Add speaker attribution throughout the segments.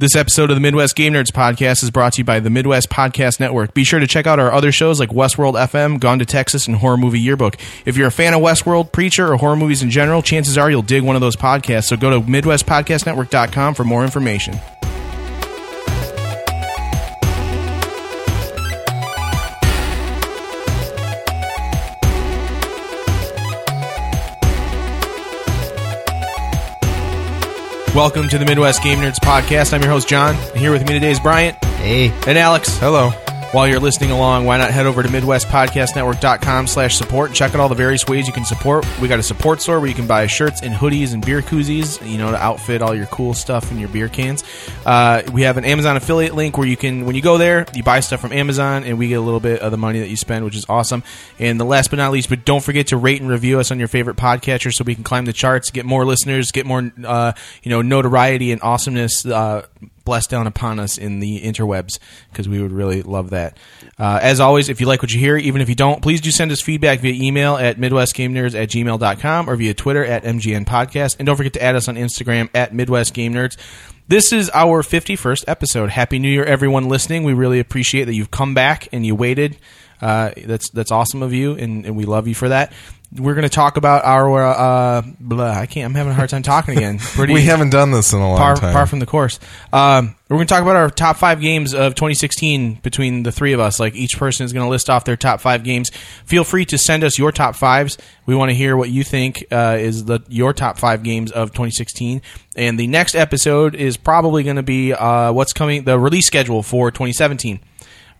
Speaker 1: This episode of the Midwest Game Nerds podcast is brought to you by the Midwest Podcast Network. Be sure to check out our other shows like Westworld FM, Gone to Texas, and Horror Movie Yearbook. If you're a fan of Westworld, Preacher, or horror movies in general, chances are you'll dig one of those podcasts. So go to MidwestPodcastNetwork.com for more information. Welcome to the Midwest Game Nerds podcast. I'm your host, John, and here with me today is Bryant
Speaker 2: Hey.
Speaker 1: and Alex.
Speaker 2: Hello.
Speaker 1: While you're listening along, why not head over to MidwestPodcastNetwork.com slash support and check out all the various ways you can support. We got a support store where you can buy shirts and hoodies and beer koozies, you know, to outfit all your cool stuff in your beer cans. Uh, we have an Amazon affiliate link where you can, when you go there, you buy stuff from Amazon and we get a little bit of the money that you spend, which is awesome. And the last but not least, but don't forget to rate and review us on your favorite podcatcher so we can climb the charts, get more listeners, get more, uh, you know, notoriety and awesomeness, uh, blessed down upon us in the interwebs because we would really love that. Uh, as always, if you like what you hear, even if you don't, please do send us feedback via email at midwestgamenerds at gmail.com or via Twitter at MGN Podcast. And don't forget to add us on Instagram at Midwest Game Nerds. This is our 51st episode. Happy New Year, everyone listening. We really appreciate that you've come back and you waited. Uh, that's that's awesome of you, and, and we love you for that. We're going to talk about our uh, blah. I can't. I'm having a hard time talking again. Pretty,
Speaker 2: We haven't done this in a long
Speaker 1: par,
Speaker 2: time.
Speaker 1: par from the course. Um, we're going to talk about our top five games of 2016 between the three of us. Like each person is going to list off their top five games. Feel free to send us your top fives. We want to hear what you think uh, is the your top five games of 2016. And the next episode is probably going to be uh, what's coming, the release schedule for 2017.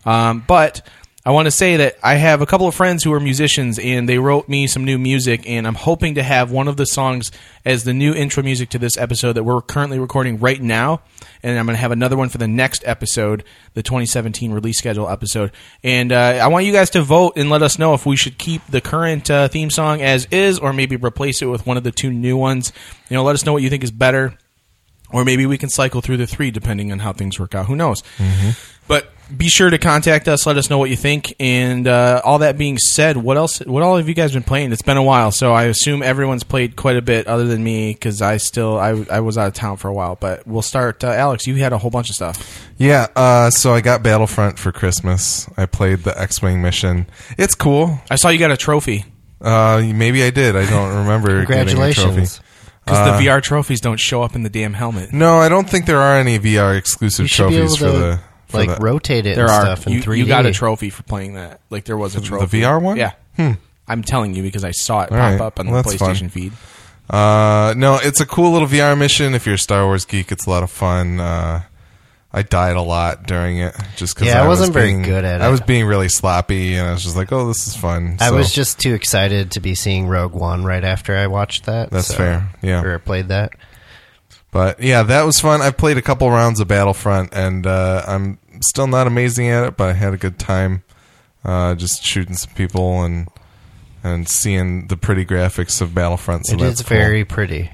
Speaker 1: Um, but I want to say that I have a couple of friends who are musicians, and they wrote me some new music, and I'm hoping to have one of the songs as the new intro music to this episode that we're currently recording right now, and I'm going to have another one for the next episode, the 2017 release schedule episode. And uh, I want you guys to vote and let us know if we should keep the current uh, theme song as is, or maybe replace it with one of the two new ones. You know, let us know what you think is better or maybe we can cycle through the three depending on how things work out. Who knows?
Speaker 2: Mm-hmm.
Speaker 1: But be sure to contact us. Let us know what you think. And uh, all that being said, what else? What all have you guys been playing? It's been a while, so I assume everyone's played quite a bit, other than me, because I still I, I was out of town for a while. But we'll start. Uh, Alex, you had a whole bunch of stuff.
Speaker 2: yeah, uh, so I got Battlefront for Christmas. I played the X Wing mission. It's cool.
Speaker 1: I saw you got a trophy
Speaker 2: Uh, maybe I did. I don't remember. getting a
Speaker 3: Congratulations.
Speaker 2: trophy.
Speaker 1: because
Speaker 2: Uh,
Speaker 1: the VR trophies don't show up in the damn helmet.
Speaker 2: No, I don't think there are any VR exclusive
Speaker 3: You should be able
Speaker 2: trophies
Speaker 3: to
Speaker 2: for the for
Speaker 3: like
Speaker 2: the,
Speaker 3: rotate it
Speaker 1: There
Speaker 3: and
Speaker 1: are.
Speaker 3: stuff in
Speaker 1: You,
Speaker 3: 3D.
Speaker 1: you got a trophy for playing that. Like there was a trophy.
Speaker 2: VR one? Hmm.
Speaker 1: Yeah. I'm telling you because I saw it pop
Speaker 2: right.
Speaker 1: up on the
Speaker 2: Well, that's fun.
Speaker 1: PlayStation feed.
Speaker 2: Uh, no, it's a cool little VR mission. If you're a Star Wars geek, it's a lot of fun. Uh, I died a lot during it just because
Speaker 3: Yeah, I
Speaker 2: was
Speaker 3: wasn't very
Speaker 2: being-
Speaker 3: good at
Speaker 2: I
Speaker 3: it.
Speaker 2: was being really sloppy, and I was just like, "Oh, this is fun."
Speaker 3: I
Speaker 2: So-
Speaker 3: was just too excited to be seeing Rogue One right after I watched that.
Speaker 2: That's fair, yeah.
Speaker 3: Or played that.
Speaker 2: But yeah, that was fun. I played a couple rounds of Battlefront, and uh, I'm still not amazing at it, but I had a good time uh, just shooting some people and and seeing the pretty graphics of Battlefront. So
Speaker 3: it
Speaker 2: that's
Speaker 3: is
Speaker 2: cool. Um,
Speaker 3: very pretty.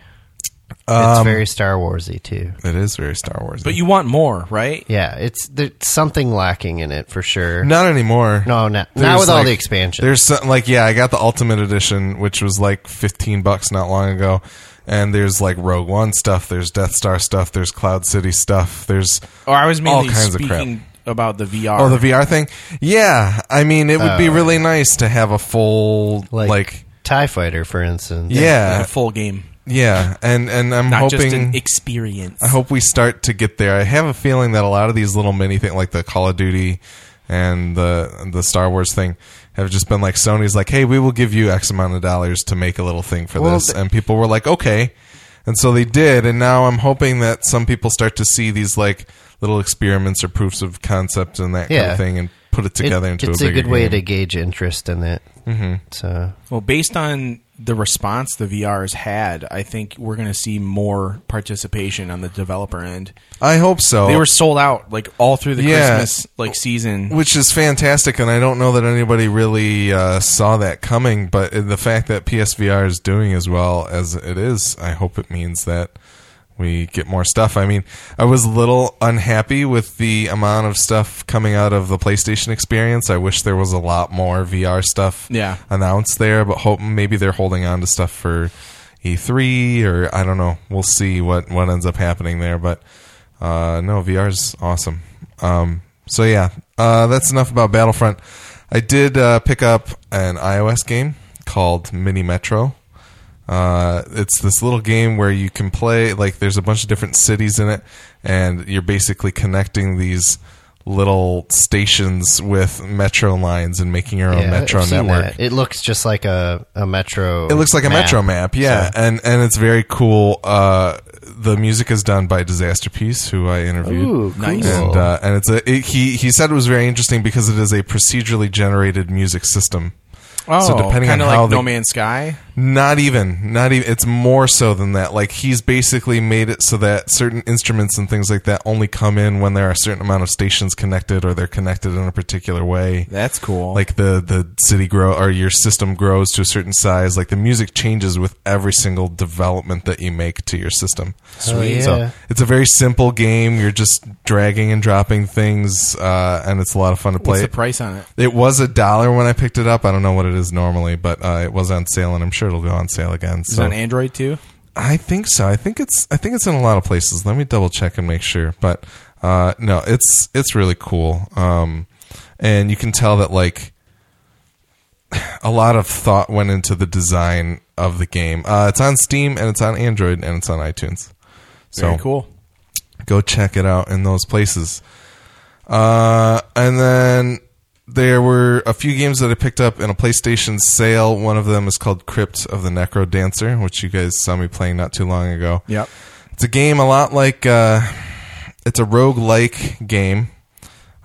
Speaker 3: it's very Star Warsy too.
Speaker 2: It is very Star Wars.
Speaker 1: But you want more, right?
Speaker 3: Yeah, it's there's something lacking in it for sure.
Speaker 2: not anymore.
Speaker 3: no, not,
Speaker 2: There's,
Speaker 3: not with all
Speaker 2: like-
Speaker 3: the expansion.
Speaker 2: There's some, like yeah, I got the Ultimate Edition, which was like 15 bucks not long ago. And there's like Rogue One stuff. There's Death Star stuff. There's Cloud City stuff. There's
Speaker 1: Or I was mainly
Speaker 2: All kinds of crap.
Speaker 1: speaking about the VR.
Speaker 2: Oh, the VR thing. Yeah, I mean, it would be really nice to have a full like,
Speaker 3: Oh, like, Tie Fighter, for instance.
Speaker 1: Like
Speaker 2: yeah,
Speaker 1: a full game,
Speaker 2: yeah, and and I'm
Speaker 1: not just
Speaker 2: hoping
Speaker 1: an experience.
Speaker 2: I hope we start to get there. I have a feeling that a lot of these little mini things, like the Call of Duty and the the Star Wars thing, have just been like Sony's like, hey, we will give you X amount of dollars to make a little thing for
Speaker 3: Well,
Speaker 2: this,
Speaker 3: th-
Speaker 2: and people were like, okay, and so they did, and now I'm hoping that some people start to see these like little experiments or proofs of concept and that kind
Speaker 3: Yeah.
Speaker 2: of thing, and put it
Speaker 3: It-
Speaker 2: together into
Speaker 3: it's
Speaker 2: a
Speaker 3: a,
Speaker 2: bigger
Speaker 3: good way
Speaker 2: game.
Speaker 3: to gauge interest in it. Mm-hmm. So
Speaker 1: Well, based on the response the VR has had, I think we're going to see more participation on the developer end.
Speaker 2: I hope so.
Speaker 1: They were sold out like all through the
Speaker 2: Oh. Yeah.
Speaker 1: Christmas like season.
Speaker 2: which is fantastic, and I don't know that anybody really uh, saw that coming. But the fact that PSVR is doing as well as it is, I hope it means that we get more stuff. I mean, I was a little unhappy with the amount of stuff coming out of the PlayStation experience. I wish there was a lot more VR stuff
Speaker 1: Yeah.
Speaker 2: announced there, but hope maybe they're holding on to stuff E for E3 or I don't know. We'll see what what ends up happening there, but uh, no, VR's awesome. Um, so yeah, uh, that's enough about Battlefront. I did uh, pick up an iOS game called Mini Metro. Uh, it's this little game where you can play like there's a bunch of different cities in it, and you're basically connecting these little stations with metro lines and making your own
Speaker 3: Yeah,
Speaker 2: Oh, metro
Speaker 3: I've seen
Speaker 2: network.
Speaker 3: that. It looks just like a, a metro.
Speaker 2: It looks like a metro map, yeah, and and it's very cool. Uh, the music is done by Disaster Piece, who I interviewed.
Speaker 3: Ooh,
Speaker 1: Nice.
Speaker 3: cool.
Speaker 2: And uh, and it's a it, he he said it was very interesting because it is a procedurally generated music system.
Speaker 1: Oh,
Speaker 2: So depending
Speaker 1: kind of
Speaker 2: on
Speaker 1: like
Speaker 2: how the-
Speaker 1: No Man's Sky.
Speaker 2: Not even, not even. It's more so than that. Like he's basically made it so that certain instruments and things like that only come in when there are a certain amount of stations connected or they're connected in a particular way
Speaker 1: That's cool.
Speaker 2: like the the city grow or your system grows to a certain size like the music changes with every single development that you make to your system
Speaker 3: Sweet. yeah.
Speaker 2: so it's a very simple game you're just dragging and dropping things uh, and it's a lot of fun to
Speaker 1: what's
Speaker 2: play
Speaker 1: the price on it?
Speaker 2: it was a dollar when i picked it up i don't know what it is normally but uh, it was on sale and i'm sure it'll go on sale again
Speaker 1: Is it
Speaker 2: so
Speaker 1: on Android too?
Speaker 2: I think so. I think it's I think it's in a lot of places. Let me double check and make sure. But uh, no, it's it's really cool. Um, and you can tell that like a lot of thought went into the design of the game. Uh, it's on Steam and it's on Android and it's on iTunes. So
Speaker 1: Very cool.
Speaker 2: go check it out in those places. Uh, and then there were a few games that I picked up in a PlayStation sale. One of them is called Crypt of the Necro Dancer, which you guys saw me playing not too long ago.
Speaker 1: Yep.
Speaker 2: It's a game a lot like uh, it's a roguelike game.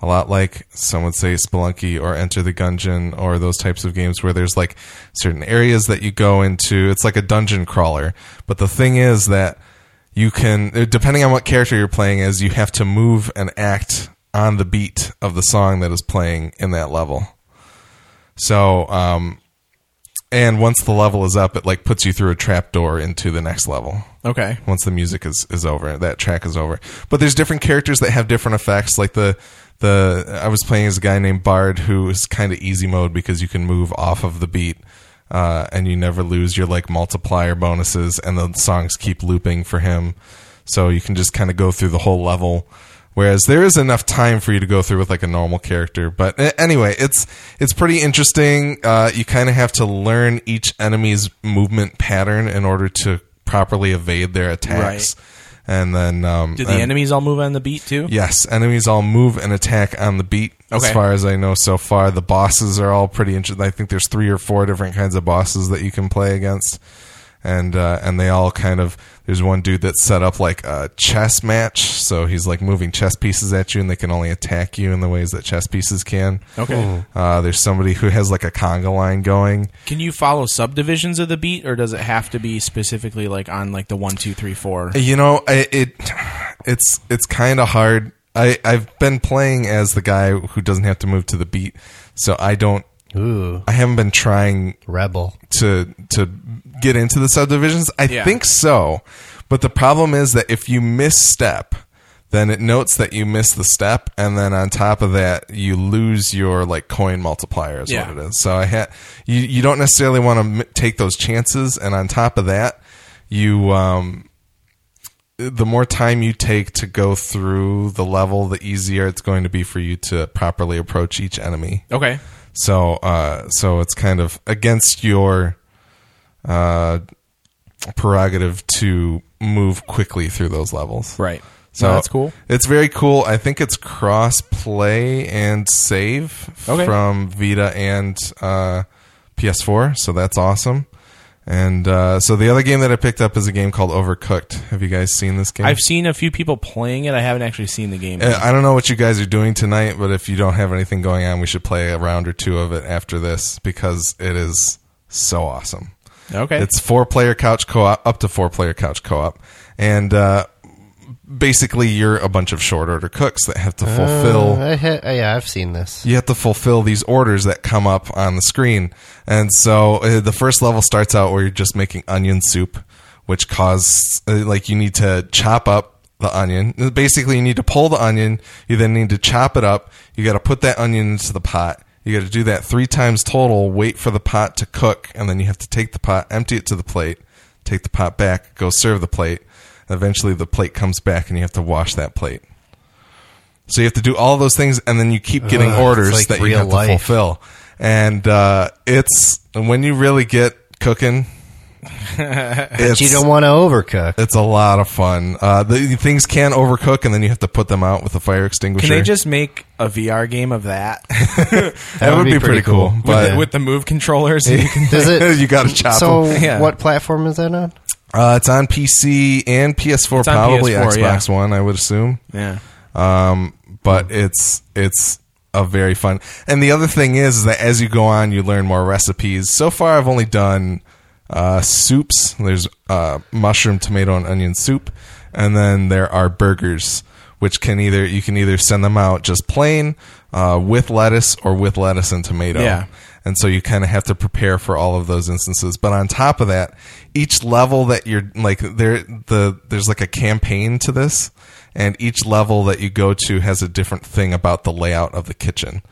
Speaker 2: A lot like some would say Spelunky or Enter the Gungeon or those types of games where there's like certain areas that you go into. It's like a dungeon crawler. But the thing is that you can, depending on what character you're playing as, you have to move and act on the beat of the song that is playing in that level. So, um, and once the level is up, it like puts you through a trapdoor into the next level
Speaker 1: Okay.
Speaker 2: once the music is, is over, that track is over. But there's different characters that have different effects. Like the the I was playing as a guy named Bard who is kind of easy mode because you can move off of the beat. Uh, and you never lose your like multiplier bonuses, and the songs keep looping for him, so you can just kind of go through the whole level. Whereas there is enough time for you to go through with like a normal character, but a- anyway, it's it's pretty interesting. Uh, you kind of have to learn each enemy's movement pattern in order to properly evade their attacks. And then um,
Speaker 1: Do the
Speaker 2: and-
Speaker 1: enemies all move on the beat too?
Speaker 2: Yes, enemies all move and attack on the beat. As
Speaker 1: Okay.
Speaker 2: far as I know, so far the bosses are all pretty interesting. I think there's three or four different kinds of bosses that you can play against, and uh, and they all kind of. There's one dude that set up like a chess match, so he's like moving chess pieces at you, and they can only attack you in the ways that chess pieces can.
Speaker 1: Okay.
Speaker 2: Uh, there's somebody who has like a conga line going.
Speaker 1: Can you follow subdivisions of the beat, or does it have to be specifically like on like the one, two, three, four?
Speaker 2: You know, I, it it's it's kind of hard. I I've been playing as the guy who doesn't have to move to the beat, so I don't.
Speaker 3: Ooh,
Speaker 2: I haven't been trying
Speaker 3: rebel.
Speaker 2: to to get into the subdivisions. I
Speaker 1: Yeah.
Speaker 2: think so, but the problem is that if you misstep, then it notes that you missed the step, and then on top of that, you lose your like coin multiplier is
Speaker 1: Yeah.
Speaker 2: what it is. So I had you you don't necessarily want to m- take those chances, and on top of that, you um the more time you take to go through the level, the easier it's going to be for you to properly approach each enemy.
Speaker 1: Okay.
Speaker 2: So uh, so it's kind of against your uh, prerogative to move quickly through those levels.
Speaker 1: Right.
Speaker 2: So
Speaker 1: So that's cool.
Speaker 2: It's very cool. I think it's cross play and save
Speaker 1: Okay.
Speaker 2: from Vita and uh, PS4. So that's awesome. And uh, so the other game that I picked up is a game called Overcooked. Have you guys seen this game?
Speaker 1: I've seen a few people playing it. I haven't actually seen the game.
Speaker 2: Uh, I don't know what you guys are doing tonight, but if you don't have anything going on, we should play a round or two of it after this because it is so awesome.
Speaker 1: okay.
Speaker 2: It's four player couch co op, up to four player couch co op. And uh, basically, you're a bunch of short order cooks that have to fulfill
Speaker 3: Uh, I ha- yeah, I've seen this.
Speaker 2: you have to fulfill these orders that come up on the screen. And so uh, the first level starts out where you're just making onion soup, which causes, uh, like, you need to chop up the onion. Uh, Basically, you need to pull the onion. You then need to chop it up. You got to put that onion into the pot. You got to do that three times total, wait for the pot to cook, and then you have to take the pot, empty it to the plate, take the pot back, go serve the plate. eventually the plate comes back and you have to wash that plate. So you have to do all those things, and then you keep getting
Speaker 3: Ugh, it's
Speaker 2: orders
Speaker 3: like
Speaker 2: that you
Speaker 3: real
Speaker 2: have
Speaker 3: life.
Speaker 2: to fulfill. And uh, it's when you really get cooking. it's,
Speaker 3: you don't want to overcook.
Speaker 2: it's a lot of fun. Uh, the things can overcook, and then you have to put them out with a fire extinguisher.
Speaker 1: Can they just make a VR game of that
Speaker 2: that, would be, pretty, cool.
Speaker 3: With
Speaker 1: with,
Speaker 2: But
Speaker 1: the, with the move controllers? and you can-
Speaker 3: Does it?
Speaker 2: You gotta chop
Speaker 3: So,
Speaker 2: 'em.
Speaker 1: Yeah.
Speaker 3: what platform is that on?
Speaker 2: uh, it's on PC and PS4,
Speaker 1: on
Speaker 2: probably
Speaker 1: PS4, yeah.
Speaker 2: Xbox One, I would assume.
Speaker 1: yeah.
Speaker 2: um, but it's it's a very fun. And the other thing is, is that as you go on, you learn more recipes. So far, I've only done uh, soups. There's uh, mushroom, tomato, and onion soup, and then there are burgers, which can either you can either send them out just plain uh, with lettuce or with lettuce and tomato.
Speaker 1: Yeah.
Speaker 2: And so you kind of have to prepare for all of those instances. But on top of that, each level that you're like there the there's like a campaign to this and each level that you go to has a different thing about the layout of the kitchen.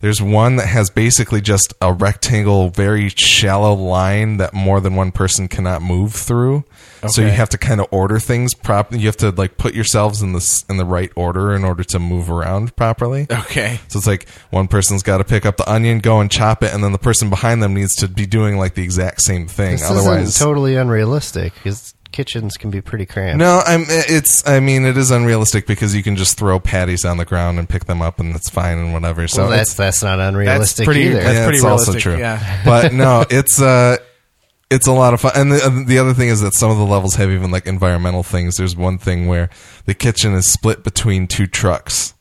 Speaker 2: There's one that has basically just a rectangle, very shallow line that more than one person cannot move through. So you
Speaker 1: Okay.
Speaker 2: have to kind of order things properly. You have to like put yourselves in the s- in the right order in order to move around properly.
Speaker 1: Okay.
Speaker 2: So it's like one person's got to pick up the onion, go and chop it, and then the person behind them needs to be doing like the exact same thing.
Speaker 3: This
Speaker 2: Otherwise,
Speaker 3: isn't totally unrealistic because kitchens can be pretty cramped.
Speaker 2: no. I'm. It's. I mean, it is unrealistic because you can just throw patties on the ground and pick them up, and that's fine and whatever. So
Speaker 3: well,
Speaker 2: it's-
Speaker 3: that's that's not unrealistic
Speaker 1: pretty-
Speaker 3: either.
Speaker 1: that's- pretty
Speaker 2: it's
Speaker 1: realistic, yeah.
Speaker 2: but no, it's uh, it's a lot of fun. And the, the other thing is that some of the levels have even like environmental things. There's one thing where the kitchen is split between two trucks,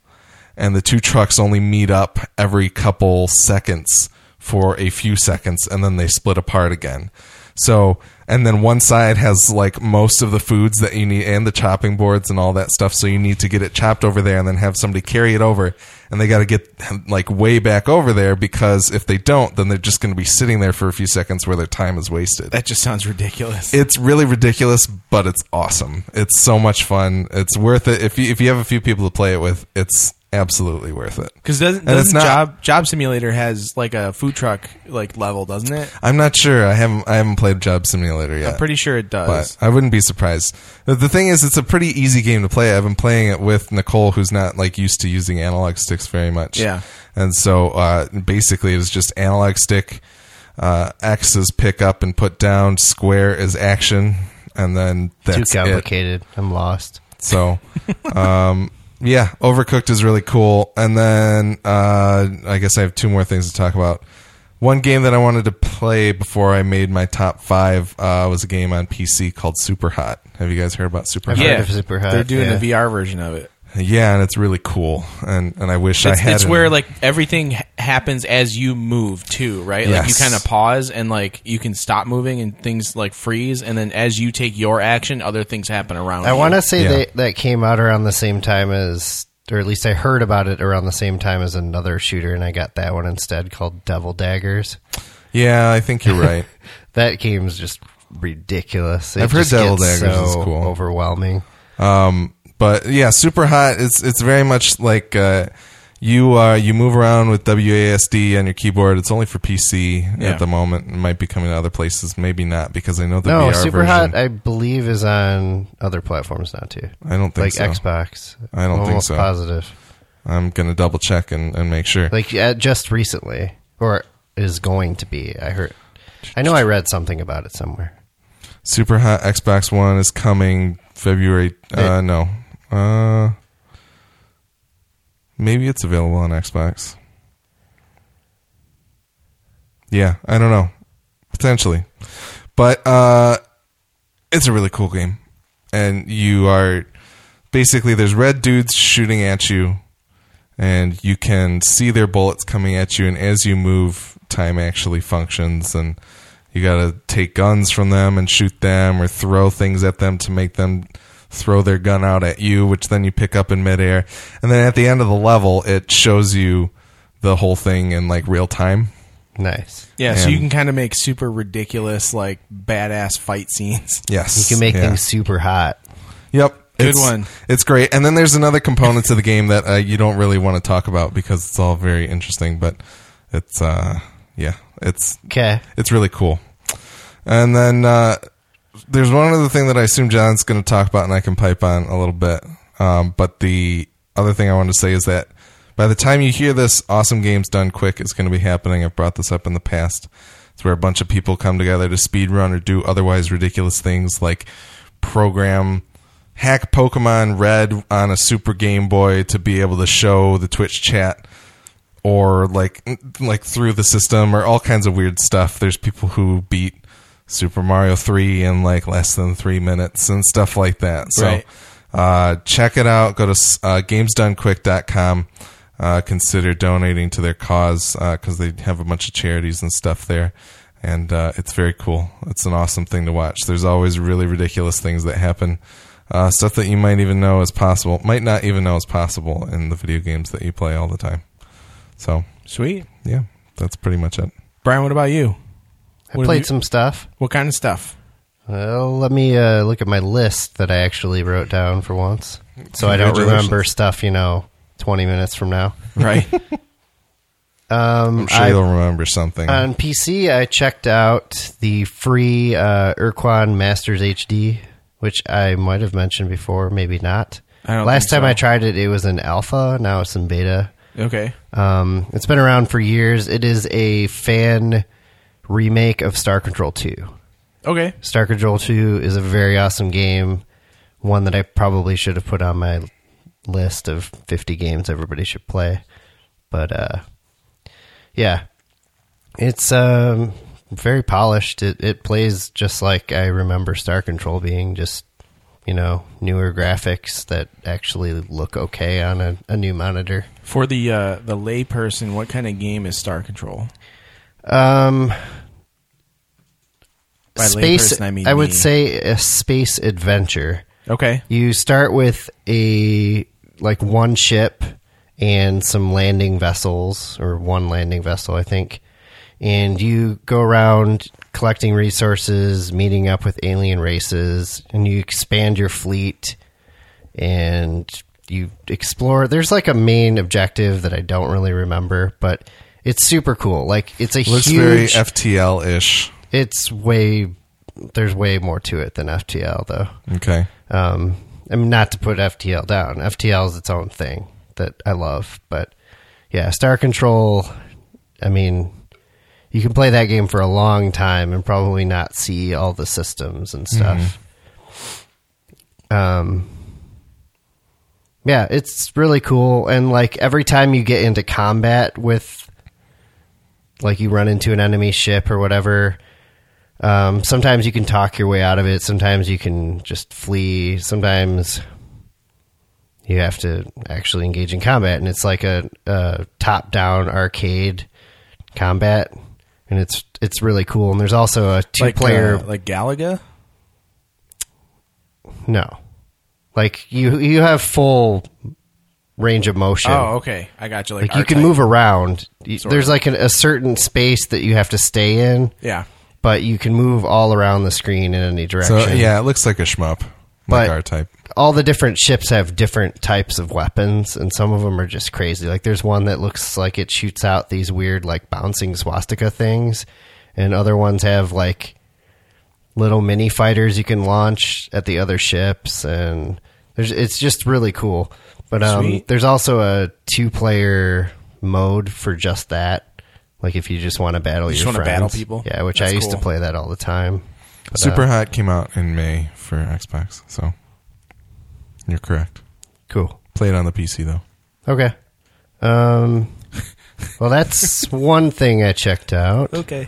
Speaker 2: and the two trucks only meet up every couple seconds for a few seconds, and then they split apart again. So, and then one side has like most of the foods that you need and the chopping boards and all that stuff. So you need to get it chopped over there and then have somebody carry it over. And they got to get like way back over there because if they don't, then they're just going to be sitting there for a few seconds where their time is wasted.
Speaker 1: That just sounds ridiculous.
Speaker 2: It's really ridiculous, but it's awesome. It's so much fun. It's worth it. If you, if you have a few people to play it with, it's absolutely worth it.
Speaker 1: Because doesn't,
Speaker 2: And it's
Speaker 1: doesn't
Speaker 2: not-
Speaker 1: job job simulator has like a food truck like level, doesn't it?
Speaker 2: I'm not sure. I haven't, I haven't played Job Simulator yet.
Speaker 1: I'm pretty sure it
Speaker 2: but
Speaker 1: does.
Speaker 2: I wouldn't be surprised. The, the thing is, it's a pretty easy game to play. I've been playing it with Nicole, who's not like used to using analog sticks very much.
Speaker 1: Yeah.
Speaker 2: and so uh, basically, it's just analog stick. Uh, X is pick up and put down. Square is action, and then
Speaker 3: Too
Speaker 2: that's it.
Speaker 3: complicated. I'm lost.
Speaker 2: So, um, yeah, Overcooked is really cool. And then uh, I guess I have two more things to talk about. One game that I wanted to play before I made my top five uh, was a game on PC called Super Hot. Have you guys heard about Super
Speaker 3: I've
Speaker 2: Hot?
Speaker 3: heard of Super Hot,
Speaker 1: They're doing
Speaker 3: yeah.
Speaker 1: a VR version of it.
Speaker 2: Yeah, and it's really cool. And and I wish
Speaker 1: It's,
Speaker 2: I had.
Speaker 1: it's
Speaker 2: it.
Speaker 1: where like everything h- happens as you move too, right? Like you
Speaker 2: Yes.
Speaker 1: kind of pause and like you can stop moving and things like freeze, and then as you take your action, other things happen around.
Speaker 3: I
Speaker 1: you.
Speaker 3: want to say
Speaker 2: Yeah.
Speaker 3: they, that came out around the same time as, or at least I heard about it around the same time as another shooter, and I got that one instead called Devil Daggers.
Speaker 2: Yeah, I think you're right.
Speaker 3: That game's just ridiculous. It
Speaker 2: I've heard
Speaker 3: just
Speaker 2: Devil
Speaker 3: gets
Speaker 2: Daggers is
Speaker 3: so
Speaker 2: cool.
Speaker 3: Overwhelming.
Speaker 2: but yeah, super hot. It's it's very much like uh, you uh, you move around with WASD on your keyboard. It's only for PC
Speaker 1: Yeah.
Speaker 2: at the moment. It might be coming to other places, maybe not because I know the
Speaker 3: no,
Speaker 2: VR
Speaker 3: Super
Speaker 2: version.
Speaker 3: Hot, I believe, is on other platforms now too,
Speaker 2: I don't think
Speaker 3: like
Speaker 2: so.
Speaker 3: Xbox.
Speaker 2: I don't
Speaker 3: I'm
Speaker 2: think
Speaker 3: almost
Speaker 2: so.
Speaker 3: Positive,
Speaker 2: I'm gonna double check and, and make sure.
Speaker 3: like uh, just recently, or is going to be. I heard. I know I read something about it somewhere.
Speaker 2: Super hot Xbox One is coming February. Uh,
Speaker 3: Hey.
Speaker 2: no, uh, maybe it's available on Xbox. Yeah, I don't know, potentially, but uh, it's a really cool game, and you are basically there's red dudes shooting at you, and you can see their bullets coming at you, and as you move, time actually functions, and you gotta take guns from them and shoot them, or throw things at them to make them throw their gun out at you, which then you pick up in midair, and then at the end of the level, it shows you the whole thing in like real time.
Speaker 3: Nice.
Speaker 1: yeah, so you
Speaker 2: and-
Speaker 1: can kind of make super ridiculous like badass fight scenes.
Speaker 2: Yes,
Speaker 3: You can make
Speaker 2: Yeah.
Speaker 3: things super hot.
Speaker 2: Yep.
Speaker 1: Good
Speaker 2: it's,
Speaker 1: one.
Speaker 2: It's great. And then there's another component to the game that uh, you don't really want to talk about because it's all very interesting, but it's uh yeah, it's
Speaker 3: Okay.
Speaker 2: it's really cool. And then uh there's one other thing that I assume John's going to talk about, and I can pipe on a little bit. Um, but the other thing I wanted to say is that by the time you hear this, Awesome Games Done Quick is going to be happening. I've brought this up in the past. It's where a bunch of people come together to speedrun or do otherwise ridiculous things like program hack Pokemon Red on a Super Game Boy to be able to show the Twitch chat or like like through the system or all kinds of weird stuff. There's people who beat Super Mario 3 in like less than 3 minutes and stuff like that. So
Speaker 1: Right.
Speaker 2: uh, check it out. Go to uh, gamesdonequick.com. Uh, consider donating to their cause because they have a bunch of charities and stuff there. And uh, it's very cool. It's an awesome thing to watch. There's always really ridiculous things that happen. Uh, stuff that you might even know is possible, might not even know is possible in the video games that you play all the time. So,
Speaker 1: Sweet.
Speaker 2: yeah, that's pretty much it.
Speaker 1: Brian, what about you?
Speaker 3: I
Speaker 1: What have
Speaker 3: played
Speaker 1: you-
Speaker 3: some stuff.
Speaker 1: What kind of stuff?
Speaker 3: Well, let me uh, look at my list that I actually wrote down for once, so I don't
Speaker 2: Congratulations.
Speaker 3: remember stuff. You know, twenty minutes from now.
Speaker 1: Right.
Speaker 3: Um,
Speaker 2: I'm sure
Speaker 3: I-
Speaker 2: you'll remember something.
Speaker 3: on PC, I checked out the free uh, Urquan Masters HD, which I might have mentioned before, maybe not.
Speaker 1: I don't
Speaker 3: Last
Speaker 1: think
Speaker 3: time
Speaker 1: so.
Speaker 3: I tried it, it was in alpha. Now it's in beta.
Speaker 1: okay.
Speaker 3: Um, it's been around for years. It is a fan remake of Star Control 2.
Speaker 1: Okay.
Speaker 3: Star Control 2 is a very awesome game, one that I probably should have put on my list of 50 games everybody should play. But uh yeah. It's um very polished. It it plays just like I remember Star Control being just you know, newer graphics that actually look okay on a, a new monitor.
Speaker 1: For the uh, the layperson, what kind of game is Star Control?
Speaker 3: Um,
Speaker 1: By
Speaker 3: space.
Speaker 1: layperson, I mean
Speaker 3: would
Speaker 1: me.
Speaker 3: say a space adventure.
Speaker 1: Okay.
Speaker 3: You start with a like one ship and some landing vessels, or one landing vessel, I think. And you go around collecting resources, meeting up with alien races, and you expand your fleet and you explore. There's like a main objective that I don't really remember, but it's super cool. Like it's a
Speaker 2: Looks
Speaker 3: huge
Speaker 2: very FTL ish.
Speaker 3: it's way there's way more to it than FTL though.
Speaker 2: Okay.
Speaker 3: Um, I mean, not to put FTL down. FTL is its own thing that I love, but yeah, Star Control. I mean, you can play that game for a long time and probably not see all the systems and stuff. Um, yeah, it's really cool, and like every time you get into combat with, like you run into an enemy ship or whatever, um, sometimes you can talk your way out of it. Sometimes you can just flee. Sometimes you have to actually engage in combat, and it's like a, a top-down arcade combat, and it's it's really cool. And there's also a
Speaker 1: Like
Speaker 3: two-player
Speaker 1: uh, like Galaga.
Speaker 3: no, like you you have full range of motion.
Speaker 1: Oh, okay. I got you. Like,
Speaker 3: like you can
Speaker 1: R-Type.
Speaker 3: move around. You-
Speaker 1: Sort
Speaker 3: There's
Speaker 1: of.
Speaker 3: like an, a certain space that you have to stay in,
Speaker 1: Yeah.
Speaker 3: but you can move all around the screen in
Speaker 2: So,
Speaker 3: any direction.
Speaker 2: yeah, it looks like a shmup. Like
Speaker 3: But-
Speaker 2: our type.
Speaker 3: all the different ships have different types of weapons, and some of them are just crazy. Like there's one that looks like it shoots out these weird like bouncing swastika things, and other ones have like little mini fighters you can launch at the other ships, and there's it's just really cool. But um,
Speaker 1: Sweet.
Speaker 3: there's also a two player mode for just that. Like if you just want to battle
Speaker 1: You just
Speaker 3: your
Speaker 1: wanna
Speaker 3: friends,
Speaker 1: battle people?
Speaker 3: Yeah, which
Speaker 1: That's
Speaker 3: I used to
Speaker 1: cool.
Speaker 3: play that all the time.
Speaker 2: Super Hot came out in May for Xbox. So, you're correct.
Speaker 3: Cool.
Speaker 2: Play it on the PC, though.
Speaker 3: Okay. Um, well, that's one thing I checked out,
Speaker 1: Okay.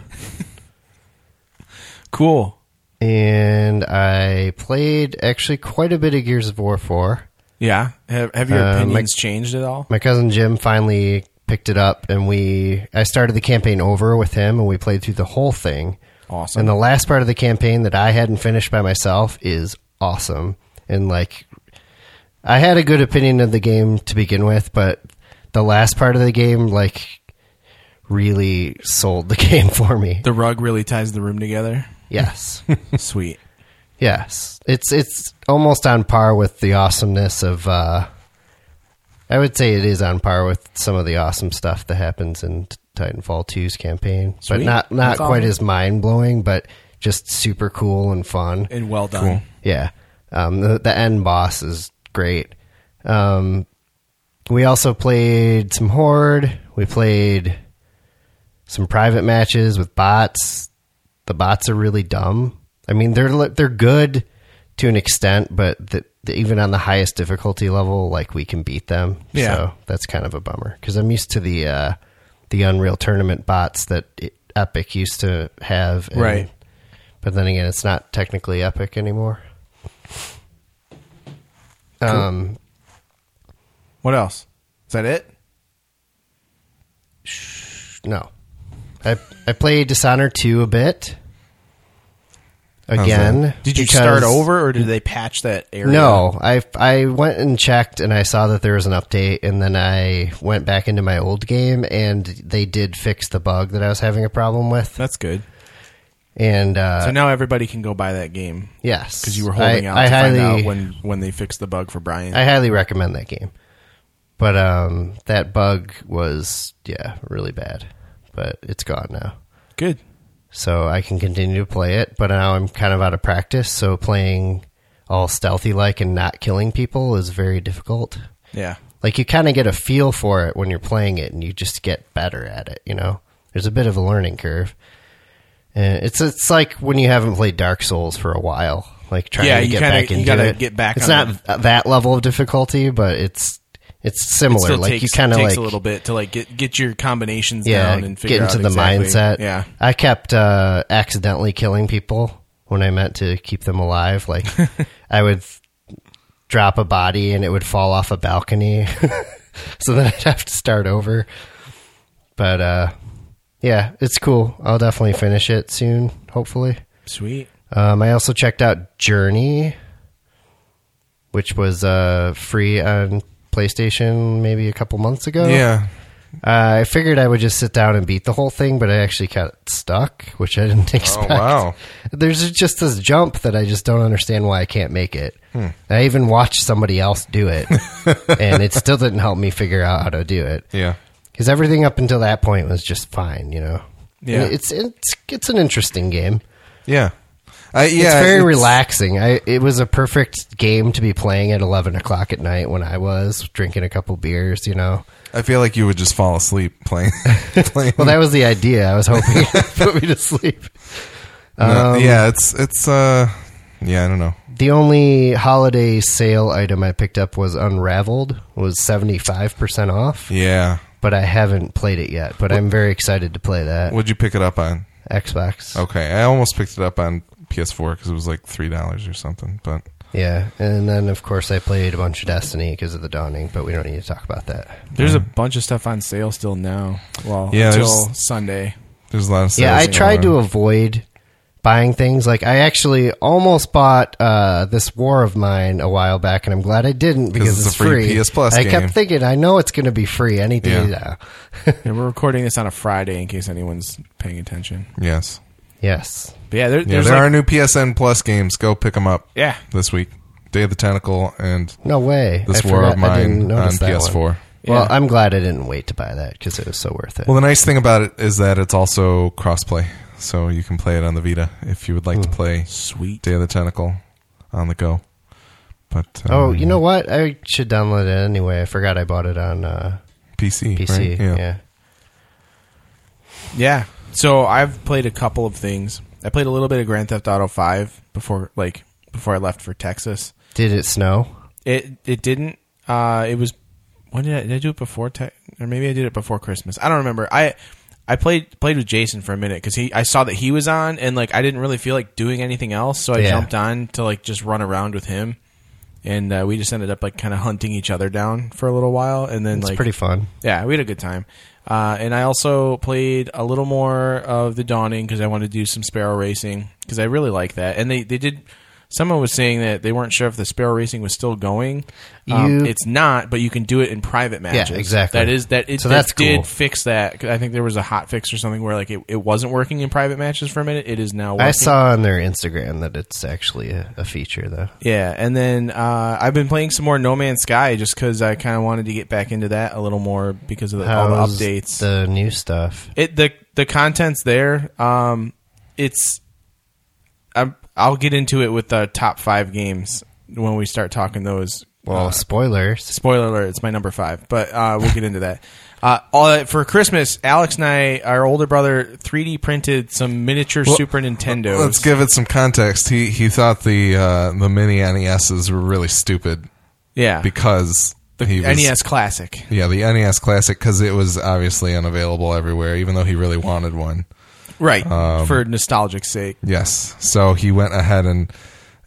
Speaker 1: cool.
Speaker 3: and I played actually quite a bit of Gears of War four.
Speaker 1: Yeah. Have, have your
Speaker 3: Uh, my-
Speaker 1: opinions changed at all?
Speaker 3: My cousin Jim finally picked it up, and we I started the campaign over with him, and we played through the whole thing.
Speaker 1: Awesome.
Speaker 3: And the last part of the campaign that I hadn't finished by myself is awesome. And like, I had a good opinion of the game to begin with, but the last part of the game like really sold the game for me.
Speaker 1: The rug really ties the room together.
Speaker 3: Yes.
Speaker 1: Sweet.
Speaker 3: yes. It's it's almost on par with the awesomeness of uh I would say it is on par with some of the awesome stuff that happens in Titanfall 2's campaign,
Speaker 1: Sweet.
Speaker 3: but not not
Speaker 1: That's
Speaker 3: quite
Speaker 1: awesome.
Speaker 3: as mind-blowing, but just super cool and fun.
Speaker 1: and well done.
Speaker 2: Cool.
Speaker 3: Yeah. Um, the, the end boss is great. Um, we also played some Horde. We played some private matches with bots. The bots are really dumb. I mean, they're li- they're good to an extent, but the, the, even on the highest difficulty level, like we can beat them.
Speaker 1: Yeah.
Speaker 3: So that's kind of a bummer because I'm used to the uh, the Unreal Tournament bots that it, Epic used to have. and-
Speaker 1: Right.
Speaker 3: But then again, it's not technically Epic anymore. Um,
Speaker 1: What else? Is that it?
Speaker 3: no, I I played Dishonored two a bit.
Speaker 2: that?
Speaker 3: Again,
Speaker 1: Did you
Speaker 3: because-
Speaker 1: start over, or did they patch that area?
Speaker 3: No, I I went and checked, and I saw that there was an update, and then I went back into my old game, and they did fix the bug that I was having a problem with.
Speaker 1: that's good.
Speaker 3: And uh,
Speaker 1: So now everybody can go buy that game
Speaker 3: yes,
Speaker 1: because you were holding
Speaker 3: I-
Speaker 1: out
Speaker 3: I
Speaker 1: to
Speaker 3: highly,
Speaker 1: find out when when they fixed the bug for Brian.
Speaker 3: I highly recommend that game. But um, that bug was yeah really bad, but it's gone now,
Speaker 1: good.
Speaker 3: so I can continue to play it. But now I'm kind of out of practice, so playing all stealthy like and not killing people is very difficult.
Speaker 1: Yeah.
Speaker 3: Like you kind of get a feel for it when you're playing it, and you just get better at it. You know, there's a bit of a learning curve. And it's it's like when you haven't played Dark Souls for a while, like trying
Speaker 1: Yeah,
Speaker 3: to
Speaker 1: you
Speaker 3: get
Speaker 1: kinda-
Speaker 3: back
Speaker 1: you
Speaker 3: into
Speaker 1: gotta
Speaker 3: it.
Speaker 1: get back
Speaker 3: It's
Speaker 1: on
Speaker 3: not that level of difficulty, but it's it's
Speaker 1: It
Speaker 3: similar.
Speaker 1: still
Speaker 3: like
Speaker 1: takes,
Speaker 3: you kind of
Speaker 1: takes
Speaker 3: like
Speaker 1: a little bit to like get get your combinations
Speaker 3: yeah,
Speaker 1: down and
Speaker 3: get
Speaker 1: figure
Speaker 3: into
Speaker 1: out
Speaker 3: the
Speaker 1: exactly-
Speaker 3: mindset.
Speaker 1: Yeah.
Speaker 3: I kept uh, accidentally killing people when I meant to keep them alive. Like I would drop a body and it would fall off a balcony, so then I'd have to start over. But uh, yeah, it's cool. I'll definitely finish it soon, hopefully.
Speaker 1: Sweet.
Speaker 3: Um, I also checked out Journey, which was uh, free on PlayStation maybe a couple months ago.
Speaker 2: Yeah.
Speaker 3: Uh, I figured I would just sit down and beat the whole thing, but I actually got stuck, which I didn't
Speaker 2: Oh
Speaker 3: expect.
Speaker 2: wow.
Speaker 3: There's just this jump that I just don't understand why I can't make it. I even watched somebody else do it, and it still didn't help me figure out how to do it
Speaker 2: Yeah.
Speaker 3: because everything up until that point was just fine, you know.
Speaker 1: Yeah.
Speaker 3: And it's it's it's an interesting game.
Speaker 2: Yeah. I, yeah.
Speaker 3: it's very relaxing. I it was a perfect game to be playing at eleven o'clock at night when I was drinking a couple beers, you know.
Speaker 2: I feel like you would just fall asleep playing. playing
Speaker 3: Well, that was the idea. I was hoping it put me to sleep. um,
Speaker 2: No, yeah. It's it's uh. Yeah. I don't know.
Speaker 3: The only holiday sale item I picked up was Unraveled, was 75% off,
Speaker 2: Yeah.
Speaker 3: but I haven't played it yet, but I'm very excited to play that.
Speaker 2: What'd you pick it up on?
Speaker 3: Xbox.
Speaker 2: Okay. I almost picked it up on PS4 because it was like three dollars or something. But
Speaker 3: Yeah, and then of course I played a bunch of Destiny because of the Dawning, but we don't need to talk about that.
Speaker 1: There's a bunch of stuff on sale still now. Well,
Speaker 2: Yeah,
Speaker 1: until
Speaker 2: there's-
Speaker 1: Sunday.
Speaker 2: there's a lot of sales
Speaker 3: yeah, I
Speaker 2: going
Speaker 3: tried to
Speaker 2: on.
Speaker 3: avoid buying things. Like I actually almost bought uh, this War of Mine a while back, and I'm glad I didn't because
Speaker 2: it's
Speaker 3: it's,
Speaker 2: a free
Speaker 3: free.
Speaker 2: PS Plus
Speaker 3: I
Speaker 2: game.
Speaker 3: kept thinking, I know it's going to be free any
Speaker 2: Yeah.
Speaker 3: day now.
Speaker 1: Yeah, we're recording this on a Friday in case anyone's paying attention.
Speaker 2: Yes.
Speaker 3: Yes,
Speaker 1: But yeah, there,
Speaker 2: Yeah.
Speaker 1: there's
Speaker 2: There
Speaker 1: like-
Speaker 2: are new PSN Plus games. Go pick them up
Speaker 1: yeah.
Speaker 2: this week. Day of the Tentacle and
Speaker 3: no way.
Speaker 2: this
Speaker 3: I
Speaker 2: War
Speaker 3: forgot-
Speaker 2: of
Speaker 3: I didn't
Speaker 2: Mine on
Speaker 3: notice that
Speaker 2: PS4.
Speaker 3: one. Well,
Speaker 1: Yeah.
Speaker 3: I'm glad I didn't wait to buy that because it was so worth it.
Speaker 2: Well, the nice thing about it is that it's also crossplay, so you can play it on the Vita if you would like to
Speaker 3: Hmm.
Speaker 2: play
Speaker 1: Sweet.
Speaker 2: Day of the Tentacle on the go. But um,
Speaker 3: oh, you know what? I should download it anyway. I forgot I bought it on uh,
Speaker 2: PC, right?
Speaker 3: PC. Yeah.
Speaker 1: Yeah. So I've played a couple of things. I played a little bit of Grand Theft Auto 5 before like before I left for Texas.
Speaker 3: Did it snow?
Speaker 1: It it didn't uh it was when did I, did I do it before te- or maybe I did it before Christmas. I don't remember. I I played played with Jason for a minute cuz he I saw that he was on and like I didn't really feel like doing anything else, so I
Speaker 3: Yeah.
Speaker 1: jumped on to like just run around with him. And uh, we just ended up like kind of hunting each other down for a little while and then
Speaker 3: It's
Speaker 1: like
Speaker 3: pretty fun.
Speaker 1: yeah, we had a good time. Uh, and I also played a little more of the Dawning because I wanted to do some Sparrow Racing because I really like that. And they, they did. Someone was saying that they weren't sure if the Sparrow Racing was still going. Um,
Speaker 3: You-
Speaker 1: it's not, but you can do it in private matches.
Speaker 3: exactly.
Speaker 1: That is that. It,
Speaker 3: So
Speaker 1: that
Speaker 3: that's
Speaker 1: did
Speaker 3: cool.
Speaker 1: fix that. 'cause I think there was a hot fix or something where like it, it wasn't working in private matches for a minute. It is now. working.
Speaker 3: I saw on their Instagram that it's actually a, a feature, though.
Speaker 1: Yeah, and then uh, I've been playing some more No Man's Sky just because I kind of wanted to get back into that a little more because of the, all
Speaker 3: How's
Speaker 1: the updates.
Speaker 3: the new stuff.
Speaker 1: it the the content's there um it's I'm, I'll get into it with the top five games when we start talking those.
Speaker 3: Well, spoilers.
Speaker 1: Spoiler alert, it's my number five, but uh, we'll get into that. Uh, all that for Christmas, Alex and I, our older brother, 3D printed some miniature
Speaker 2: Well, uh,
Speaker 1: Super Nintendo.
Speaker 2: Let's give it some context. He he thought the uh, the mini NESs were really stupid
Speaker 1: yeah,
Speaker 2: because
Speaker 1: the E
Speaker 2: he was,
Speaker 1: NES Classic.
Speaker 2: Yeah, the NES Classic because it was obviously unavailable everywhere, even though he really wanted one.
Speaker 1: Right.
Speaker 2: Um,
Speaker 1: for nostalgic sake.
Speaker 2: Yes, so he went ahead and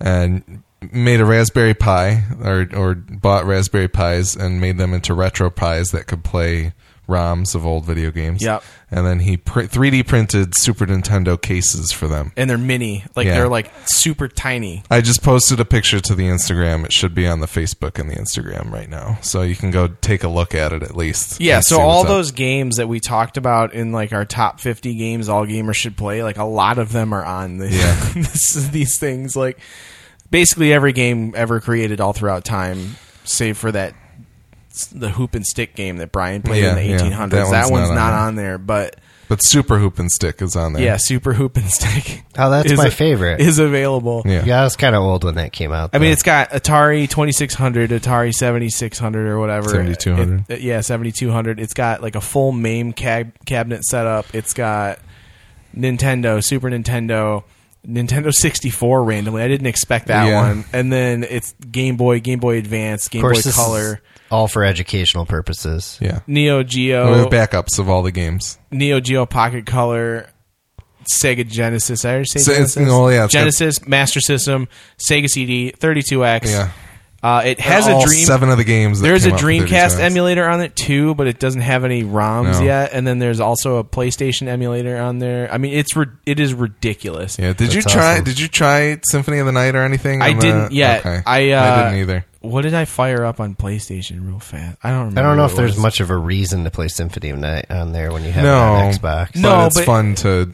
Speaker 2: and made a Raspberry Pi or or bought Raspberry Pis and made them into retro pies that could play ROMs of old video games.
Speaker 1: Yep.
Speaker 2: And then he pr- 3D printed Super Nintendo cases for them.
Speaker 1: And they're mini. Like
Speaker 2: Yeah.
Speaker 1: they're like super tiny.
Speaker 2: I just posted a picture to the Instagram. It should be on the Facebook and the Instagram right now, so you can go take a look at it at least.
Speaker 1: Yeah,
Speaker 2: and
Speaker 1: so
Speaker 2: see what's
Speaker 1: all
Speaker 2: up.
Speaker 1: those games that we talked about in like our top 50 games all gamers should play, like a lot of them are on this,
Speaker 2: Yeah.
Speaker 1: this these things like basically every game ever created all throughout time save for that the hoop and stick game that Brian played
Speaker 2: Yeah,
Speaker 1: in the
Speaker 2: yeah.
Speaker 1: 1800s.
Speaker 2: That
Speaker 1: That,
Speaker 2: one's
Speaker 1: one's,
Speaker 2: not on
Speaker 1: not
Speaker 2: there.
Speaker 1: on there, but
Speaker 2: But Super Hoop and Stick is on there.
Speaker 1: yeah, Super Hoop and Stick.
Speaker 3: Oh, that's
Speaker 1: is
Speaker 3: my favorite.
Speaker 1: Is available.
Speaker 2: Yeah.
Speaker 3: Yeah, I was kind of old when that came out.
Speaker 1: I mean,
Speaker 3: though.
Speaker 1: it's got Atari 2600, Atari 7600, or whatever.
Speaker 2: 7200.
Speaker 1: It- it- yeah, 7200. It's got like a full MAME cab- cabinet setup. It's got Nintendo, Super Nintendo, Nintendo 64 randomly. I didn't expect that
Speaker 2: Yeah.
Speaker 1: one. And then it's Game Boy, Game Boy Advance, Game
Speaker 3: of course,
Speaker 1: Boy
Speaker 3: this is
Speaker 1: Color,
Speaker 3: all for educational purposes.
Speaker 2: Yeah.
Speaker 1: Neo
Speaker 2: What
Speaker 1: Geo,
Speaker 2: are the backups of all the games?
Speaker 1: Neo Geo Pocket Color, Sega Genesis. I already say
Speaker 2: So it's-
Speaker 1: Genesis.
Speaker 2: oh, yeah, it's got-
Speaker 1: Genesis, Master System, Sega CD, 32X.
Speaker 2: Yeah.
Speaker 1: Uh, it has
Speaker 2: all
Speaker 1: a dream.
Speaker 2: seven of the games. That
Speaker 1: There's a
Speaker 2: came out for 32
Speaker 1: Dreamcast
Speaker 2: cents.
Speaker 1: emulator on it too, but it doesn't have any ROMs
Speaker 2: No.
Speaker 1: yet. And then there's also a PlayStation emulator on there. I mean, it's ri- it is ridiculous.
Speaker 2: Yeah. Did you
Speaker 3: That's
Speaker 2: try?
Speaker 3: awesome.
Speaker 2: Did you try Symphony of the Night or anything?
Speaker 1: I
Speaker 2: on the-
Speaker 1: didn't yet.
Speaker 2: Okay.
Speaker 1: I, uh,
Speaker 2: I didn't either.
Speaker 1: What did I fire up on PlayStation real fast? I don't. Remember
Speaker 3: I don't know
Speaker 1: what
Speaker 3: if
Speaker 1: it
Speaker 3: there's
Speaker 1: was.
Speaker 3: much of a reason to play Symphony of Night on there when you have
Speaker 2: No.
Speaker 3: it on Xbox.
Speaker 2: But
Speaker 1: No.
Speaker 2: it's
Speaker 1: but-
Speaker 2: fun to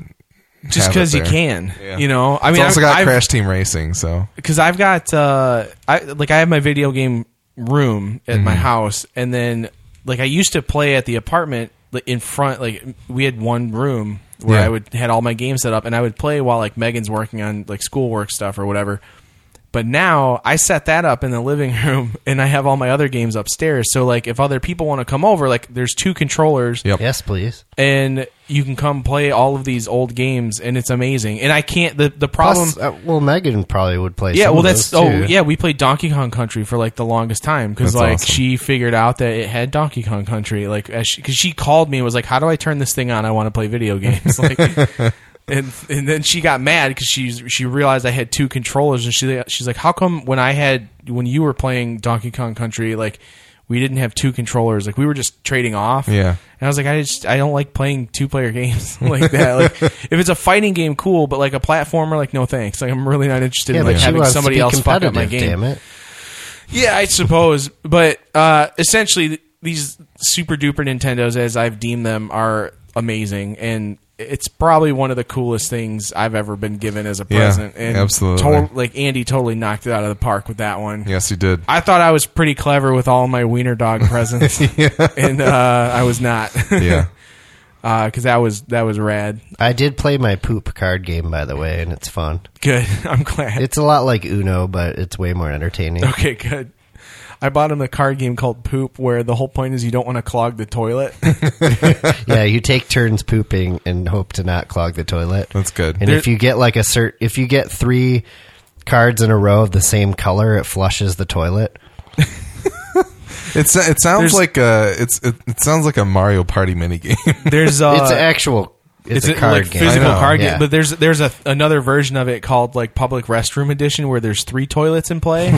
Speaker 1: just
Speaker 2: have it
Speaker 1: because you
Speaker 2: there.
Speaker 1: can.
Speaker 2: Yeah.
Speaker 1: You know, I
Speaker 2: It's
Speaker 1: mean,
Speaker 2: also
Speaker 1: I've,
Speaker 2: got
Speaker 1: I've-
Speaker 2: Crash Team Racing. So
Speaker 1: because I've got uh, I like I have my video game room at my
Speaker 2: Mm-hmm.
Speaker 1: house, and then like I used to play at the apartment like, in front. Like we had one room where
Speaker 2: Yeah.
Speaker 1: I would had all my games set up, and I would play while like Megan's working on like schoolwork stuff or whatever. But now I set that up in the living room, and I have all my other games upstairs. So like if other people want to come over, like there's two controllers,
Speaker 2: Yep.
Speaker 3: Yes, please.
Speaker 1: and you can come play all of these old games, and it's amazing. And I can't the the problem.
Speaker 3: Plus, uh, well, Megan probably would play.
Speaker 1: Yeah,
Speaker 3: some
Speaker 1: well,
Speaker 3: of
Speaker 1: that's
Speaker 3: those,
Speaker 1: oh
Speaker 3: too.
Speaker 1: yeah. We played Donkey Kong Country for like the longest time because
Speaker 2: That's
Speaker 1: like
Speaker 2: awesome.
Speaker 1: she figured out that it had Donkey Kong Country like because she, 'cause she called me and was like, "How do I turn this thing on? I want to play video games." Like, and and then she got mad because she she realized I had two controllers and she she's like, "How come when I had when you were playing Donkey Kong Country like we didn't have two controllers like we were just trading off?"
Speaker 2: Yeah.
Speaker 1: And I was like, I just I don't like playing two player games like that. Like if it's a fighting game, cool, but like a platformer, like no thanks. Like I'm really not interested
Speaker 3: yeah.
Speaker 1: in
Speaker 3: but
Speaker 1: like
Speaker 3: she
Speaker 1: having
Speaker 3: wants
Speaker 1: somebody
Speaker 3: to be
Speaker 1: else fuck up my
Speaker 3: competitive,
Speaker 1: game.
Speaker 3: Damn it!
Speaker 1: Yeah, I suppose. But uh, essentially, th- these super duper Nintendos, as I've deemed them, are amazing, and it's probably one of the coolest things I've ever been given as a
Speaker 2: Yeah,
Speaker 1: present. and
Speaker 2: absolutely.
Speaker 1: tot- like Andy totally knocked it out of the park with that one.
Speaker 2: yes, you did.
Speaker 1: I thought I was pretty clever with all my wiener dog presents, and uh, I was not.
Speaker 2: yeah.
Speaker 1: because that was that was rad.
Speaker 3: I did play my poop card game by the way, and it's fun.
Speaker 1: Good, I'm glad.
Speaker 3: It's a lot like Uno, but it's way more entertaining.
Speaker 1: okay, good. I bought him a card game called Poop, where the whole point is you don't want to clog the toilet.
Speaker 3: yeah, you take turns pooping and hope to not clog the toilet.
Speaker 2: That's good.
Speaker 3: And if you get like a cert, if you get three cards in a row of the same color, it flushes the toilet.
Speaker 2: It's it sounds
Speaker 1: There's-
Speaker 2: like a it's it, it sounds like a Mario Party mini game.
Speaker 1: There's uh,
Speaker 3: it's actual. It's, a
Speaker 1: it
Speaker 3: card
Speaker 1: like
Speaker 3: game.
Speaker 1: physical
Speaker 2: I know,
Speaker 1: card
Speaker 3: yeah.
Speaker 1: game, but there's there's a another version of it called like public restroom edition where there's three toilets in play.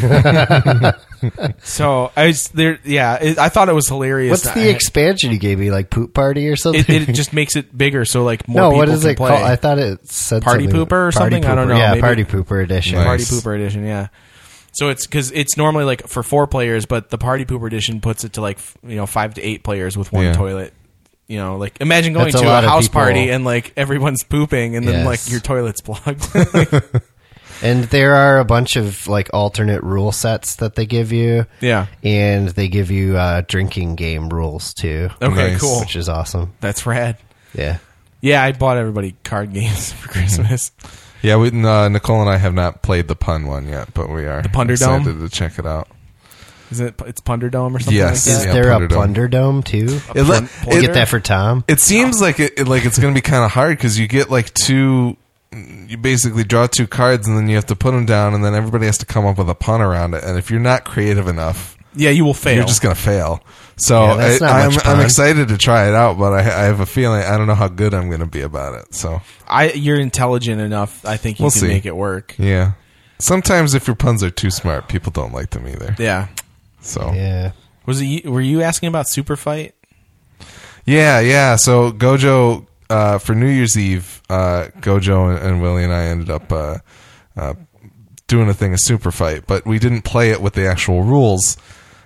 Speaker 1: so I was there. Yeah, it, I thought it was hilarious.
Speaker 3: What's
Speaker 1: I-
Speaker 3: the expansion you gave me? Like poop party or something?
Speaker 1: it, it just makes it bigger, so like more
Speaker 3: no,
Speaker 1: people
Speaker 3: what is
Speaker 1: can
Speaker 3: it
Speaker 1: play.
Speaker 3: called? I thought it said
Speaker 1: Party
Speaker 3: something-
Speaker 1: Pooper or
Speaker 3: Party
Speaker 1: something? I don't
Speaker 3: Pooper.
Speaker 1: know,
Speaker 3: Yeah,
Speaker 1: maybe-
Speaker 3: party pooper edition.
Speaker 2: Nice.
Speaker 1: Party Pooper edition, yeah. So it's because it's normally like for four players, but the Party Pooper edition puts it to like f- you know five to eight players with one
Speaker 2: Yeah.
Speaker 1: toilet. You know, like imagine going
Speaker 3: That's a
Speaker 1: to a,
Speaker 3: lot of
Speaker 1: house
Speaker 3: people.
Speaker 1: party and like everyone's pooping and then
Speaker 3: Yes.
Speaker 1: like your toilet's blocked.
Speaker 3: And there are a bunch of like alternate rule sets that they give you.
Speaker 1: yeah.
Speaker 3: And they give you uh, drinking game rules too,
Speaker 1: Okay.
Speaker 2: Nice.
Speaker 1: Cool.
Speaker 3: which is awesome.
Speaker 1: That's rad.
Speaker 3: Yeah.
Speaker 1: Yeah, I bought everybody card games for Christmas.
Speaker 2: Yeah, we, uh, Nicole and I have not played the pun one yet, but we are
Speaker 1: Punderdome?
Speaker 2: excited to check it out.
Speaker 1: Is it? It's Punderdome or something.
Speaker 2: Yes.
Speaker 1: Like
Speaker 3: Is
Speaker 1: that?
Speaker 2: Yeah,
Speaker 3: there a
Speaker 2: Plunder
Speaker 3: Plunderdome too?
Speaker 2: It, le-
Speaker 1: plun-
Speaker 2: it-
Speaker 1: Plunder?
Speaker 3: Get that for Tom.
Speaker 2: it seems like it, it- like it's going to be kind of hard because you get like two. You basically draw two cards and then you have to put them down, and then everybody has to come up with a pun around it. And if you're not creative enough,
Speaker 1: Yeah, you will fail.
Speaker 2: you're just going to fail. So
Speaker 3: Yeah, that's not
Speaker 2: I, I'm,
Speaker 3: much
Speaker 2: I'm
Speaker 3: fun.
Speaker 2: excited to try it out, but I, I have a feeling I don't know how good I'm going to be about it. So
Speaker 1: I, you're intelligent enough. I think you
Speaker 2: We'll
Speaker 1: can
Speaker 2: see.
Speaker 1: make it work.
Speaker 2: yeah, sometimes if your puns are too smart, people don't like them either.
Speaker 1: Yeah.
Speaker 2: So
Speaker 3: Yeah.
Speaker 1: Was it? you- Were you asking about Super Fight?
Speaker 2: Yeah, yeah. So Gojo uh, for New Year's Eve, uh, Gojo and, and Willie and I ended up uh, uh, doing a thing, a super fight, but we didn't play it with the actual rules.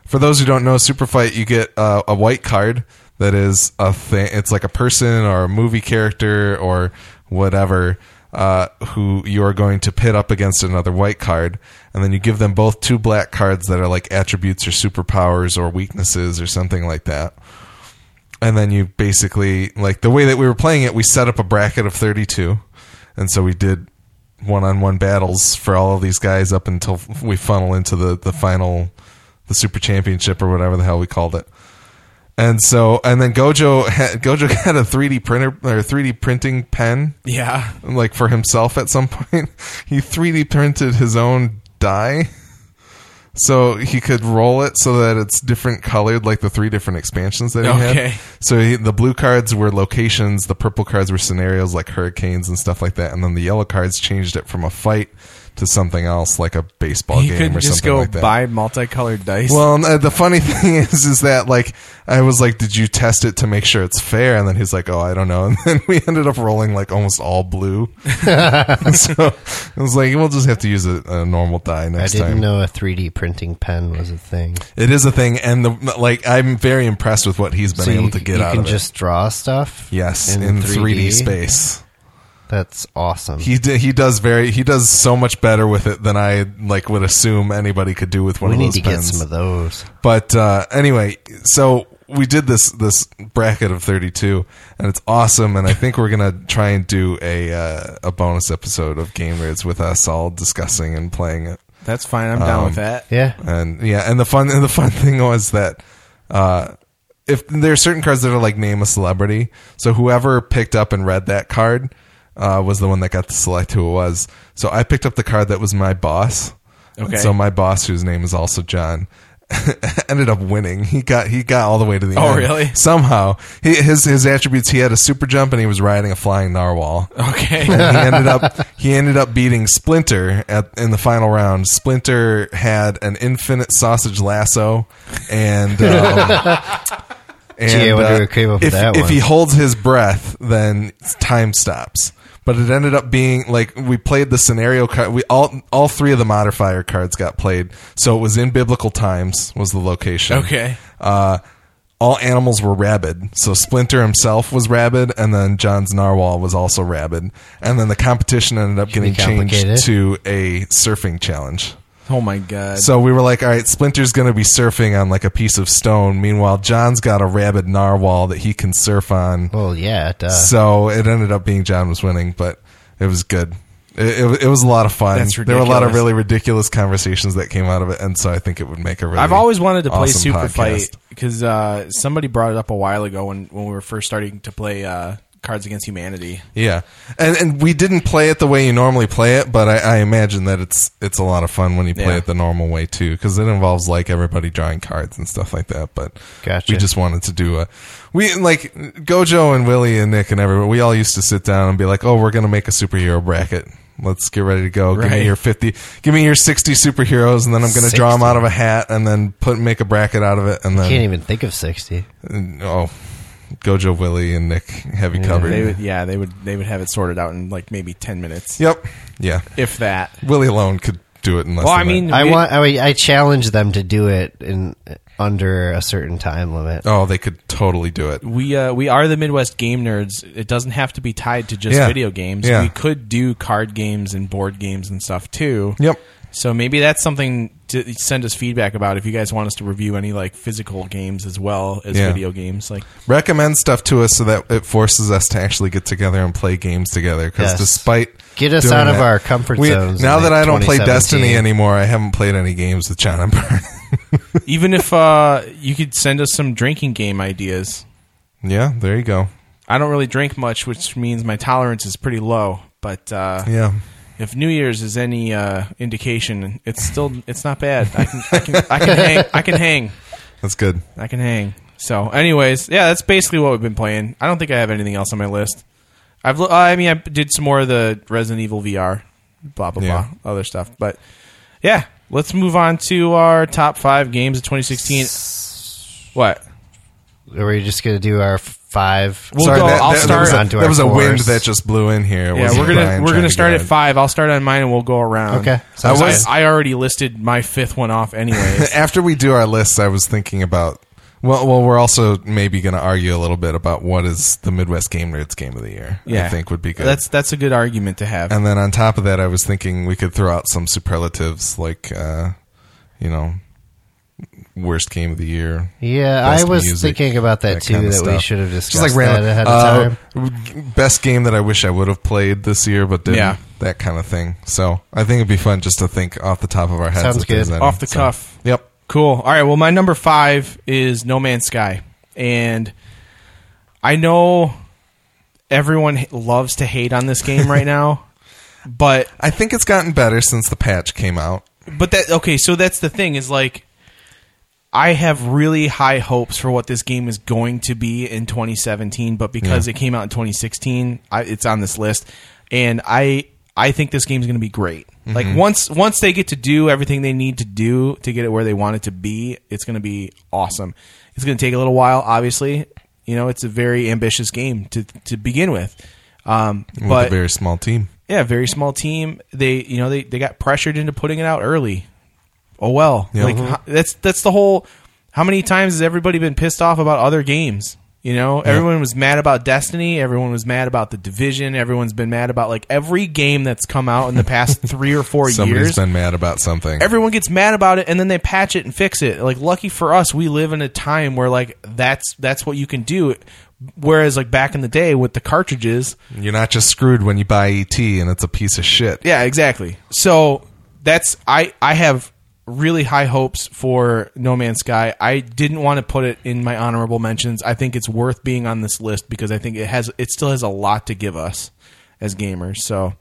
Speaker 2: For those who don't know, super fight, you get uh, a white card that is a thing. It's like a person or a movie character or whatever uh, who you are going to pit up against another white card, and then you give them both two black cards that are like attributes or superpowers or weaknesses or something like that and then you basically like the way that we were playing it we set up a bracket of 32 and so we did one-on-one battles for all of these guys up until we funnel into the the final the super championship or whatever the hell we called it and so and then gojo had, gojo had a 3d printer or 3d printing pen
Speaker 1: Yeah.
Speaker 2: like for himself at some point. He 3D printed his own die. So he could roll it so that it's different colored, like the three different expansions that he
Speaker 1: Okay.
Speaker 2: had. So he, the blue cards were locations, the purple cards were scenarios like hurricanes and stuff like that, and then the yellow cards changed it from a fight to something else, like a baseball
Speaker 1: He
Speaker 2: game
Speaker 1: could
Speaker 2: or
Speaker 1: just
Speaker 2: something
Speaker 1: go
Speaker 2: like that.
Speaker 1: buy multicolored dice.
Speaker 2: Well, and, uh, the funny thing is, is that like I was like, "Did you test it to make sure it's fair?" And then he's like, "Oh, I don't know." And then we ended up rolling like almost all blue. so I was like, "We'll just have to use a, a normal die
Speaker 3: I
Speaker 2: next
Speaker 3: didn't
Speaker 2: time."
Speaker 3: know a 3D printing pen was a thing.
Speaker 2: It is a thing, and the like. I'm very impressed with what he's been
Speaker 3: so
Speaker 2: able
Speaker 3: you,
Speaker 2: to get
Speaker 3: you
Speaker 2: out
Speaker 3: can
Speaker 2: of
Speaker 3: just draw stuff.
Speaker 2: it. Yes, in, 3D space.
Speaker 3: That's awesome.
Speaker 2: He d- he does very he does so much better with it than I like would assume anybody could do with one
Speaker 3: we
Speaker 2: of
Speaker 3: need
Speaker 2: those
Speaker 3: to
Speaker 2: pens.
Speaker 3: get some of those.
Speaker 2: But uh, anyway, so we did this this bracket of 32, and it's awesome. And I think we're gonna try and do a uh, a bonus episode of Game Nerds with us all discussing and playing it.
Speaker 1: That's fine. I'm down with
Speaker 2: um,
Speaker 1: that.
Speaker 3: Yeah.
Speaker 2: And yeah, and the fun and the fun thing was that uh, if there are certain cards that are like name a celebrity, so whoever picked up and read that card uh, was the one that got to select who it was. So I picked up the card that was my boss.
Speaker 1: Okay.
Speaker 2: So my boss, whose name is also John, ended up winning. He got he got all the way to the
Speaker 1: Oh,
Speaker 2: end.
Speaker 1: really?
Speaker 2: Somehow he, his his attributes. He had a super jump and he was riding a flying narwhal
Speaker 1: Okay.
Speaker 2: he ended up he ended up beating Splinter at in the final round. Splinter had an infinite sausage lasso, and. Um, uh,
Speaker 3: Gee, I wonder who came up with
Speaker 2: if,
Speaker 3: that
Speaker 2: if
Speaker 3: one.
Speaker 2: he holds his breath, then time stops. But it ended up being like we played the scenario card. We all all three of the modifier cards got played, so it was in biblical times was the location.
Speaker 1: Okay.
Speaker 2: Uh, all animals were rabid. So Splinter himself was rabid, and then John's narwhal was also rabid. And then the competition ended up getting
Speaker 3: be complicated.
Speaker 2: changed to a surfing challenge.
Speaker 1: oh my god.
Speaker 2: So we were like, all right, Splinter's going to be surfing on like a piece of stone. Meanwhile, John's got a rabid narwhal that he can surf on.
Speaker 3: Well, yeah, duh.
Speaker 2: So it ended up being John was winning, but it was good. It, it, was- it was a lot of fun.
Speaker 1: That's
Speaker 2: There were a lot of
Speaker 1: ridiculous.
Speaker 2: really ridiculous conversations that came out of it, and so I think it would make a really.
Speaker 1: I've always wanted to play
Speaker 2: awesome
Speaker 1: Super
Speaker 2: podcast.
Speaker 1: Fight because uh, somebody brought it up a while ago when, when we were first starting to play uh, Cards Against Humanity.
Speaker 2: Yeah, and and we didn't play it the way you normally play it, but I, I imagine that it's it's a lot of fun when you play
Speaker 1: Yeah.
Speaker 2: it the normal way too, because it involves like everybody drawing cards and stuff like that. But
Speaker 3: Gotcha.
Speaker 2: we just wanted to do a we like Gojo and Willie and Nick and everyone. We all used to sit down and be like, oh, we're gonna make a superhero bracket. Let's get ready to go. Give
Speaker 1: Right.
Speaker 2: me your fifty. Give me your sixty superheroes, and then I'm going to draw them
Speaker 3: 60.
Speaker 2: out of a hat, and then put make a bracket out of it, and then
Speaker 3: Can't even think of 60.
Speaker 2: oh, Gojo, Willie, and Nick have you covered.
Speaker 1: They would, yeah, they would they would have it sorted out in like maybe ten minutes,
Speaker 2: Yep. Yeah.
Speaker 1: if that.
Speaker 2: Willie alone could do it unless.
Speaker 1: Well, I mean,
Speaker 3: I
Speaker 1: we-
Speaker 3: want. I, mean, I challenge them to do it in under a certain time limit.
Speaker 2: oh, they could totally do it.
Speaker 1: we uh, we are the Midwest game nerds. It doesn't have to be tied to just
Speaker 2: Yeah.
Speaker 1: video games.
Speaker 2: Yeah.
Speaker 1: We could do card games and board games and stuff too.
Speaker 2: Yep.
Speaker 1: So maybe that's something to send us feedback about if you guys want us to review any like physical games as well as
Speaker 2: Yeah.
Speaker 1: video games. Like
Speaker 2: Recommend stuff to us so that it forces us to actually get together and play games together. Because
Speaker 3: Yes.
Speaker 2: despite
Speaker 3: Get us
Speaker 2: doing
Speaker 3: out of
Speaker 2: that,
Speaker 3: our comfort zones
Speaker 2: Now
Speaker 3: in
Speaker 2: that I don't play
Speaker 3: 2017.
Speaker 2: Destiny anymore, I haven't played any games with John and Brian.
Speaker 1: even if uh, you could send us some drinking game ideas.
Speaker 2: yeah, there you go.
Speaker 1: I don't really drink much, which means my tolerance is pretty low. But uh,
Speaker 2: Yeah,
Speaker 1: if New Year's is any uh, indication, it's still it's not bad. I can I can, I can hang. I can hang.
Speaker 2: that's good.
Speaker 1: I can hang. So, anyways, yeah, that's basically what we've been playing. I don't think I have anything else on my list. I've, l- I mean, I did some more of the Resident Evil VR, blah blah
Speaker 2: Yeah.
Speaker 1: blah, other stuff. But yeah, let's move on to our top five games of 2016. What?
Speaker 3: Are we just gonna do our five?
Speaker 1: We'll go- I'll start-
Speaker 2: was a-
Speaker 3: onto
Speaker 2: That was a,
Speaker 3: our fours.
Speaker 2: wind that just blew in here.
Speaker 1: Yeah,
Speaker 2: Wasn't
Speaker 1: we're gonna
Speaker 2: Brian
Speaker 1: we're
Speaker 2: trying
Speaker 1: gonna
Speaker 2: to
Speaker 1: start
Speaker 2: get
Speaker 1: at five. I'll start on mine and we'll go around.
Speaker 3: Okay.
Speaker 1: I,
Speaker 2: Sounds
Speaker 1: was,
Speaker 2: good.
Speaker 1: I already listed my fifth one off anyways.
Speaker 2: After we do our lists, I was thinking about. Well, well, we're also maybe going to argue a little bit about what is the Midwest Game Nerds Game of the Year.
Speaker 1: yeah,
Speaker 2: I think would be good.
Speaker 1: That's that's a good argument to have.
Speaker 2: and then on top of that, I was thinking we could throw out some superlatives like, uh, you know, worst game of the year.
Speaker 3: Yeah,
Speaker 2: best
Speaker 3: I was
Speaker 2: music,
Speaker 3: thinking about that, too.
Speaker 2: kinda
Speaker 3: That we
Speaker 2: stuff.
Speaker 3: should have
Speaker 2: Just
Speaker 3: discussed
Speaker 2: like random,
Speaker 3: that ahead of
Speaker 2: uh,
Speaker 3: time.
Speaker 2: Best game that I wish I would have played this year, but didn't.
Speaker 1: Yeah.
Speaker 2: That kind of thing. So I think it'd be fun just to think off the top of our heads.
Speaker 3: Sounds
Speaker 2: if there's
Speaker 3: good.
Speaker 2: any.
Speaker 1: Off the
Speaker 2: So-
Speaker 1: cuff.
Speaker 2: Yep.
Speaker 1: Cool. All right. Well, my number five is No Man's Sky, and I know everyone h- loves to hate on this game right now, but
Speaker 2: I think it's gotten better since the patch came out.
Speaker 1: but that okay. So that's the thing is like, I have really high hopes for what this game is going to be in 2017, but because it came out in 2016, I, it's on this list, and I I think this game's going to be great. Like once once they get to do everything they need to do to get it where they want it to be, it's going to be awesome. It's going to take a little while, obviously. You know, it's a very ambitious game to to begin with. Um,
Speaker 2: With
Speaker 1: but
Speaker 2: a very small team.
Speaker 1: yeah, very small team. They you know they, they got pressured into putting it out early. Oh well,
Speaker 2: Yeah.
Speaker 1: like
Speaker 2: Mhm.
Speaker 1: ho- that's that's the whole. How many times has everybody been pissed off about other games? You know, everyone was mad about Destiny. Everyone was mad about the Division. Everyone's been mad about like every game that's come out in the past three or four
Speaker 2: Somebody's
Speaker 1: years.
Speaker 2: been mad about something.
Speaker 1: Everyone gets mad about it, and then they patch it and fix it. Like lucky for us, we live in a time where like that's that's what you can do. Whereas like back in the day with the cartridges,
Speaker 2: You're not just screwed when you buy ET and it's a piece of shit.
Speaker 1: Yeah, exactly. So that's I I have really high hopes for No Man's Sky. I didn't want to put it in my honorable mentions. I think it's worth being on this list because I think it has it still has a lot to give us as gamers. So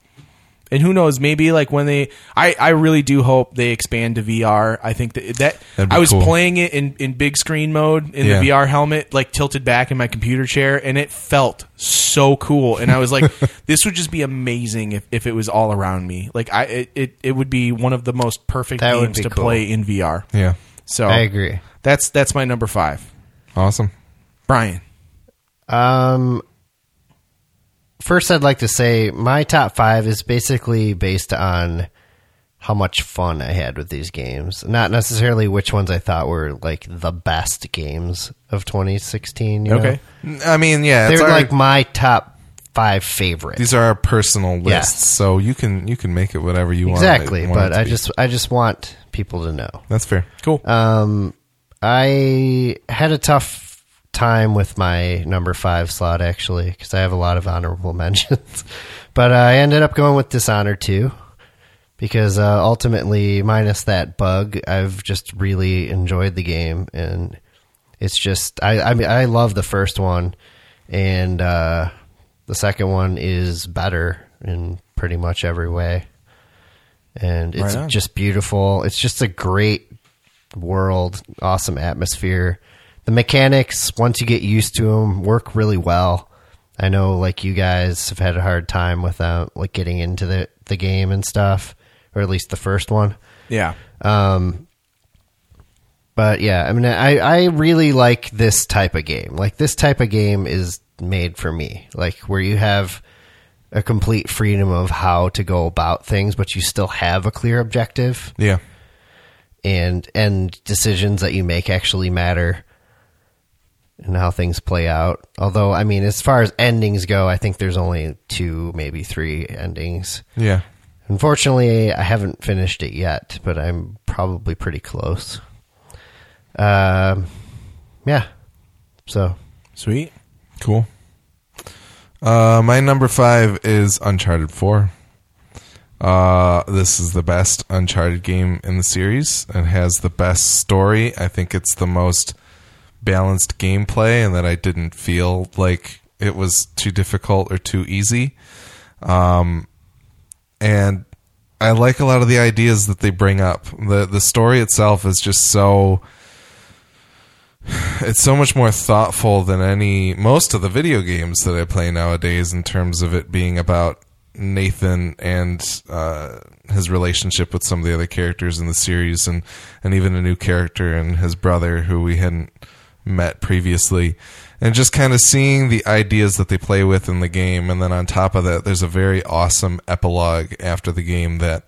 Speaker 1: and who knows, maybe like when they I I really do hope they expand to VR. I think that that
Speaker 2: That'd be
Speaker 1: I was
Speaker 2: cool.
Speaker 1: playing it in in big screen mode in
Speaker 2: Yeah.
Speaker 1: the VR helmet like tilted back in my computer chair and it felt so cool and i was like this would just be amazing if, if it was all around me like i it, it, it would be one of the most perfect
Speaker 3: That would
Speaker 1: games
Speaker 3: be
Speaker 1: to
Speaker 3: cool.
Speaker 1: play in vr
Speaker 2: Yeah.
Speaker 1: so
Speaker 3: I agree.
Speaker 1: that's that's my number five
Speaker 2: Awesome.
Speaker 1: brian
Speaker 3: Um, first, I'd like to say my top five is basically based on how much fun I had with these games, not necessarily which ones I thought were like the best games of 2016. you know?
Speaker 1: okay
Speaker 2: I mean, yeah, it's
Speaker 3: they're
Speaker 2: our-
Speaker 3: like my top five favorites.
Speaker 2: these are our personal lists,
Speaker 3: Yeah.
Speaker 2: so you can you can make it whatever you want. it-
Speaker 3: exactly,
Speaker 2: want it
Speaker 3: but
Speaker 2: to
Speaker 3: I
Speaker 2: be.
Speaker 3: just I just want people to know.
Speaker 2: that's fair.
Speaker 1: cool
Speaker 3: Um, I had a tough time with my number five slot actually because I have a lot of honorable mentions, but I ended up going with Dishonor two because uh, ultimately, minus that bug, I've just really enjoyed the game, and it's just I I, mean, I love the first one, and uh, the second one is better in pretty much every way, and it's
Speaker 1: Right on.
Speaker 3: just beautiful. It's just a great world, awesome atmosphere. The mechanics, once you get used to them, work really well. I know, like you guys have had a hard time without like getting into the the game and stuff, or at least the first one.
Speaker 1: yeah
Speaker 3: Um, but yeah, I mean, I I really like this type of game. Like this type of game is made for me. Like where you have a complete freedom of how to go about things, but you still have a clear objective
Speaker 2: Yeah,
Speaker 3: and and decisions that you make actually matter and how things play out. Although I mean as far as endings go, I think there's only two, maybe three endings.
Speaker 2: yeah.
Speaker 3: Unfortunately, I haven't finished it yet, but I'm probably pretty close. Um, yeah. So
Speaker 1: Sweet.
Speaker 2: Cool. Uh, my number five is Uncharted 4. Uh, this is the best Uncharted game in the series. It has the best story. I think it's the most balanced gameplay, and that I didn't feel like it was too difficult or too easy. Um, and I like a lot of the ideas that they bring up. the The story itself is just so it's so much more thoughtful than any most of the video games that I play nowadays in terms of it being about Nathan and uh, his relationship with some of the other characters in the series and and even a new character and his brother who we hadn't met previously and just kind of seeing the ideas that they play with in the game and then on top of that there's a very awesome epilogue after the game that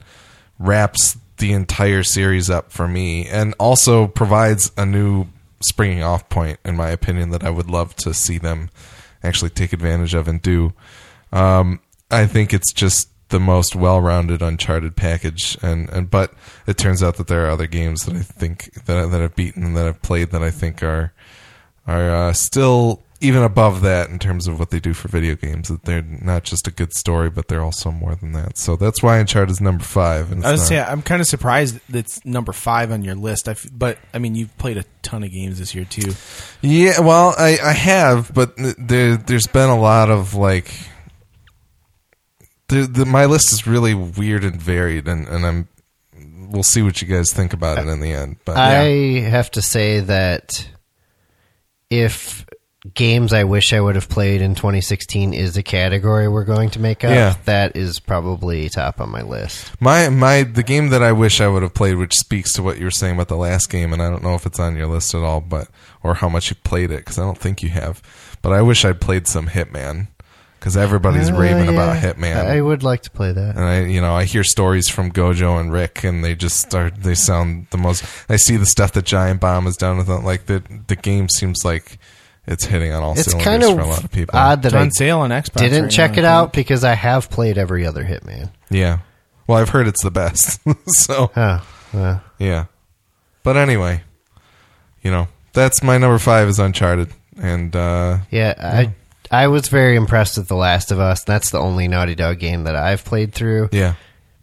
Speaker 2: wraps the entire series up for me and also provides a new springing off point in my opinion that I would love to see them actually take advantage of and do. Um, I think it's just the most well-rounded Uncharted package, and, and but it turns out that there are other games that I think that I- that I've beaten and that I've played that I think are are uh, still even above that in terms of what they do for video games. That they're not just a good story, but they're also more than that. So that's why Uncharted is number five. And it's
Speaker 1: I was
Speaker 2: not-
Speaker 1: gonna say I'm kind of surprised that's number five on your list. I f- but I mean you've played a ton of games this year too.
Speaker 2: Yeah, well, I, I have, but there there's been a lot of like the, the my list is really weird and varied, and, and I'm we'll see what you guys think about it in the end. But
Speaker 3: I have to say that if games I wish I would have played in 2016 is a category we're going to make up,
Speaker 2: Yeah.
Speaker 3: that is probably top on my list.
Speaker 2: my my the game that I wish I would have played, which speaks to what you were saying about the last game, and I don't know if it's on your list at all, but or how much you played it because I don't think you have. But I wish I played some Hitman because everybody's raving
Speaker 3: Uh,
Speaker 2: about
Speaker 3: yeah.
Speaker 2: Hitman.
Speaker 3: I would like to play that.
Speaker 2: and I, you know, I hear stories from Gojo and Rick, and they just start. They sound the most. I see the stuff that Giant Bomb has done with them. Like the the game seems like it's hitting on all
Speaker 3: It's
Speaker 2: cylinders
Speaker 3: kind of
Speaker 2: for a lot of people.
Speaker 3: odd that
Speaker 1: It's
Speaker 3: I
Speaker 1: on sale on Xbox.
Speaker 3: didn't
Speaker 1: right
Speaker 3: check
Speaker 1: now, I
Speaker 3: it
Speaker 1: think.
Speaker 3: out because I have played every other Hitman.
Speaker 2: Yeah. Well, I've heard it's the best. so
Speaker 3: Huh. Uh,
Speaker 2: yeah. But anyway, you know, that's my number five is Uncharted, and uh,
Speaker 3: yeah, I I was very impressed with The Last of Us. That's the only Naughty Dog game that I've played through.
Speaker 2: yeah.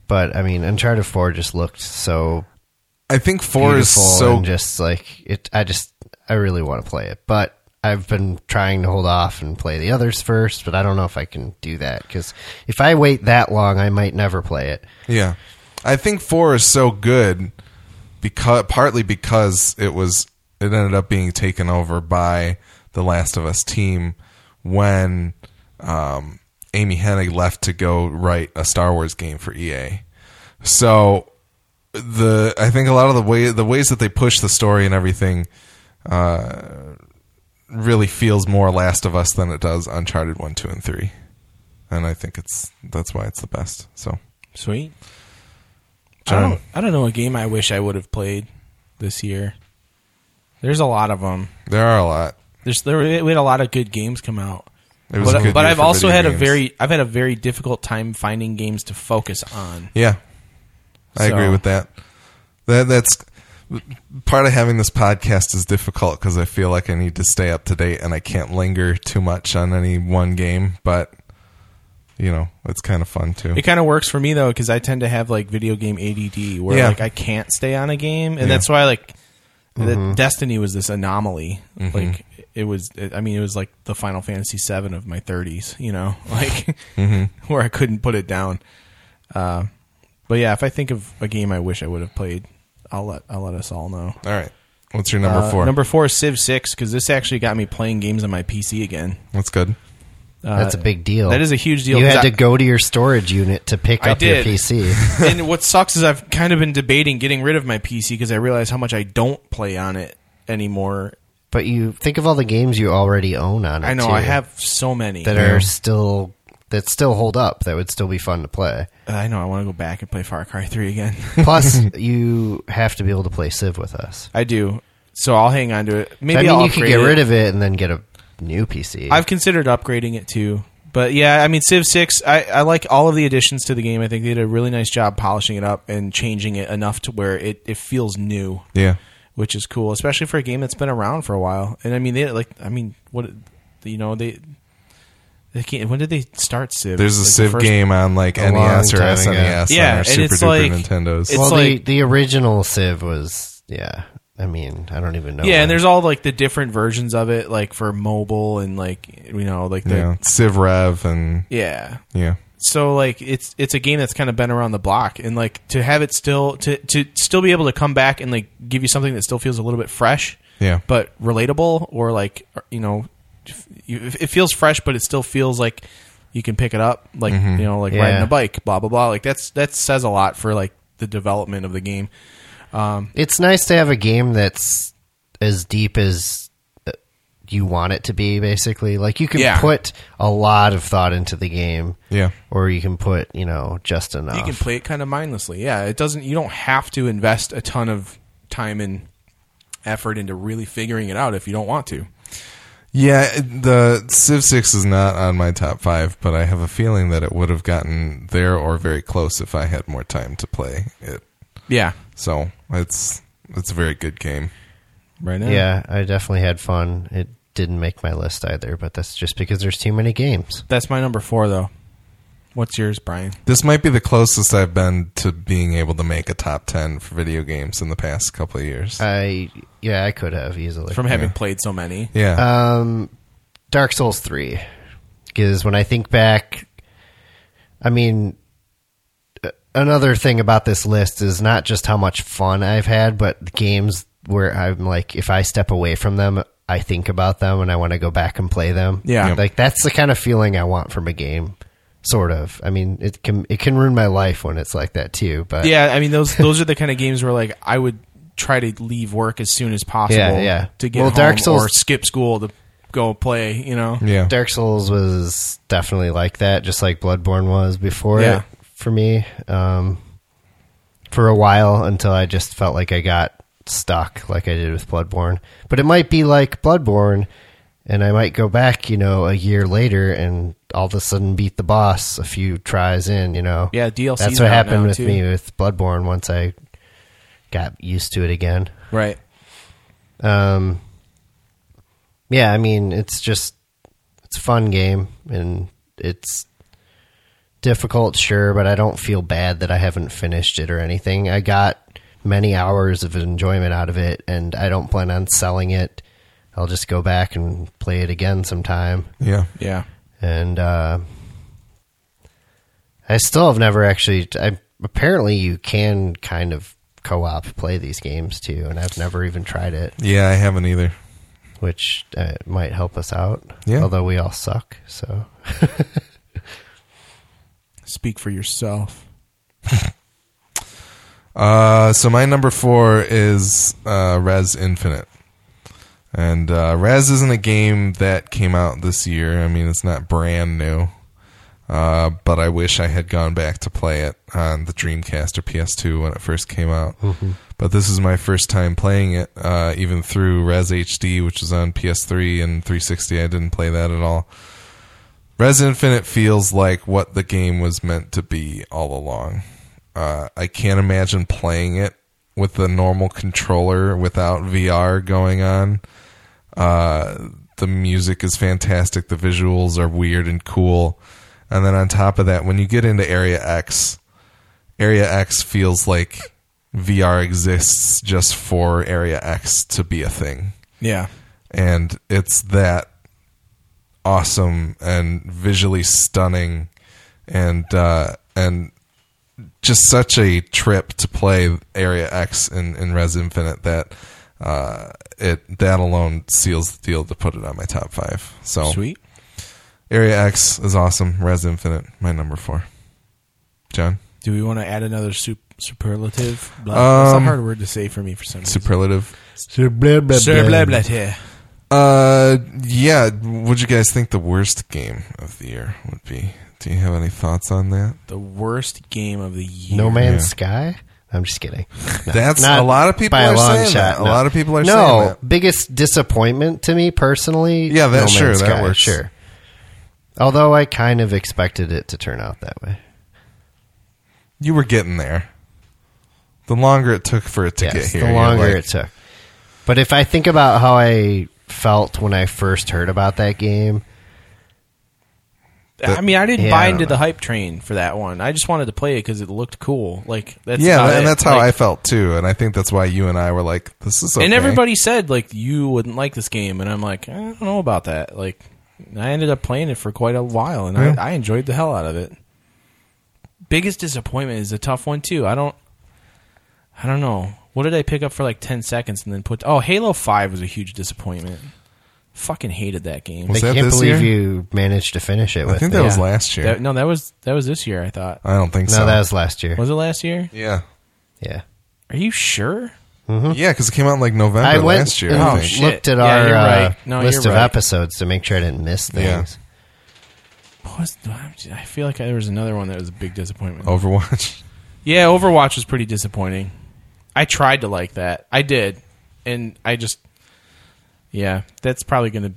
Speaker 3: But I mean, Uncharted Four just looked so
Speaker 2: I think four is
Speaker 3: beautiful
Speaker 2: so
Speaker 3: and just like it. I just I really want to play it, but I've been trying to hold off and play the others first. But I don't know if I can do that because if I wait that long, I might never play it.
Speaker 2: Yeah, I think four is so good because partly because it was it ended up being taken over by the Last of Us team when um, Amy Hennig left to go write a Star Wars game for EA. So the I think a lot of the way the ways that they push the story and everything uh, really feels more Last of Us than it does Uncharted one, two, and three. And I think it's that's why it's the best. So.
Speaker 1: Sweet. I
Speaker 2: John.
Speaker 1: don't, I don't know a game I wish I would have played this year. There's a lot of them.
Speaker 2: There are a lot.
Speaker 1: There's there we had a lot of good games come out.
Speaker 2: It was
Speaker 1: but
Speaker 2: a good
Speaker 1: but
Speaker 2: year
Speaker 1: I've
Speaker 2: for
Speaker 1: also
Speaker 2: video
Speaker 1: had a
Speaker 2: games.
Speaker 1: very I've had a very difficult time finding games to focus on.
Speaker 2: yeah. I
Speaker 1: So-
Speaker 2: agree with that. That that's part of having this podcast is difficult because I feel like I need to stay up to date and I can't linger too much on any one game. But you know, it's kind of fun too.
Speaker 1: It kind of works for me though because I tend to have like video game ADD where
Speaker 2: Yeah.
Speaker 1: like I can't stay on a game, and
Speaker 2: Yeah. Mm-hmm.
Speaker 1: that's why like the Destiny was this anomaly. Like it was, it, I mean, it was like the Final Fantasy VII of my 30s, you know, like
Speaker 2: Mm-hmm.
Speaker 1: where I couldn't put it down. Uh, but yeah, if I think of a game I wish I would have played, I'll let I'll let us all know.
Speaker 2: All right. What's your number
Speaker 1: Uh,
Speaker 2: four?
Speaker 1: Number four is Civ Six because this actually got me playing games on my PC again.
Speaker 2: That's good.
Speaker 1: Uh,
Speaker 3: That's a big deal.
Speaker 1: That is a huge deal.
Speaker 3: You
Speaker 1: 'cause
Speaker 3: had
Speaker 1: I-
Speaker 3: to go to your storage unit to pick
Speaker 1: I
Speaker 3: up
Speaker 1: did.
Speaker 3: your PC.
Speaker 1: and what sucks is I've kind of been debating getting rid of my PC because I realize how much I don't play on it anymore.
Speaker 3: But you think of all the games you already own on it.
Speaker 1: I know
Speaker 3: too,
Speaker 1: I have so many.
Speaker 3: that are still that still hold up. That would still be fun to play.
Speaker 1: Uh, I know I want to go back and play Far Cry 3 again.
Speaker 3: Plus, you have to be able to play Civ with us.
Speaker 1: I do. So I'll hang on to it. Maybe
Speaker 3: I mean,
Speaker 1: will
Speaker 3: you could get rid of it and then get a new PC.
Speaker 1: I've considered upgrading it too, But yeah, I mean, Civ Six. I, I like all of the additions to the game. I think they did a really nice job polishing it up and changing it enough to where it, it feels new,
Speaker 2: Yeah.
Speaker 1: which is cool, especially for a game that's been around for a while. And I mean, they like. I mean, what you know they. They can't, when did they start Civ?
Speaker 2: There's a
Speaker 1: Like, the
Speaker 2: Civ
Speaker 1: first-
Speaker 2: game on like
Speaker 3: A long
Speaker 2: NES or
Speaker 3: time ago.
Speaker 2: SNES
Speaker 1: Yeah,
Speaker 2: on our
Speaker 1: and
Speaker 2: Super
Speaker 1: it's
Speaker 2: Duper
Speaker 1: like-
Speaker 2: Nintendos.
Speaker 1: it's
Speaker 3: well,
Speaker 1: like-
Speaker 3: the the original Civ was yeah. I mean, I don't even know.
Speaker 1: Yeah,
Speaker 3: when.
Speaker 1: and there's all like the different versions of it, like for mobile and like you know, like the
Speaker 2: yeah, Civ Rev and
Speaker 1: yeah.
Speaker 2: yeah.
Speaker 1: so like it's it's a game that's kind of been around the block and like to have it still to to still be able to come back and like give you something that still feels a little bit fresh
Speaker 2: Yeah.
Speaker 1: but relatable or like you know f- you- it feels fresh but it still feels like you can pick it up like you know like
Speaker 3: Yeah.
Speaker 1: riding a bike blah blah blah like that's that says a lot for like the development of the game
Speaker 3: it's nice to have a game that's as deep as uh, you want it to be basically like you can
Speaker 1: Yeah.
Speaker 3: put a lot of thought into the game
Speaker 2: Yeah.
Speaker 3: or you can put you know just enough
Speaker 1: you can play it kind of mindlessly yeah it doesn't you don't have to invest a ton of time and effort into really figuring it out if you don't want to
Speaker 2: Yeah, the Civ 6 is not on my top 5, but I have a feeling that it would have gotten there or very close if I had more time to play it.
Speaker 1: yeah
Speaker 2: So, it's it's a very good game.
Speaker 1: right now
Speaker 3: yeah i definitely had fun it didn't make my list either but that's just because there's too many games
Speaker 1: That's my number four, though. What's yours, Brian?
Speaker 2: This might be the closest I've been to being able to make a top 10 for video games in the past couple of years.
Speaker 3: i yeah i could have easily
Speaker 1: From having played so many,
Speaker 2: yeah.
Speaker 3: Um, Dark Souls three, because when I think back, I mean, a- another thing about this list is not just how much fun I've had, but the games where I'm like, if I step away from them, I think about them and I want to go back and play them.
Speaker 1: Yeah. Yep.
Speaker 3: like that's the kind of feeling I want from a game. Sort of. I mean, it can it can ruin my life when it's like that too. But
Speaker 1: yeah. I mean, those those are the kind of games where like I would try to leave work as soon as possible,
Speaker 3: Yeah, yeah.
Speaker 1: to get
Speaker 3: Well,
Speaker 1: home
Speaker 3: Dark Souls-
Speaker 1: or skip school to go play. You know,
Speaker 2: yeah.
Speaker 3: Dark Souls was definitely like that, just like Bloodborne was before
Speaker 1: Yeah.
Speaker 3: it for me. Um, for a while until I just felt like I got stuck, like I did with Bloodborne. But it might be like Bloodborne, and I might go back, you know, a year later and all of a sudden beat the boss a few tries in, you know.
Speaker 1: Yeah, DLC's
Speaker 3: That's what
Speaker 1: out
Speaker 3: happened
Speaker 1: now,
Speaker 3: with
Speaker 1: too.
Speaker 3: me with Bloodborne once I got used to it again.
Speaker 1: right?
Speaker 3: Um, yeah, I mean, it's just it's a fun game and it's difficult, sure, but I don't feel bad that I haven't finished it or anything. I got many hours of enjoyment out of it, and I don't plan on selling it. I'll just go back and play it again sometime.
Speaker 2: Yeah.
Speaker 1: Yeah,
Speaker 3: And uh, I still have never actually. I apparently you can kind of co-op play these games too, and I've never even tried it
Speaker 2: Yeah, I haven't either.
Speaker 3: which uh, might help us out.
Speaker 2: Yeah.
Speaker 3: Although we all suck, so
Speaker 1: speak for yourself.
Speaker 2: Uh, so my number four is uh, Res Infinite, and uh, Res isn't a game that came out this year. I mean, it's not brand new, uh, but I wish I had gone back to play it on the Dreamcast or PS2 when it first came out. But this is my first time playing it, uh, even through Res HD, which is on PS3 and 360. I didn't play that at all. Res Infinite feels like what the game was meant to be all along. Uh, I can't imagine playing it with the normal controller without VR going on. Uh, the music is fantastic. The visuals are weird and cool. And then on top of that, when you get into Area X, Area X feels like VR exists just for Area X to be a thing
Speaker 1: Yeah,
Speaker 2: and it's that awesome and visually stunning and uh and just such a trip to play area x in, in res infinite that uh it that alone seals the deal to put it on my top five so
Speaker 1: sweet.
Speaker 2: area x is awesome res infinite my number four john
Speaker 1: Do we want to add another sup- superlative? Blah, that's a
Speaker 2: Um,
Speaker 1: hard word to say for me for some reason.
Speaker 2: superlative
Speaker 1: Superlative.
Speaker 2: uh yeah what'd you guys think the worst game of the year would be do you have any thoughts on that
Speaker 1: The worst game of the year.
Speaker 3: No Man's
Speaker 2: Yeah.
Speaker 3: Sky. I'm just kidding.
Speaker 2: That's
Speaker 3: Not
Speaker 2: a lot of people
Speaker 3: by a
Speaker 2: are
Speaker 3: long
Speaker 2: saying that.
Speaker 3: shot,
Speaker 2: A
Speaker 3: no.
Speaker 2: lot of people are
Speaker 3: no,
Speaker 2: saying that.
Speaker 3: biggest disappointment to me personally.
Speaker 2: Yeah, that's
Speaker 3: No Man's
Speaker 2: sure, that
Speaker 3: Sky,
Speaker 2: works.
Speaker 3: Sure. Although I kind of expected it to turn out that way.
Speaker 2: You were getting there. The longer it took for it to get
Speaker 3: Yes,
Speaker 2: here,
Speaker 3: the
Speaker 2: you're
Speaker 3: longer
Speaker 2: like,
Speaker 3: it took. But if I think about how I felt when I first heard about that game,
Speaker 1: I mean, I didn't
Speaker 3: Yeah, I
Speaker 1: buy
Speaker 3: don't
Speaker 1: into
Speaker 3: know.
Speaker 1: the hype train for that one. I just wanted to play it because it looked cool. Like that's
Speaker 2: yeah,
Speaker 1: about
Speaker 2: and
Speaker 1: it.
Speaker 2: that's how
Speaker 1: Like,
Speaker 2: I felt too. And I think that's why you and I were like, "This is." Okay.
Speaker 1: And everybody said like you wouldn't like this game, and I'm like, I don't know about that. Like, I ended up playing it for quite a while, and
Speaker 2: Yeah.
Speaker 1: I, I enjoyed the hell out of it. Biggest disappointment is a tough one too. I don't, I don't know. What did I pick up for like ten seconds and then put? Oh, Halo Five was a huge disappointment. Fucking hated that game.
Speaker 2: Was
Speaker 3: I
Speaker 2: that
Speaker 3: can't
Speaker 2: this
Speaker 3: believe
Speaker 2: year?
Speaker 3: you managed to finish it
Speaker 2: I
Speaker 3: with
Speaker 2: think
Speaker 3: me.
Speaker 2: that was
Speaker 1: Yeah.
Speaker 2: last year.
Speaker 1: That- no, that was that was this year. I thought.
Speaker 2: I don't think
Speaker 3: No,
Speaker 2: so.
Speaker 3: that was last year.
Speaker 1: Was it last year?
Speaker 2: yeah,
Speaker 3: Yeah.
Speaker 1: Are you sure?
Speaker 2: yeah, because it came out in like November
Speaker 3: Mm-hmm. I went
Speaker 2: last year.
Speaker 3: and
Speaker 2: I
Speaker 1: Oh,
Speaker 2: think.
Speaker 1: shit.
Speaker 3: looked at
Speaker 1: Yeah,
Speaker 3: our
Speaker 1: you're
Speaker 3: uh,
Speaker 1: right. No,
Speaker 3: list
Speaker 1: you're
Speaker 3: of
Speaker 1: right.
Speaker 3: episodes to make sure I didn't miss
Speaker 2: Yeah.
Speaker 3: things.
Speaker 1: What was, I feel like there was another one that was a big disappointment.
Speaker 2: Overwatch.
Speaker 1: Yeah, Overwatch was pretty disappointing. I tried to like that. I did. And I just Yeah, that's probably going to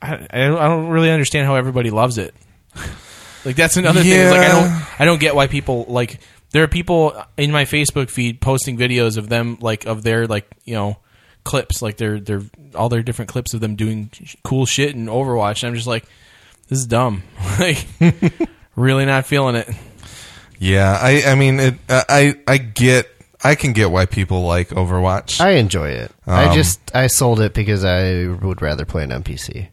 Speaker 1: I I don't- I don't really understand how everybody loves it. like that's another thing. Is like I
Speaker 2: Yeah.
Speaker 1: don't I don't get why people like there are people in my Facebook feed posting videos of them like of their like, you know, clips like their their all their different clips of them doing sh- cool shit in Overwatch and I'm just like this is dumb. like really not feeling it.
Speaker 2: Yeah, I, I mean, it, uh, I, I I get, I can get why people like Overwatch.
Speaker 3: I enjoy it.
Speaker 2: Um,
Speaker 3: I just I sold it because I would rather play it on PC.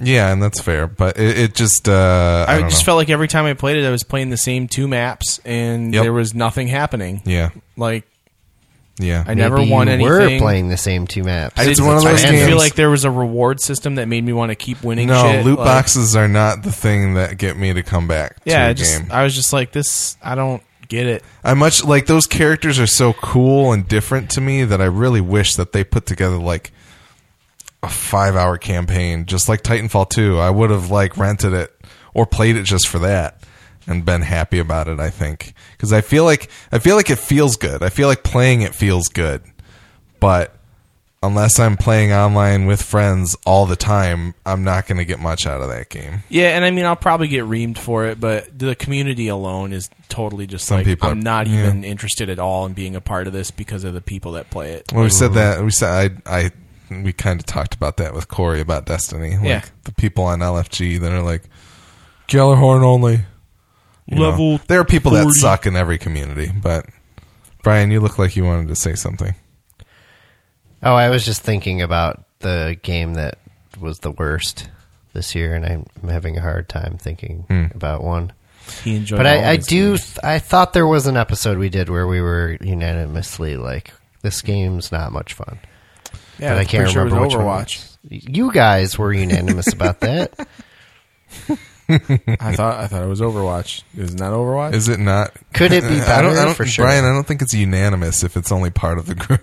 Speaker 2: yeah, and that's fair, but it, it just, uh, I,
Speaker 1: I,
Speaker 2: don't
Speaker 1: just
Speaker 2: know.
Speaker 1: felt like every time I played it, I was playing the same two maps, and
Speaker 2: Yep.
Speaker 1: there was nothing happening.
Speaker 2: yeah,
Speaker 1: Like
Speaker 2: yeah.
Speaker 1: I never
Speaker 3: Maybe
Speaker 1: won
Speaker 3: you
Speaker 1: anything.
Speaker 3: We're playing the same two maps.
Speaker 2: I- It's
Speaker 1: Didn't-
Speaker 2: one of
Speaker 1: I
Speaker 2: those
Speaker 1: didn't feel
Speaker 2: games-
Speaker 1: like there was a reward system that made me want to keep winning.
Speaker 2: no,
Speaker 1: shit.
Speaker 2: loot
Speaker 1: Like,
Speaker 2: boxes are not the thing that get me to come back
Speaker 1: Yeah,
Speaker 2: to
Speaker 1: I
Speaker 2: a
Speaker 1: just
Speaker 2: game.
Speaker 1: I was just like this. I don't get it.
Speaker 2: I much like those characters are so cool and different to me that I really wish that they put together like a five hour campaign, just like Titanfall 2. I would have like rented it or played it just for that and been happy about it, I think. Cause I feel like, I feel like it feels good. I feel like playing it feels good, but unless I'm playing online with friends all the time, I'm not going to get much out of that game.
Speaker 1: Yeah, and I mean I'll probably get reamed for it, but the community alone is totally just
Speaker 2: Some
Speaker 1: like
Speaker 2: people
Speaker 1: I'm
Speaker 2: are-
Speaker 1: not
Speaker 2: yeah.
Speaker 1: even interested at all in being a part of this because of the people that play it.
Speaker 2: Well, we said that. We said I. I we kind of talked about that with Corey about Destiny. Like
Speaker 1: Yeah.
Speaker 2: the people on LFG that are like Gellerhorn only. You know,
Speaker 1: Level
Speaker 2: there are people that
Speaker 1: 40.
Speaker 2: suck in every community, but Brian, you look like you wanted to say something.
Speaker 3: oh, I was just thinking about the game that was the worst this year, and I'm I'm having a hard time thinking
Speaker 2: Hmm.
Speaker 3: about one.
Speaker 1: He enjoyed,
Speaker 3: But
Speaker 1: all
Speaker 3: I, I
Speaker 1: these
Speaker 3: do.
Speaker 1: games.
Speaker 3: Th- I thought there was an episode we did where we were unanimously like, "This game's not much fun."
Speaker 1: Yeah,
Speaker 3: but I
Speaker 1: I'm
Speaker 3: can't
Speaker 1: pretty sure it was
Speaker 3: remember which one it
Speaker 1: Overwatch.
Speaker 3: was. You guys were unanimous about that.
Speaker 1: I thought I thought it was Overwatch. It was not Overwatch.
Speaker 2: Is it not?
Speaker 3: Could it be better?
Speaker 2: I don't, I don't,
Speaker 3: for sure.
Speaker 2: Brian, I don't think it's unanimous if it's only part of the group.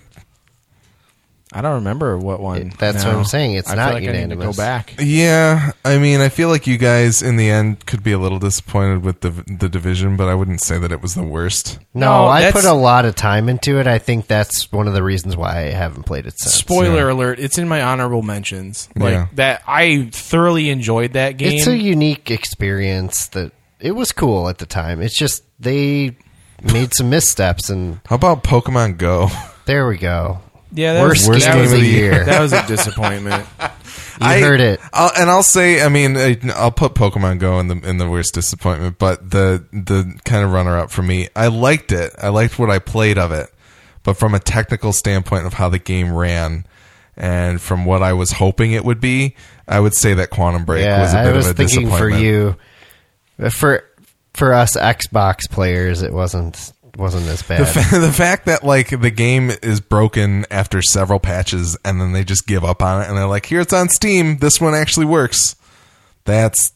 Speaker 1: I don't remember what one.
Speaker 3: It- that's what I'm saying. It's
Speaker 1: I
Speaker 3: not
Speaker 1: feel like I need
Speaker 3: unanimous.
Speaker 1: to go back.
Speaker 2: Yeah, I mean, I feel like you guys in the end could be a little disappointed with the the division, but I wouldn't say that it was the worst.
Speaker 3: No,
Speaker 1: No,
Speaker 3: I
Speaker 1: that's-
Speaker 3: put a lot of time into it. I think that's one of the reasons why I haven't played it since.
Speaker 1: Spoiler alert! It's in my honorable mentions. Like
Speaker 2: Yeah.
Speaker 1: that, I thoroughly enjoyed that game.
Speaker 3: It's a unique experience that it was cool at the time. It's just they made some missteps, and
Speaker 2: How about Pokemon Go?
Speaker 3: there we go.
Speaker 1: yeah,
Speaker 3: Worst,
Speaker 2: worst
Speaker 3: game
Speaker 2: game
Speaker 3: of the year.
Speaker 1: That was a disappointment.
Speaker 3: you heard it.
Speaker 2: I'll, and I'll say, I mean, I- I'll put Pokemon Go in the in the worst disappointment, but the the kind of runner up for me. I liked it. I liked what I played of it, but from a technical standpoint of how the game ran, and from what I was hoping it would be, I would say that Quantum Break
Speaker 3: Yeah,
Speaker 2: was a bit
Speaker 3: I was
Speaker 2: of a
Speaker 3: thinking
Speaker 2: disappointment.
Speaker 3: for you, Uh, for for us Xbox players, it wasn't wasn't as
Speaker 2: The,
Speaker 3: bad.
Speaker 2: fa- the fact that like the game is broken after several patches and then they just give up on it and they're like here it's on steam this one actually works that's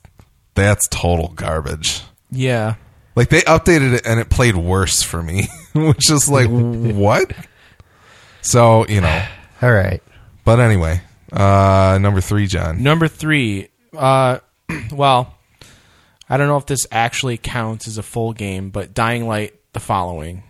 Speaker 2: that's total garbage
Speaker 1: yeah,
Speaker 2: Like they updated it and it played worse for me, which is like what? So you know,
Speaker 3: All right,
Speaker 2: but anyway, uh, number three, John.
Speaker 1: number three. Uh, well, I don't know if this actually counts as a full game, but Dying Light: The Following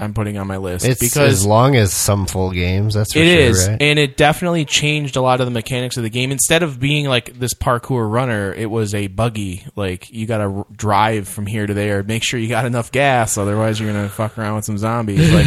Speaker 1: I'm putting on my list
Speaker 3: It's
Speaker 1: because
Speaker 3: as long as some full games. That's for
Speaker 1: It
Speaker 3: sure,
Speaker 1: is,
Speaker 3: right?
Speaker 1: and it definitely changed a lot of the mechanics of the game. Instead of being like this parkour runner, it was a buggy. Like you got to r- drive from here to there. Make sure you got enough gas, otherwise you're gonna fuck around with some zombies. Like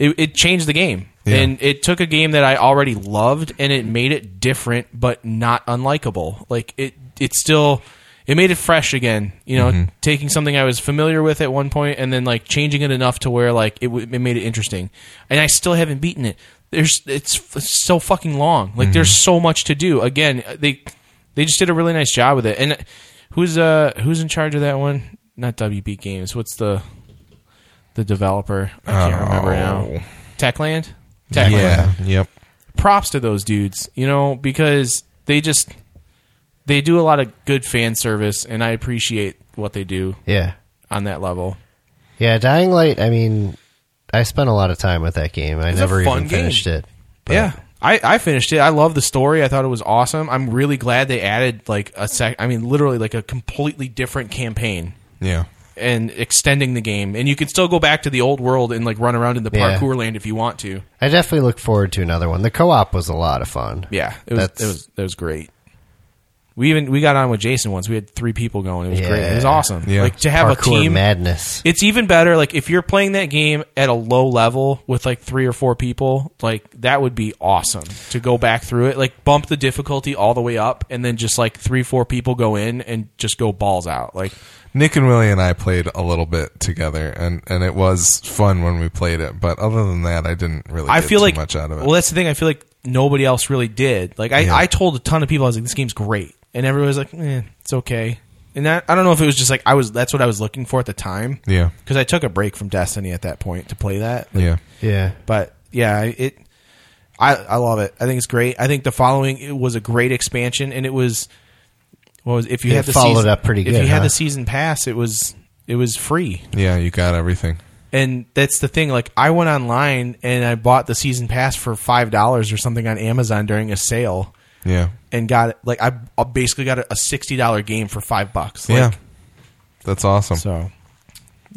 Speaker 1: it, it changed the game, and it took a game that I already loved and it made it different, but not unlikable. Like it, it still. It made it fresh again, you know, taking something I was familiar with at one point and then like changing it enough to where like it, w- it made it interesting. And I still haven't beaten it there's it's f- so fucking long. Like there's so much to do. Again, they they just did a really nice job with it. And who's uh who's in charge of that one? Not WB Games. What's the the developer? I can't remember
Speaker 2: Oh.
Speaker 1: now. Techland. Techland.
Speaker 2: Yeah. Yep.
Speaker 1: Props to those dudes. You know because they just they do a lot of good fan service, and I appreciate what they do
Speaker 3: Yeah.
Speaker 1: on that level.
Speaker 3: Yeah, Dying Light, I mean, I spent a lot of time with that game. I
Speaker 1: It's a
Speaker 3: never
Speaker 1: fun
Speaker 3: even
Speaker 1: game.
Speaker 3: finished it. But-
Speaker 1: yeah. I, I finished it. I love the story. I thought it was awesome. I'm really glad they added like a sec I mean literally like a completely different campaign
Speaker 2: Yeah.
Speaker 1: and extending the game. And you can still go back to the old world and like run around in the
Speaker 3: Yeah.
Speaker 1: parkour land if you want to.
Speaker 3: I definitely look forward to another one. The co op was a lot of fun.
Speaker 1: Yeah. It was
Speaker 3: That's-
Speaker 1: it was it was great. We even we got on with Jason once. We had three people going. It was great. It was
Speaker 3: Yeah.
Speaker 1: awesome.
Speaker 2: Yeah.
Speaker 1: Like to have a
Speaker 3: Parkour
Speaker 1: team
Speaker 3: madness.
Speaker 1: it's even better like if you're playing that game at a low level with like three or four people like that would be awesome to go back through it like bump the difficulty all the way up and then just like three four people go in and just go balls out like
Speaker 2: Nick and Willie and I played a little bit together, and, and it was fun when we played it. But other than that, I didn't really.
Speaker 1: i
Speaker 2: get
Speaker 1: feel
Speaker 2: too
Speaker 1: like
Speaker 2: much out of it.
Speaker 1: well that's the thing i feel like nobody else really did like i, I told a ton of people i was like this game's great and everybody was like eh, it's okay and that, i don't know if it was just like i was that's what i was looking for at the time
Speaker 2: yeah,
Speaker 1: because i took a break from destiny at that point to play that
Speaker 2: yeah,
Speaker 3: Yeah.
Speaker 1: but yeah, it. I I love it. I think it's great. I think the following it was a great expansion, and it was what was if you
Speaker 3: It
Speaker 1: had the
Speaker 3: followed
Speaker 1: season,
Speaker 3: up pretty
Speaker 1: If
Speaker 3: good,
Speaker 1: you had
Speaker 3: huh?
Speaker 1: the season pass, it was it was free,
Speaker 2: yeah. You got everything.
Speaker 1: and that's the thing. Like I went online and I bought the season pass for five dollars or something on Amazon during a sale,
Speaker 2: Yeah,
Speaker 1: and got like I I basically got a sixty dollar game for five bucks. Like,
Speaker 2: yeah. That's awesome.
Speaker 1: So,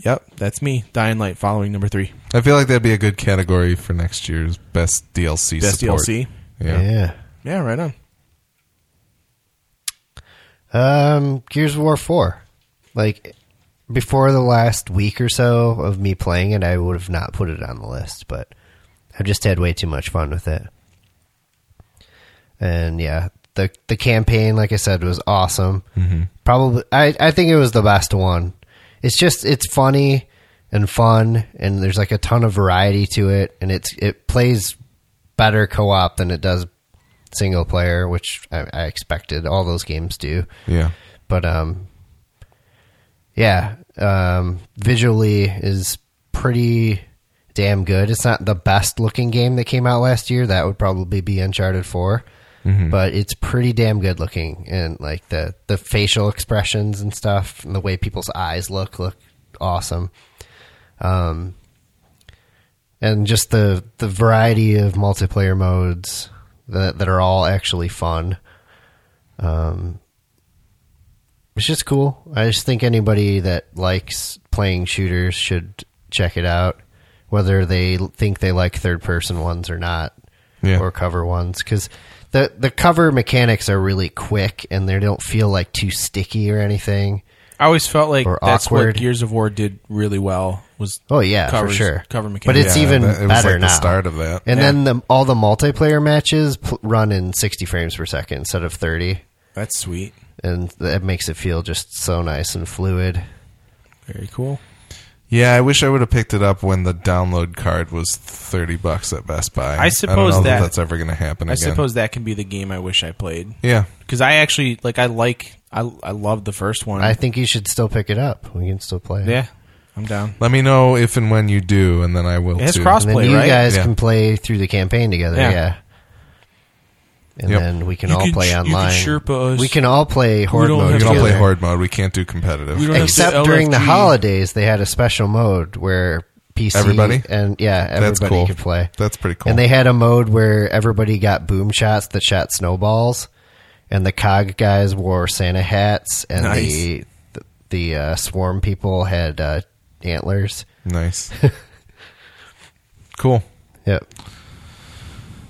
Speaker 1: yep, that's me. Dying Light, following number three,
Speaker 2: I feel like that'd be a good category for next year's best DLC.
Speaker 1: best
Speaker 2: support.
Speaker 1: DLC.
Speaker 2: Yeah.
Speaker 3: yeah.
Speaker 1: Yeah, right on.
Speaker 3: Um, Gears of War four. Like before the last week or so of me playing it, I would have not put it on the list, but I've just had way too much fun with it. And yeah, the the campaign, like I said, was awesome. Mm-hmm. Probably, I I think it was the best one. It's just it's funny and fun, and there's like a ton of variety to it, and it's it plays better co op than it does single player, which I, I expected. All those games do
Speaker 2: Yeah.
Speaker 3: but um yeah um visually is pretty damn good it's not the best looking game that came out last year that would probably be uncharted 4 but it's pretty damn good looking and like the the facial expressions and stuff and the way people's eyes look look awesome um and just the the variety of multiplayer modes that that are all actually fun um it's just cool. I just think anybody that likes playing shooters should check it out, whether they l- think they like third person ones or not,
Speaker 2: Yeah.
Speaker 3: or cover ones, because the the cover mechanics are really quick and they don't feel like too sticky or anything.
Speaker 1: I always felt like
Speaker 3: Or
Speaker 1: that's
Speaker 3: awkward.
Speaker 1: what Gears of War did really well was
Speaker 3: Oh yeah,
Speaker 1: Covers-
Speaker 3: for sure.
Speaker 1: cover
Speaker 3: but
Speaker 1: mechanics.
Speaker 3: it's
Speaker 2: Yeah,
Speaker 3: even
Speaker 2: that- it was
Speaker 3: better
Speaker 2: like
Speaker 3: now.
Speaker 2: The start of that.
Speaker 3: and then the, all the multiplayer matches pl- run in sixty frames per second instead of thirty,
Speaker 1: that's sweet,
Speaker 3: and that makes it feel just so nice and fluid.
Speaker 1: very cool.
Speaker 2: Yeah, I wish I would have picked it up when the download card was thirty bucks at Best Buy.
Speaker 1: I
Speaker 2: I don't
Speaker 1: suppose
Speaker 2: know
Speaker 1: that-
Speaker 2: that's ever going to happen.
Speaker 1: I
Speaker 2: again.
Speaker 1: suppose that can be the game I wish I played
Speaker 2: Yeah,
Speaker 1: because I actually like I like I I love the first one.
Speaker 3: I think you should still pick it up. We can still play it.
Speaker 1: yeah, I'm down.
Speaker 2: let me know if and when you do, and then I will.
Speaker 1: It has
Speaker 2: too.
Speaker 1: cross-
Speaker 3: And then
Speaker 1: play,
Speaker 3: you
Speaker 1: right?
Speaker 3: guys
Speaker 2: Yeah.
Speaker 3: can play through the campaign together,
Speaker 1: Yeah.
Speaker 3: yeah. And
Speaker 2: Yep.
Speaker 3: then we can
Speaker 1: You
Speaker 3: all
Speaker 1: can sh-
Speaker 3: play
Speaker 1: you can
Speaker 3: online.
Speaker 1: Sherpa us.
Speaker 3: We can all play horde
Speaker 1: don't
Speaker 3: mode.
Speaker 1: have
Speaker 2: We can all play
Speaker 3: together.
Speaker 2: horde mode. We can't do competitive.
Speaker 1: We don't have to
Speaker 3: Except during the
Speaker 1: LFG.
Speaker 3: holidays, they had a special mode where PC
Speaker 2: Everybody?
Speaker 3: and yeah,
Speaker 2: That's
Speaker 3: everybody
Speaker 2: cool.
Speaker 3: could play.
Speaker 2: That's pretty cool.
Speaker 3: And they had a mode where everybody got boom shots that shot snowballs, and the cog guys wore Santa hats, and
Speaker 1: Nice.
Speaker 3: the the, the uh, swarm people had uh, antlers.
Speaker 2: nice. Cool.
Speaker 3: Yep.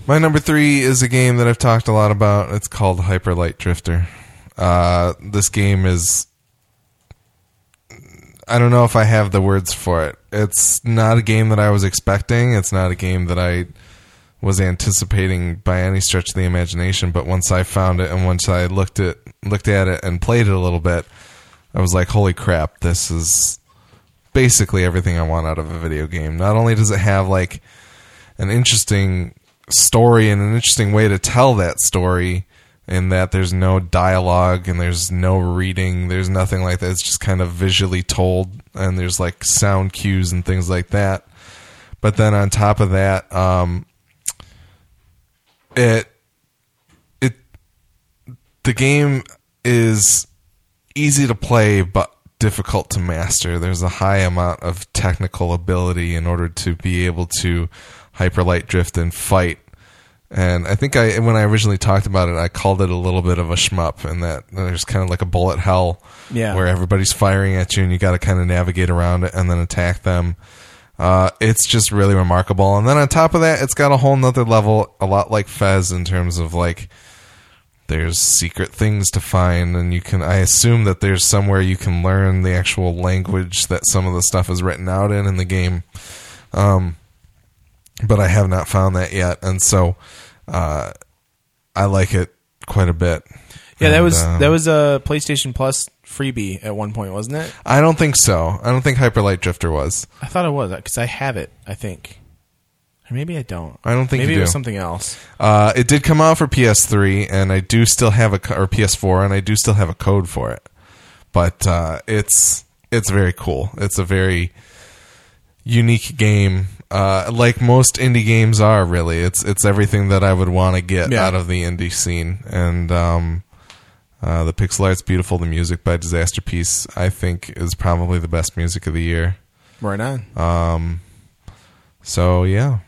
Speaker 2: My number three is a game that I've talked a lot about. It's called Hyper Light Drifter. Uh, this game is. I don't know if I have the words for it. It's not a game that I was expecting. It's not a game that I was anticipating by any stretch of the imagination. But once I found it and once I looked at looked at it and played it a little bit, I was like, "Holy crap! This is basically everything I want out of a video game." Not only does it have like an interesting story and an interesting way to tell that story in that there's no dialogue and there's no reading there's nothing like that it's just kind of visually told and there's like sound cues and things like that but then on top of that um it it the game is easy to play but difficult to master. There's a high amount of technical ability in order to be able to hyperlight drift and fight. And I think I when I originally talked about it, I called it a little bit of a shmup, and that there's kind of like a bullet hell,
Speaker 1: Yeah.
Speaker 2: where everybody's firing at you, and you got to kind of navigate around it and then attack them. Uh, it's just really remarkable. And then on top of that, it's got a whole nother level, a lot like Fez in terms of like there's secret things to find and you can i assume that there's somewhere you can learn the actual language that some of the stuff is written out in in the game um, but i have not found that yet and so uh, i like it quite a bit
Speaker 1: Yeah, that
Speaker 2: And,
Speaker 1: was
Speaker 2: um,
Speaker 1: that was a PlayStation Plus freebie at one point, wasn't it?
Speaker 2: i don't think so i don't think hyperlight drifter was
Speaker 1: I thought it was because I have it. I think, or maybe I don't.
Speaker 2: I don't think
Speaker 1: maybe
Speaker 2: you
Speaker 1: it was
Speaker 2: do.
Speaker 1: something else.
Speaker 2: uh, it did come out for ps3 and i do still have a co- or ps4 and i do still have a code for it but uh, it's it's very cool it's a very unique game, uh, like most indie games are. Really, it's it's everything that I would want to get
Speaker 1: Yeah.
Speaker 2: out of the indie scene. And um, uh, the pixel art's beautiful. The music by Disaster Piece, I think, is probably the best music of the year.
Speaker 1: Right on.
Speaker 2: Um, so yeah,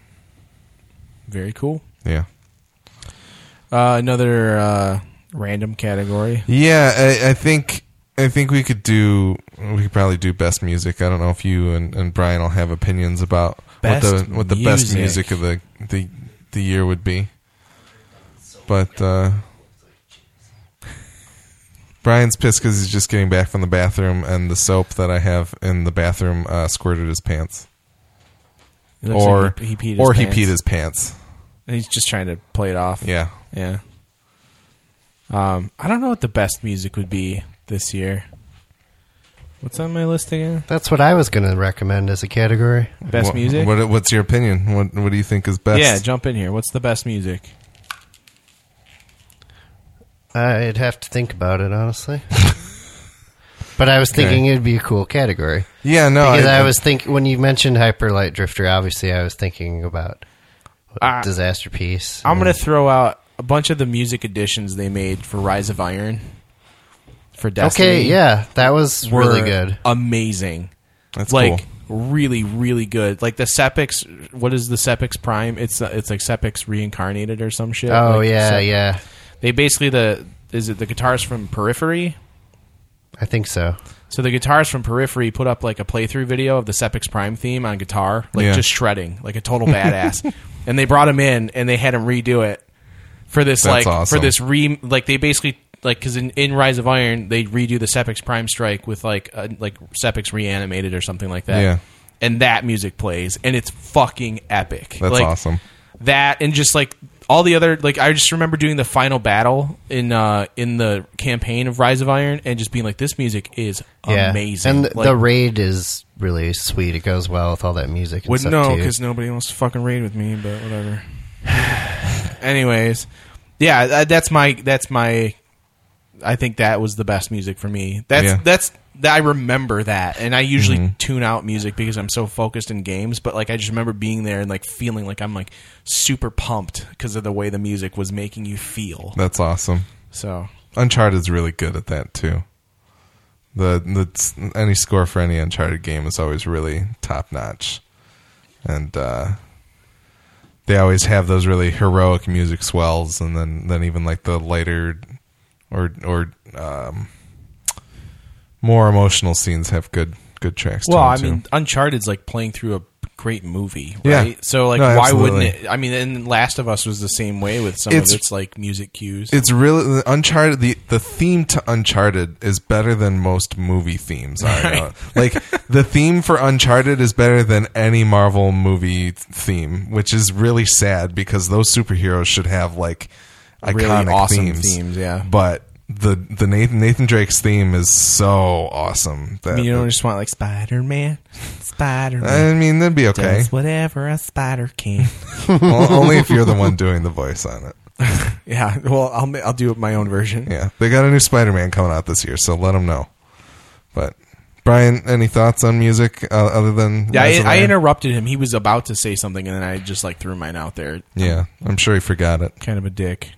Speaker 1: Very cool.
Speaker 2: yeah,
Speaker 1: Uh, another uh, random category.
Speaker 2: yeah. I, I think. I think we could do. We could probably do best music. I don't know if you and, and Brian will have opinions about what
Speaker 1: Best
Speaker 2: the what the best
Speaker 1: music.
Speaker 2: music of the the the year would be. But uh, Brian's pissed because he's just getting back from the bathroom, and the soap that I have in the bathroom uh, squirted his pants,
Speaker 1: It looks
Speaker 2: or
Speaker 1: like he, he peed his
Speaker 2: or
Speaker 1: pants.
Speaker 2: he peed his pants.
Speaker 1: And he's just trying to play it off.
Speaker 2: Yeah,
Speaker 1: Yeah. Um, I don't know what the best music would be this year. What's on my list again?
Speaker 3: That's what I was going to recommend as a category.
Speaker 1: Best
Speaker 2: What-
Speaker 1: music.
Speaker 2: What, what's your opinion? What What do you think is best?
Speaker 1: Yeah, jump in here. What's the best music?
Speaker 3: I'd have to think about it, honestly. but I was thinking it'd be a cool category.
Speaker 2: yeah.
Speaker 1: Oh,
Speaker 2: No,
Speaker 3: Because I, was think when you mentioned Hyperlight Drifter, obviously I was thinking about
Speaker 1: Uh,
Speaker 3: Disaster Piece.
Speaker 1: I'm gonna throw out a bunch of the music additions they made for Rise of Iron for Destiny.
Speaker 3: Okay, yeah, that was
Speaker 1: were
Speaker 3: really good.
Speaker 1: amazing.
Speaker 2: That's
Speaker 1: like
Speaker 2: cool.
Speaker 1: really, really good. Like the Sepix. What is the Sepix Prime? It's uh, it's like Sepix reincarnated or some shit.
Speaker 3: Oh
Speaker 1: Like,
Speaker 3: yeah,
Speaker 1: so-
Speaker 3: yeah.
Speaker 1: They basically the is it the guitarist from Periphery?
Speaker 3: I think so.
Speaker 1: So the guitarist from Periphery put up like a playthrough video of the Sepix Prime theme on guitar, like
Speaker 2: Yeah.
Speaker 1: just shredding, like a total badass. and they brought him in and they had him redo it for this
Speaker 2: That's
Speaker 1: like
Speaker 2: awesome.
Speaker 1: for this re like they basically like because in, in Rise of Iron they redo the Sepix Prime Strike with like a, like Sepix reanimated or something like that.
Speaker 2: Yeah.
Speaker 1: And that music plays and it's fucking epic.
Speaker 2: That's
Speaker 1: Like,
Speaker 2: awesome.
Speaker 1: that and just like all the other like I just remember doing the final battle in uh in the campaign of Rise of Iron and just being like this music is
Speaker 3: Yeah,
Speaker 1: amazing.
Speaker 3: And th-
Speaker 1: like,
Speaker 3: the raid is really sweet. It goes well with all that music. And
Speaker 1: wouldn't
Speaker 3: stuff
Speaker 1: know
Speaker 3: too.
Speaker 1: because nobody wants to fucking raid with me, but whatever. Anyways, yeah, that, that's my that's my. I think that was the best music for me. That's
Speaker 2: Yeah.
Speaker 1: that's that I remember that, and I usually tune out music because I'm so focused in games. But like, I just remember being there and like feeling like I'm like super pumped because of the way the music was making you feel.
Speaker 2: That's awesome.
Speaker 1: So
Speaker 2: Uncharted's really good at that too. The the any score for any Uncharted game is always really top notch, and uh, they always have those really heroic music swells, and then then even like the lighter or or um, more emotional scenes have good good tracks. to
Speaker 1: Well,
Speaker 2: it,
Speaker 1: I
Speaker 2: too.
Speaker 1: mean, Uncharted's like playing through a great movie,
Speaker 2: Yeah.
Speaker 1: right? So like,
Speaker 2: No,
Speaker 1: why
Speaker 2: absolutely.
Speaker 1: wouldn't it? I mean, and Last of Us was the same way with some
Speaker 2: It's-
Speaker 1: of its like music cues.
Speaker 2: it's really Uncharted. The the theme to Uncharted is better than most movie themes are. Like the theme for Uncharted is better than any Marvel movie theme, which is really sad because those superheroes should have like
Speaker 1: Really
Speaker 2: iconic
Speaker 1: awesome
Speaker 2: themes.
Speaker 1: themes, yeah.
Speaker 2: but the the Nathan Nathan Drake's theme is so awesome that
Speaker 1: I mean, you don't just want like Spider Man, Spider Man.
Speaker 2: I mean that'd be Uh, okay.
Speaker 1: Does whatever a spider can.
Speaker 2: O- Only if you're the one doing the voice on it.
Speaker 1: yeah, well, I'll ma- I'll do my own version.
Speaker 2: Yeah, they got a new Spider-Man coming out this year, so let them know. But Brian, any thoughts on music uh, other than
Speaker 1: Yeah, I, I
Speaker 2: Resume?
Speaker 1: interrupted him. He was about to say something, and then I just like threw mine out there.
Speaker 2: yeah, I'm sure he forgot it.
Speaker 1: Kind of a dick.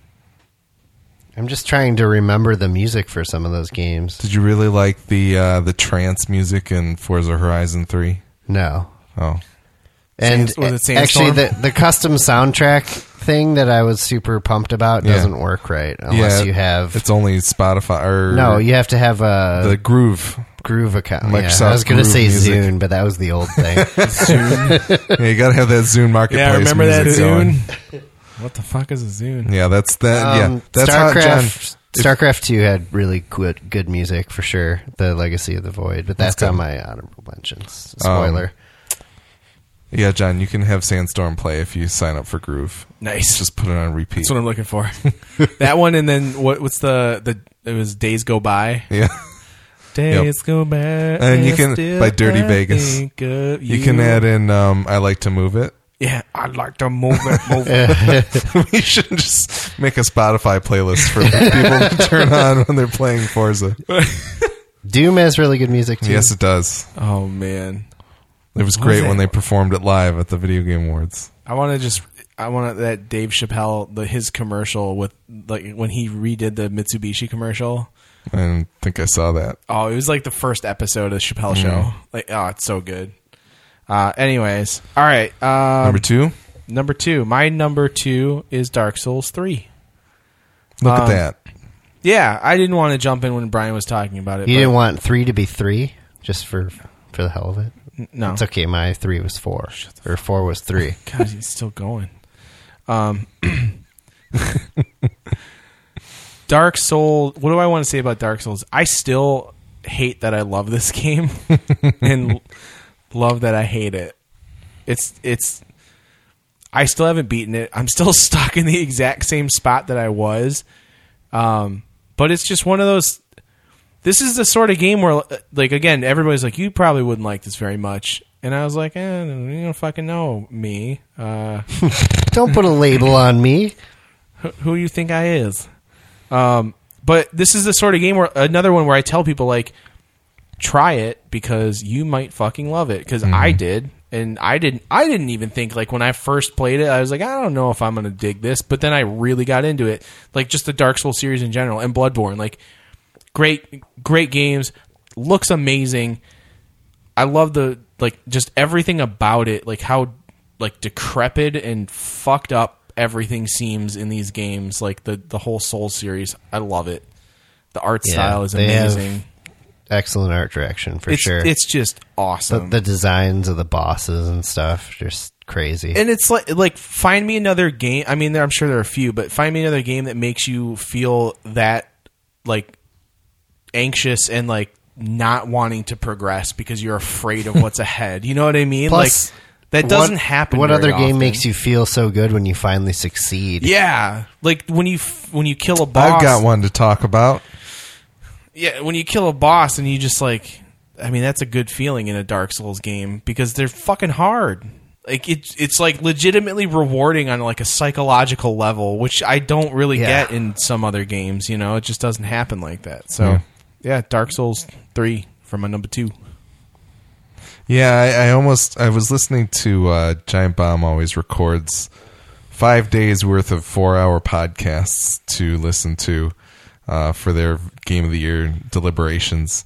Speaker 3: I'm just trying to remember the music for some of those games.
Speaker 2: Did you really like the uh, the trance music in Forza Horizon Three?
Speaker 3: No.
Speaker 2: Oh,
Speaker 3: And
Speaker 1: Sands- was it
Speaker 3: actually,
Speaker 1: Sandstorm?
Speaker 3: the, the custom soundtrack thing that I was super pumped about
Speaker 2: Yeah.
Speaker 3: doesn't work right unless
Speaker 2: yeah,
Speaker 3: you have.
Speaker 2: it's only Spotify or
Speaker 3: no, you have to have a
Speaker 2: the Groove.
Speaker 3: Groove account.
Speaker 2: Microsoft
Speaker 3: yeah, I was going to
Speaker 2: Groove
Speaker 3: say
Speaker 2: Music.
Speaker 3: Zune, but that was the old thing.
Speaker 2: yeah, you gotta have that Zune marketplace.
Speaker 1: Yeah, remember that
Speaker 2: music going.
Speaker 1: Zune? what the fuck is a Zune?
Speaker 2: Yeah, that's that. yeah,
Speaker 3: Um,
Speaker 2: that's how John.
Speaker 3: StarCraft. StarCraft Two had really good good music for sure. The Legacy of the Void, but that's,
Speaker 2: good.
Speaker 3: on my honorable mentions.
Speaker 1: Um,
Speaker 3: Spoiler.
Speaker 2: Yeah, John, you can have Sandstorm play if you sign up for Groove.
Speaker 1: Nice.
Speaker 2: Just put it on repeat.
Speaker 1: That's what I'm looking for. that one, and then what? What's the the? It was days go by.
Speaker 2: yeah.
Speaker 1: Days go by,
Speaker 2: And you can-
Speaker 1: still
Speaker 2: by Dirty
Speaker 1: I
Speaker 2: Vegas.
Speaker 1: think of
Speaker 2: You can add in um, I like to move it.
Speaker 1: Yeah, I'd like to move it. Move it.
Speaker 2: we should just make a Spotify playlist for people to turn on when they're playing Forza.
Speaker 3: Doom has really good music too.
Speaker 2: Yes, it does.
Speaker 1: oh man,
Speaker 2: It was
Speaker 1: What
Speaker 2: great
Speaker 1: was
Speaker 2: when
Speaker 1: that?
Speaker 2: they performed it live at the Video Game Awards.
Speaker 1: I want to just. I want that Dave Chappelle the his commercial with like when he redid the Mitsubishi commercial.
Speaker 2: I don't think I saw that.
Speaker 1: Oh, it was like the first episode of the Chappelle
Speaker 2: Mm.
Speaker 1: Show. Like, oh, it's so good. Uh, anyways, all right. Um,
Speaker 2: Number two,
Speaker 1: number two. My number two is Dark Souls three.
Speaker 2: look at
Speaker 1: um,
Speaker 2: that.
Speaker 1: Yeah, I didn't want to jump in when Brian was talking about it.
Speaker 3: You
Speaker 1: but
Speaker 3: didn't want three to be three, just for for the hell of it.
Speaker 1: no,
Speaker 3: It's okay. My three was four, or four was three.
Speaker 1: God, he's still going. Um, Dark Soul. What do I want to say about Dark Souls? I still hate that I love this game, and l- love that I hate it. It's it's. I still haven't beaten it. I'm still stuck in the exact same spot that I was. Um, but it's just one of those. This is the sort of game where, uh, like, again, everybody's like, "You probably wouldn't like this very much," and I was like, eh, "You don't fucking know me. Uh,
Speaker 3: Don't put a label on me.
Speaker 1: who- who you think I is?" Um, but this is the sort of game where another one where I tell people like, "Try it because you might fucking love it." Because
Speaker 3: Mm-hmm.
Speaker 1: I did, and I didn't. I didn't even think like when I first played it, I was like, "I don't know if I'm gonna dig this," but then I really got into it, like just the Dark Souls series in general and Bloodborne, like great great games looks amazing i love the like just everything about it like how like decrepit and fucked up everything seems in these games like the the whole soul series i love it the art
Speaker 3: Yeah,
Speaker 1: style is
Speaker 3: they have
Speaker 1: amazing
Speaker 3: Excellent art direction for
Speaker 1: it's
Speaker 3: sure.
Speaker 1: it's um, just
Speaker 3: the,
Speaker 1: awesome
Speaker 3: the designs of the bosses and stuff just crazy.
Speaker 1: and it's like like find me another game i mean there, i'm sure there are a few but find me another game that makes you feel that like anxious and like not wanting to progress because you're afraid of what's ahead you know what i mean
Speaker 3: Plus,
Speaker 1: like that doesn't happen
Speaker 3: What
Speaker 1: very
Speaker 3: other game
Speaker 1: often.
Speaker 3: makes you feel so good when you finally succeed?
Speaker 1: yeah like when you f- when you kill a boss
Speaker 2: I've got one to talk about.
Speaker 1: yeah when you kill a boss and you just like i mean that's a good feeling in a dark souls game because they're fucking hard like it's it's like legitimately rewarding on like a psychological level which i don't really
Speaker 3: Yeah.
Speaker 1: get in some other games you know it just doesn't happen like that so
Speaker 2: Yeah.
Speaker 1: yeah, dark souls 3 from my number 2
Speaker 2: Yeah, I, I almost I was listening to uh, Giant Bomb always records five days worth of four hour podcasts to listen to uh, for their game of the year deliberations,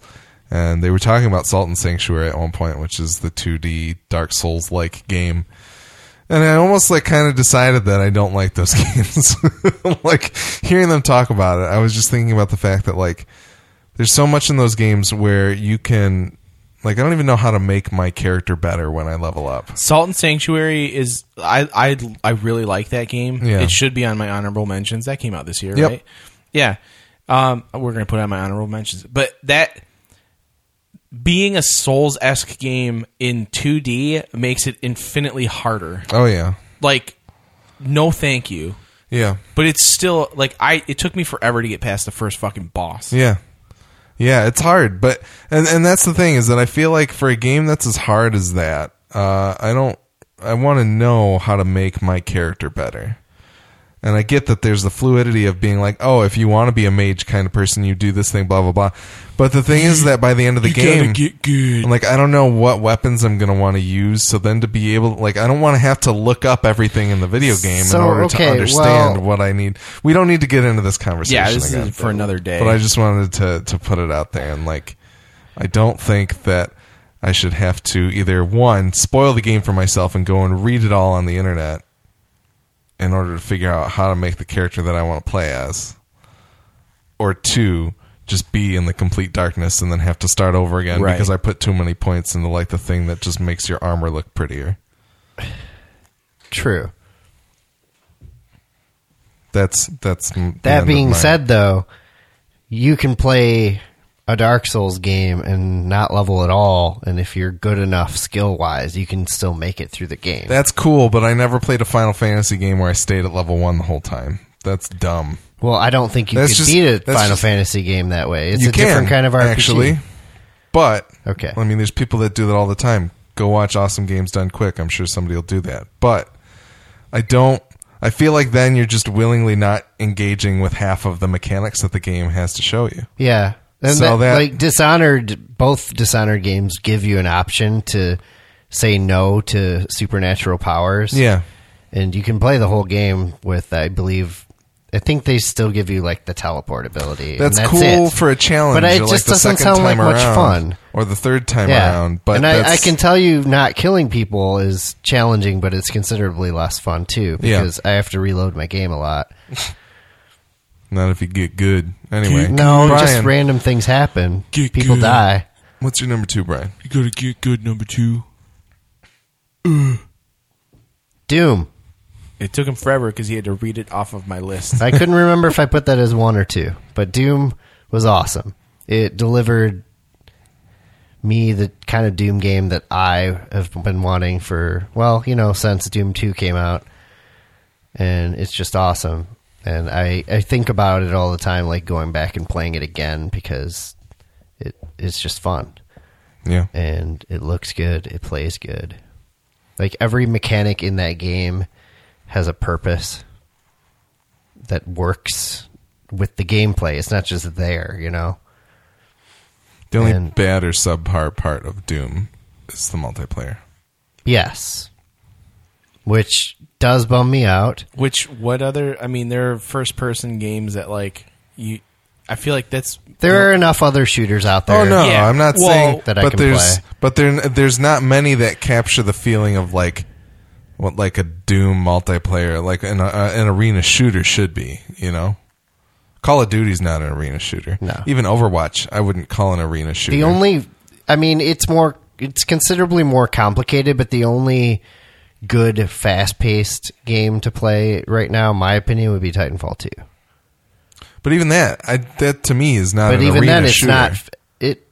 Speaker 2: and they were talking about Salt and Sanctuary at one point, which is the two D Dark Souls like game. And I almost like kind of decided that I don't like those games. like hearing them talk about it, I was just thinking about the fact that like there's so much in those games where you can Like I don't even know how to make my character better when I level up.
Speaker 1: Salt and Sanctuary is I I I really like that game.
Speaker 2: Yeah.
Speaker 1: It should be on my honorable mentions. That came out this year,
Speaker 2: Yep.
Speaker 1: right? Yeah. Um, we're gonna put it on my honorable mentions, but that being a Souls esque game in 2D makes it infinitely harder.
Speaker 2: Oh yeah,
Speaker 1: Like, no, thank you.
Speaker 2: yeah,
Speaker 1: But it's still like I. It took me forever to get past the first fucking boss.
Speaker 2: yeah, yeah. It's hard, but and and that's the thing is that I feel like for a game that's as hard as that, uh, I don't. I want to know how to make my character better. And I get that there's the fluidity of being like, oh, if you want to be a mage kind of person, you do this thing, blah blah blah. But the thing is that by the end of the game,
Speaker 1: good.
Speaker 2: I'm like, I don't know what weapons I'm going to want to use. So then to be able, like, I don't want to have to look up everything in the video game
Speaker 3: So,
Speaker 2: in order
Speaker 3: okay,
Speaker 2: to understand
Speaker 3: well-
Speaker 2: what I need. We don't need to get into this conversation
Speaker 1: Yeah, this
Speaker 2: again.
Speaker 1: is for another day.
Speaker 2: but I just wanted to, to put it out there. And, like, I don't think that I should have to either, one, spoil the game for myself and go and read it all on the internet in order to figure out how to make the character that I want to play as, or two, just be in the complete darkness and then have to start over again
Speaker 1: Right.
Speaker 2: because I put too many points into like the thing that just makes your armor look prettier.
Speaker 3: True.
Speaker 2: That's that's m- the end
Speaker 3: That
Speaker 2: of
Speaker 3: being
Speaker 2: my-
Speaker 3: said, though, you can play a Dark Souls game and not level at all, and if you're good enough skill wise, you can still make it through the game.
Speaker 2: that's cool, but I never played a Final Fantasy game where I stayed at level one the whole time. That's dumb.
Speaker 3: well, I don't think you
Speaker 2: That's
Speaker 3: could
Speaker 2: just-
Speaker 3: beat a
Speaker 2: that's
Speaker 3: Final
Speaker 2: just-
Speaker 3: Fantasy game that way. It's
Speaker 2: you
Speaker 3: a
Speaker 2: can
Speaker 3: different kind of RPG.
Speaker 2: actually, but
Speaker 3: Okay.
Speaker 2: I mean, there's people that do that all the time. Go watch Awesome Games Done Quick. I'm sure somebody will do that. But I don't. I feel like then you're just willingly not engaging with half of the mechanics that the game has to show you.
Speaker 3: Yeah. And
Speaker 2: So
Speaker 3: that,
Speaker 2: that-
Speaker 3: like Dishonored, both Dishonored games give you an option to say no to supernatural powers.
Speaker 2: Yeah.
Speaker 3: And you can play the whole game with, I believe, I think they still give you like the teleport ability.
Speaker 2: That's,
Speaker 3: and that's
Speaker 2: cool
Speaker 3: it.
Speaker 2: for a challenge.
Speaker 3: But it
Speaker 2: or, like,
Speaker 3: just
Speaker 2: the
Speaker 3: doesn't
Speaker 2: second
Speaker 3: sound
Speaker 2: time
Speaker 3: like much
Speaker 2: around,
Speaker 3: fun.
Speaker 2: Or the third time
Speaker 3: yeah.
Speaker 2: around. But
Speaker 3: and I, I
Speaker 2: that's-
Speaker 3: can tell you, not killing people is challenging, but it's considerably less fun too
Speaker 2: Yeah.
Speaker 3: because I have to reload my game a lot.
Speaker 2: Not if you get good. Anyway.
Speaker 3: No,
Speaker 2: Brian,
Speaker 3: just random things happen.
Speaker 1: Get
Speaker 3: People
Speaker 1: good.
Speaker 3: die.
Speaker 2: What's your number two, Brian?
Speaker 1: You gotta get good number two.
Speaker 3: Doom.
Speaker 1: It took him forever because he had to read it off of my list.
Speaker 3: I couldn't remember if I put that as one or two, but Doom was awesome. It delivered me the kind of Doom game that I have been wanting for, well, you know, since Doom 2 came out. And it's just awesome. And I, I think about it all the time, like going back and playing it again because it it's just fun.
Speaker 2: Yeah.
Speaker 3: And it looks good. It plays good. Like every mechanic in that game has a purpose that works with the gameplay. It's not just there, you know.
Speaker 2: The only
Speaker 3: And-
Speaker 2: bad or subpar part of Doom is the multiplayer.
Speaker 3: Yes. Which does bum me out.
Speaker 1: Which what other? I mean, there are first person games that like you. I feel like that's
Speaker 3: There are enough other shooters out there.
Speaker 2: Oh no,
Speaker 1: Yeah.
Speaker 2: I'm not
Speaker 1: Well-
Speaker 2: saying
Speaker 3: That I
Speaker 2: but
Speaker 3: can
Speaker 2: there's
Speaker 3: play.
Speaker 2: but there there's not many that capture the feeling of like what like a Doom multiplayer, like an uh, an arena shooter should be. You know, Call of Duty's not an arena shooter.
Speaker 3: No.
Speaker 2: even Overwatch, I wouldn't call an arena shooter.
Speaker 3: The only I mean, it's more it's considerably more complicated, but the only good fast-paced game to play right now, in my opinion, would be Titanfall 2.
Speaker 2: but even that, I, that to me is not.
Speaker 3: But
Speaker 2: an
Speaker 3: even
Speaker 2: arena
Speaker 3: then it's
Speaker 2: shooter.
Speaker 3: not f- it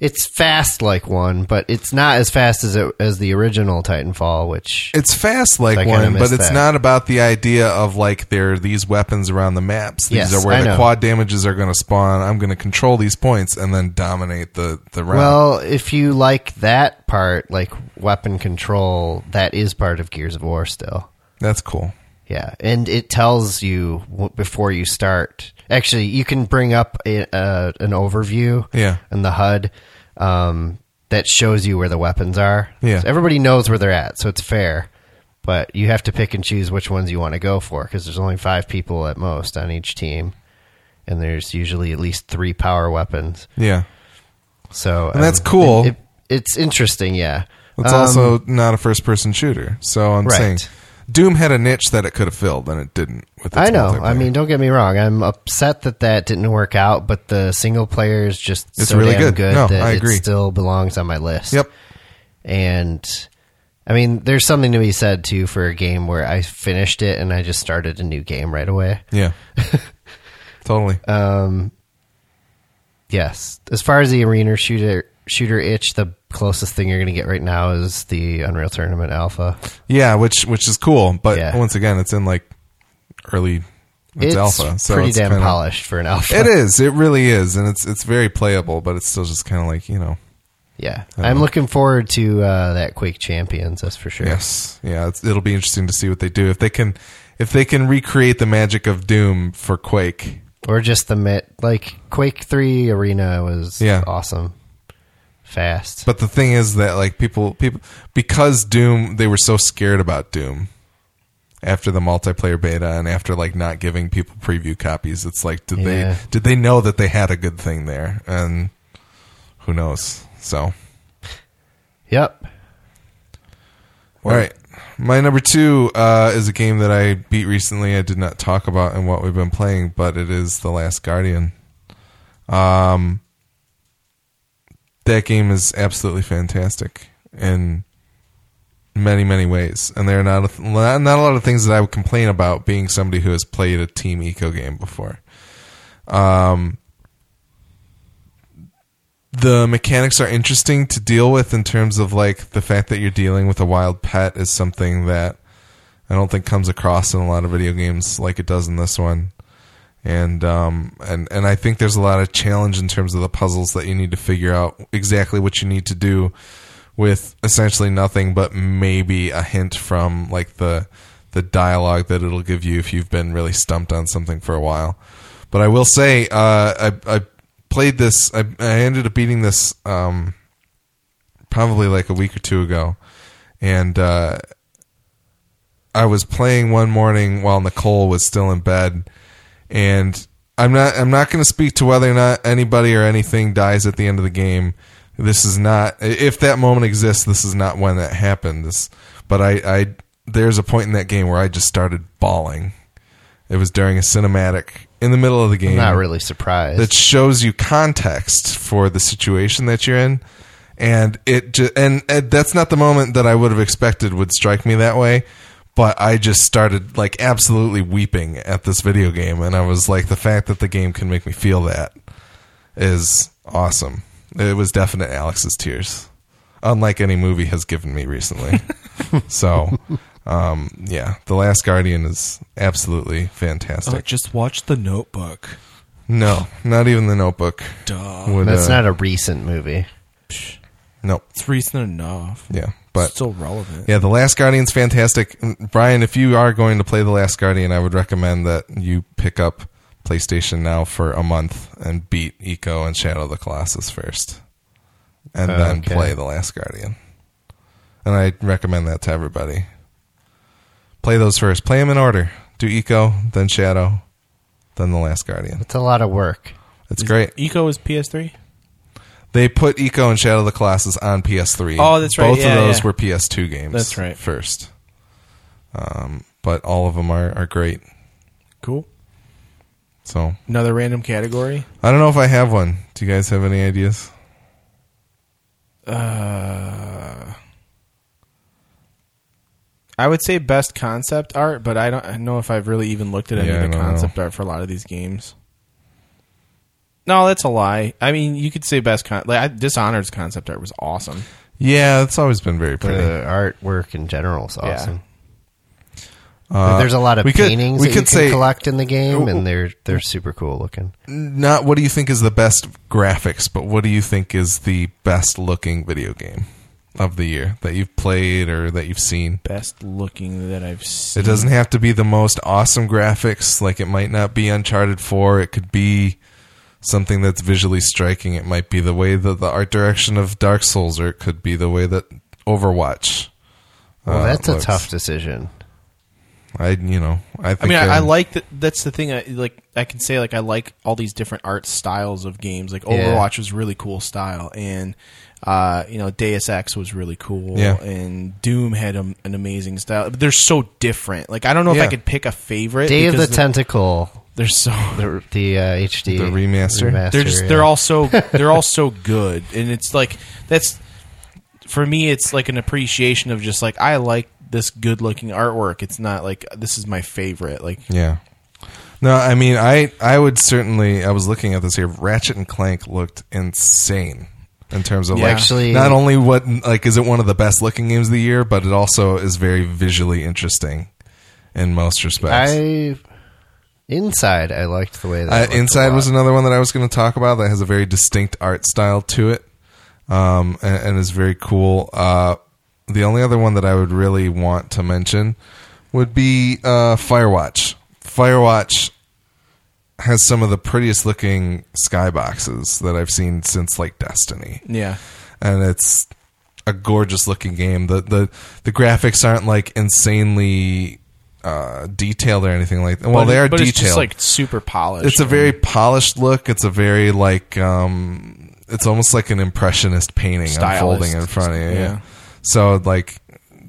Speaker 3: it's fast like one, but it's not as fast as it, as the original Titanfall, which
Speaker 2: It's fast
Speaker 3: I
Speaker 2: like
Speaker 3: kinda
Speaker 2: one, but
Speaker 3: miss
Speaker 2: it's
Speaker 3: that.
Speaker 2: not about the idea of like there are these weapons around the maps. These
Speaker 3: Yes,
Speaker 2: are where
Speaker 3: I
Speaker 2: the
Speaker 3: know.
Speaker 2: quad damages are going to spawn. I'm going to control these points and then dominate the the round.
Speaker 3: Well, if you like that part, like weapon control, that is part of Gears of War still.
Speaker 2: That's cool.
Speaker 3: Yeah, and it tells you w- before you start. Actually, you can bring up a, uh, an overview.
Speaker 2: Yeah.
Speaker 3: in the HUD um, that shows you where the weapons are.
Speaker 2: Yeah.
Speaker 3: So everybody knows where they're at, so it's fair. But you have to pick and choose which ones you want to go for because there's only five people at most on each team, and there's usually at least three power weapons.
Speaker 2: Yeah.
Speaker 3: So um,
Speaker 2: And that's cool.
Speaker 3: It, it- it's interesting, yeah.
Speaker 2: It's
Speaker 3: Um,
Speaker 2: also not a first person shooter. So I'm
Speaker 3: Right.
Speaker 2: saying Doom had a niche that it could have filled, and it didn't. With its
Speaker 3: I know. I
Speaker 2: multiplayer.
Speaker 3: mean, don't get me wrong. I'm upset that that didn't work out, but the single player is just
Speaker 2: It's
Speaker 3: so
Speaker 2: really
Speaker 3: damn
Speaker 2: good. No,
Speaker 3: that
Speaker 2: I
Speaker 3: it
Speaker 2: agree.
Speaker 3: still belongs on my list.
Speaker 2: yep.
Speaker 3: And I mean, there's something to be said too for a game where I finished it and I just started a new game right away.
Speaker 2: Yeah. totally.
Speaker 3: Uh, Yes. As far as the arena shooter shooter itch, the closest thing you're going to get right now is the Unreal Tournament Alpha.
Speaker 2: yeah, which which is cool, but
Speaker 3: Yeah.
Speaker 2: once again, it's in like early. It's, alpha, so
Speaker 3: pretty
Speaker 2: it's
Speaker 3: damn
Speaker 2: kinda-
Speaker 3: polished for an alpha.
Speaker 2: It is. It really is, and it's it's very playable, but it's still just kind of like you know.
Speaker 3: Yeah,
Speaker 2: Uh-huh.
Speaker 3: I'm looking forward to uh, that Quake Champions. That's for sure.
Speaker 2: Yes. Yeah. It's, it'll be interesting to see what they do if they can if they can recreate the magic of Doom for Quake.
Speaker 3: Or just the mit like Quake Three Arena was
Speaker 2: Yeah.
Speaker 3: awesome, fast.
Speaker 2: But the thing is that like people people because Doom they were so scared about Doom after the multiplayer beta and after like not giving people preview copies. It's like did
Speaker 3: Yeah.
Speaker 2: they did they know that they had a good thing there and who knows. So
Speaker 3: yep.
Speaker 2: all right. My number two uh, is a game that I beat recently. I did not talk about in what we've been playing, but it is The Last Guardian. Um, that game is absolutely fantastic in many, many ways, and there are not a, not not a lot of things that I would complain about being somebody who has played a team eco game before. the mechanics are interesting to deal with in terms of like the fact that you're dealing with a wild pet is something that I don't think comes across in a lot of video games like it does in this one. And um and and I think there's a lot of challenge in terms of the puzzles that you need to figure out exactly what you need to do with essentially nothing but maybe a hint from like the the dialogue that it'll give you if you've been really stumped on something for a while. But I will say uh I I played this I I ended up beating this um probably like a week or two ago and uh I was playing one morning while Nicole was still in bed, and I'm not I'm not going to speak to whether or not anybody or anything dies at the end of the game. This is not if that moment exists. This is not when that happened. This, but I, I there's a point in that game where I just started bawling. It was during a cinematic in the middle of the game
Speaker 3: Not really surprised.
Speaker 2: that shows you context for the situation that you're in and it ju- and, and that's not the moment that I would have expected would strike me that way but I just started like absolutely weeping at this video game and I was like the fact that the game can make me feel that is awesome it was definite Alex's tears unlike any movie has given me recently so um yeah the last guardian is absolutely fantastic
Speaker 1: just watch The Notebook.
Speaker 2: no not even the notebook
Speaker 1: Duh.
Speaker 2: would,
Speaker 3: That's
Speaker 2: uh,
Speaker 3: not a recent movie.
Speaker 2: Nope.
Speaker 1: It's recent enough.
Speaker 2: Yeah. But
Speaker 1: still relevant.
Speaker 2: yeah, The Last Guardian's fantastic. Mm, Brian, if you are going to play The Last Guardian, I would recommend that you pick up PlayStation Now for a month and beat Eco and Shadow of the Colossus first. And then
Speaker 3: Okay.
Speaker 2: play The Last Guardian. And I recommend that to everybody. Play those first. Play them in order. Do Eco, then Shadow, then The Last Guardian.
Speaker 3: It's a lot of work.
Speaker 2: It's great.
Speaker 1: Eco is PS3.
Speaker 2: They put Eco and Shadow of the Colossus on PS3.
Speaker 1: Oh, that's right.
Speaker 2: Both
Speaker 1: Yeah,
Speaker 2: of those
Speaker 1: yeah.
Speaker 2: were PS2 games.
Speaker 1: That's right.
Speaker 2: First, um, but all of them are are great.
Speaker 1: Cool.
Speaker 2: So
Speaker 1: Another random category.
Speaker 2: I don't know if I have one. Do you guys have any ideas?
Speaker 1: I would say best concept art, but I don't know if I've really even looked at any
Speaker 2: Yeah, I
Speaker 1: of the
Speaker 2: don't know.
Speaker 1: concept art for a lot of these games. No, that's a lie. I mean, you could say best con. Like, I, Dishonored's concept art was awesome.
Speaker 2: Yeah, it's always been very
Speaker 3: The
Speaker 2: pretty.
Speaker 1: Uh,
Speaker 3: artwork in general is
Speaker 1: Yeah.
Speaker 3: awesome. Like, there's a lot of
Speaker 2: Uh, we could-
Speaker 3: paintings
Speaker 2: we
Speaker 3: that you
Speaker 2: could
Speaker 3: can
Speaker 2: say-
Speaker 3: collect in the game, and they're they're super cool looking.
Speaker 2: Not what do you think is the best graphics, but what do you think is the best looking video game of the year that you've played or that you've seen?
Speaker 1: Best looking that I've seen.
Speaker 2: It doesn't have to be the most awesome graphics. Like it might not be Uncharted 4. It could be something that's visually striking. It might be the way that the art direction of Dark Souls, or it could be the way that Overwatch.
Speaker 3: Well,
Speaker 2: uh,
Speaker 3: that's a
Speaker 2: looks.
Speaker 3: tough decision.
Speaker 2: I you know I think
Speaker 1: I mean, I, I
Speaker 2: I'm-
Speaker 1: like that. That's the thing. I, like, I can say like I like all these different art styles of games. Like Overwatch was really cool style, and uh, you know, Deus Ex was really cool,
Speaker 2: Yeah.
Speaker 1: and Doom had a, an amazing style. But they're so different. Like, I don't know if
Speaker 2: Yeah.
Speaker 1: I could pick a favorite.
Speaker 3: Day of the
Speaker 1: because
Speaker 3: Tentacle,
Speaker 1: They're so.
Speaker 3: the, the uh, HD
Speaker 2: The remaster?
Speaker 1: They're just.
Speaker 3: yeah.
Speaker 1: They're all so. They're all so good, and it's like that's. For me, it's like an appreciation of just like I like this good looking artwork. It's not like this is my favorite. Like
Speaker 2: Yeah. No, I mean, I I would certainly. I was looking at this here. Ratchet and Clank looked insane in terms of
Speaker 1: Yeah.
Speaker 2: like
Speaker 3: Actually-
Speaker 2: not only what like is it one of the best looking games of the year, but it also is very visually interesting in most respects.
Speaker 3: I inside. I liked the way that
Speaker 2: Uh,
Speaker 3: looked a
Speaker 2: Inside was
Speaker 3: lot.
Speaker 2: another one that I was going to talk about that has a very distinct art style to it, um, and, and is very cool. Uh, the only other one that I would really want to mention would be uh, Firewatch. Firewatch has some of the prettiest looking skyboxes that I've seen since like Destiny
Speaker 1: yeah.
Speaker 2: and it's a gorgeous looking game. The the the graphics aren't like insanely uh, detailed or anything like that. Well,
Speaker 1: But
Speaker 2: they
Speaker 1: it-
Speaker 2: are
Speaker 1: but
Speaker 2: detailed.
Speaker 1: It's just like super polished.
Speaker 2: It's a very polished look. It's a very like um, it's almost like an impressionist painting
Speaker 1: Stylist.
Speaker 2: unfolding in front of you. Yeah.
Speaker 1: Yeah.
Speaker 2: So like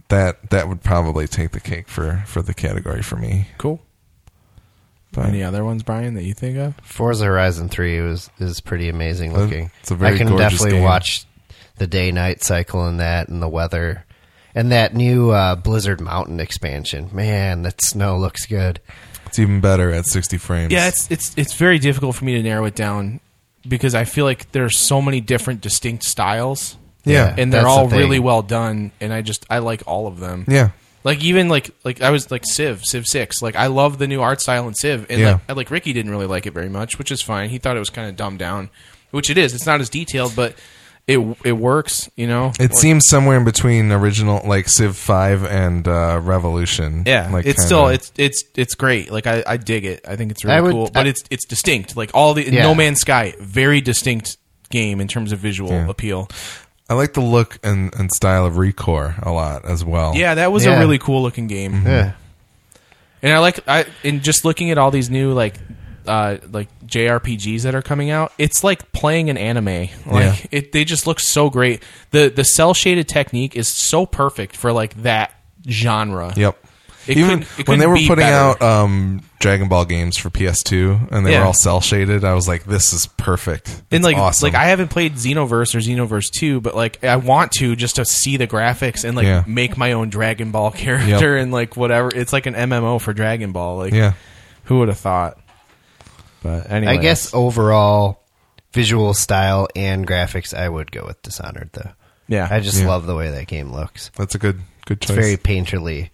Speaker 2: that that would probably take the cake for for the category for me.
Speaker 1: cool.
Speaker 2: But
Speaker 1: Any otother ones, Brian, that you think of?
Speaker 3: Forza Horizon Three was is pretty amazing
Speaker 2: Uh,
Speaker 3: looking.
Speaker 2: it's a very
Speaker 3: I can
Speaker 2: gorgeous
Speaker 3: definitely
Speaker 2: game.
Speaker 3: watch the day night cycle in that and the weather and that new uh, Blizzard Mountain expansion. Man, that snow looks good.
Speaker 2: it's even better at sixty frames.
Speaker 1: Yeah, it's it's it's very difficult for me to narrow it down because I feel like there's so many different distinct styles.
Speaker 2: Yeah.
Speaker 1: and they're
Speaker 3: that's
Speaker 1: all
Speaker 3: the thing.
Speaker 1: really well done, and I just I like all of them.
Speaker 2: yeah.
Speaker 1: Like even like like I was like Civ Civ Six. Like I love the new art style in Civ, and
Speaker 2: Yeah.
Speaker 1: like, I- like Ricky didn't really like it very much, which is fine. He thought it was kind of dumbed down, which it is. It's not as detailed, but it it works. You know,
Speaker 2: It seems somewhere in between original, like Civ Five and uh, Revolution.
Speaker 1: Yeah,
Speaker 2: like
Speaker 1: it's
Speaker 2: kinda-
Speaker 1: still it's it's it's great. Like I, I dig it. I think it's really
Speaker 3: I would-
Speaker 1: cool, but
Speaker 3: I-
Speaker 1: it's it's distinct. Like all the
Speaker 3: Yeah.
Speaker 1: No Man's Sky, very distinct game in terms of visual
Speaker 2: Yeah.
Speaker 1: appeal.
Speaker 2: I like the look and, and style of Recore a lot as well.
Speaker 1: Yeah, that was a
Speaker 3: Yeah.
Speaker 1: really cool looking game,
Speaker 2: Mm-hmm.
Speaker 3: Yeah.
Speaker 1: and I like I and just looking at all these new like uh like JRPGs that are coming out. It's like playing an anime. Like
Speaker 2: Yeah.
Speaker 1: it, they just look so great. the The cell shaded technique is so perfect for like that genre.
Speaker 2: Yep.
Speaker 1: It
Speaker 2: Even
Speaker 1: couldn't- it
Speaker 2: when they
Speaker 1: couldn't
Speaker 2: were
Speaker 1: be
Speaker 2: putting
Speaker 1: better.
Speaker 2: out um, Dragon Ball games for PS2 and they
Speaker 1: Yeah.
Speaker 2: were all cell shaded, I was like, "This is perfect."
Speaker 1: and
Speaker 2: It's
Speaker 1: like
Speaker 2: awesome.
Speaker 1: like I haven't played Xenoverse or Xenoverse Two, but like I want to just to see the graphics and like
Speaker 2: Yeah.
Speaker 1: make my own Dragon Ball character and like whatever. It's like an MMO for Dragon Ball. Like
Speaker 2: yeah,
Speaker 1: who would have thought? But anyway,
Speaker 3: I guess overall visual style and graphics, I would go with Dishonored though.
Speaker 1: yeah.
Speaker 3: I just
Speaker 2: Yeah.
Speaker 3: love the way that game looks.
Speaker 2: that's a good good
Speaker 3: It's
Speaker 2: choice.
Speaker 3: very painterly,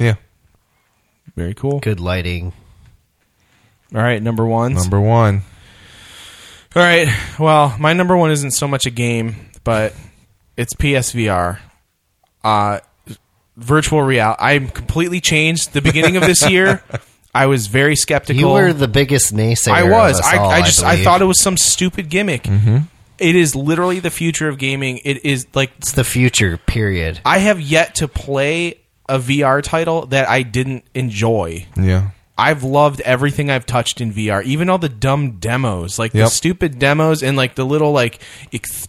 Speaker 2: yeah,
Speaker 1: very cool.
Speaker 3: good lighting.
Speaker 1: All right, number one.
Speaker 2: number one.
Speaker 1: All right, well, my number one isn't so much a game, but it's PSVR. Uh, virtual reality. I'm completely changed. The beginning of this year, I was very skeptical.
Speaker 3: You were the biggest naysayer.
Speaker 1: I was.
Speaker 3: Of us
Speaker 1: I,
Speaker 3: all,
Speaker 1: I just I,
Speaker 3: believe. Mm-hmm.
Speaker 1: thought it was some stupid gimmick. It is literally the future of gaming. It is like
Speaker 3: it's the future. Period.
Speaker 1: I have yet to play a VR title that I didn't enjoy.
Speaker 2: Yeah,
Speaker 1: I've loved everything I've touched in VR, even all the dumb demos, like the
Speaker 2: Yep.
Speaker 1: stupid demos and like the little like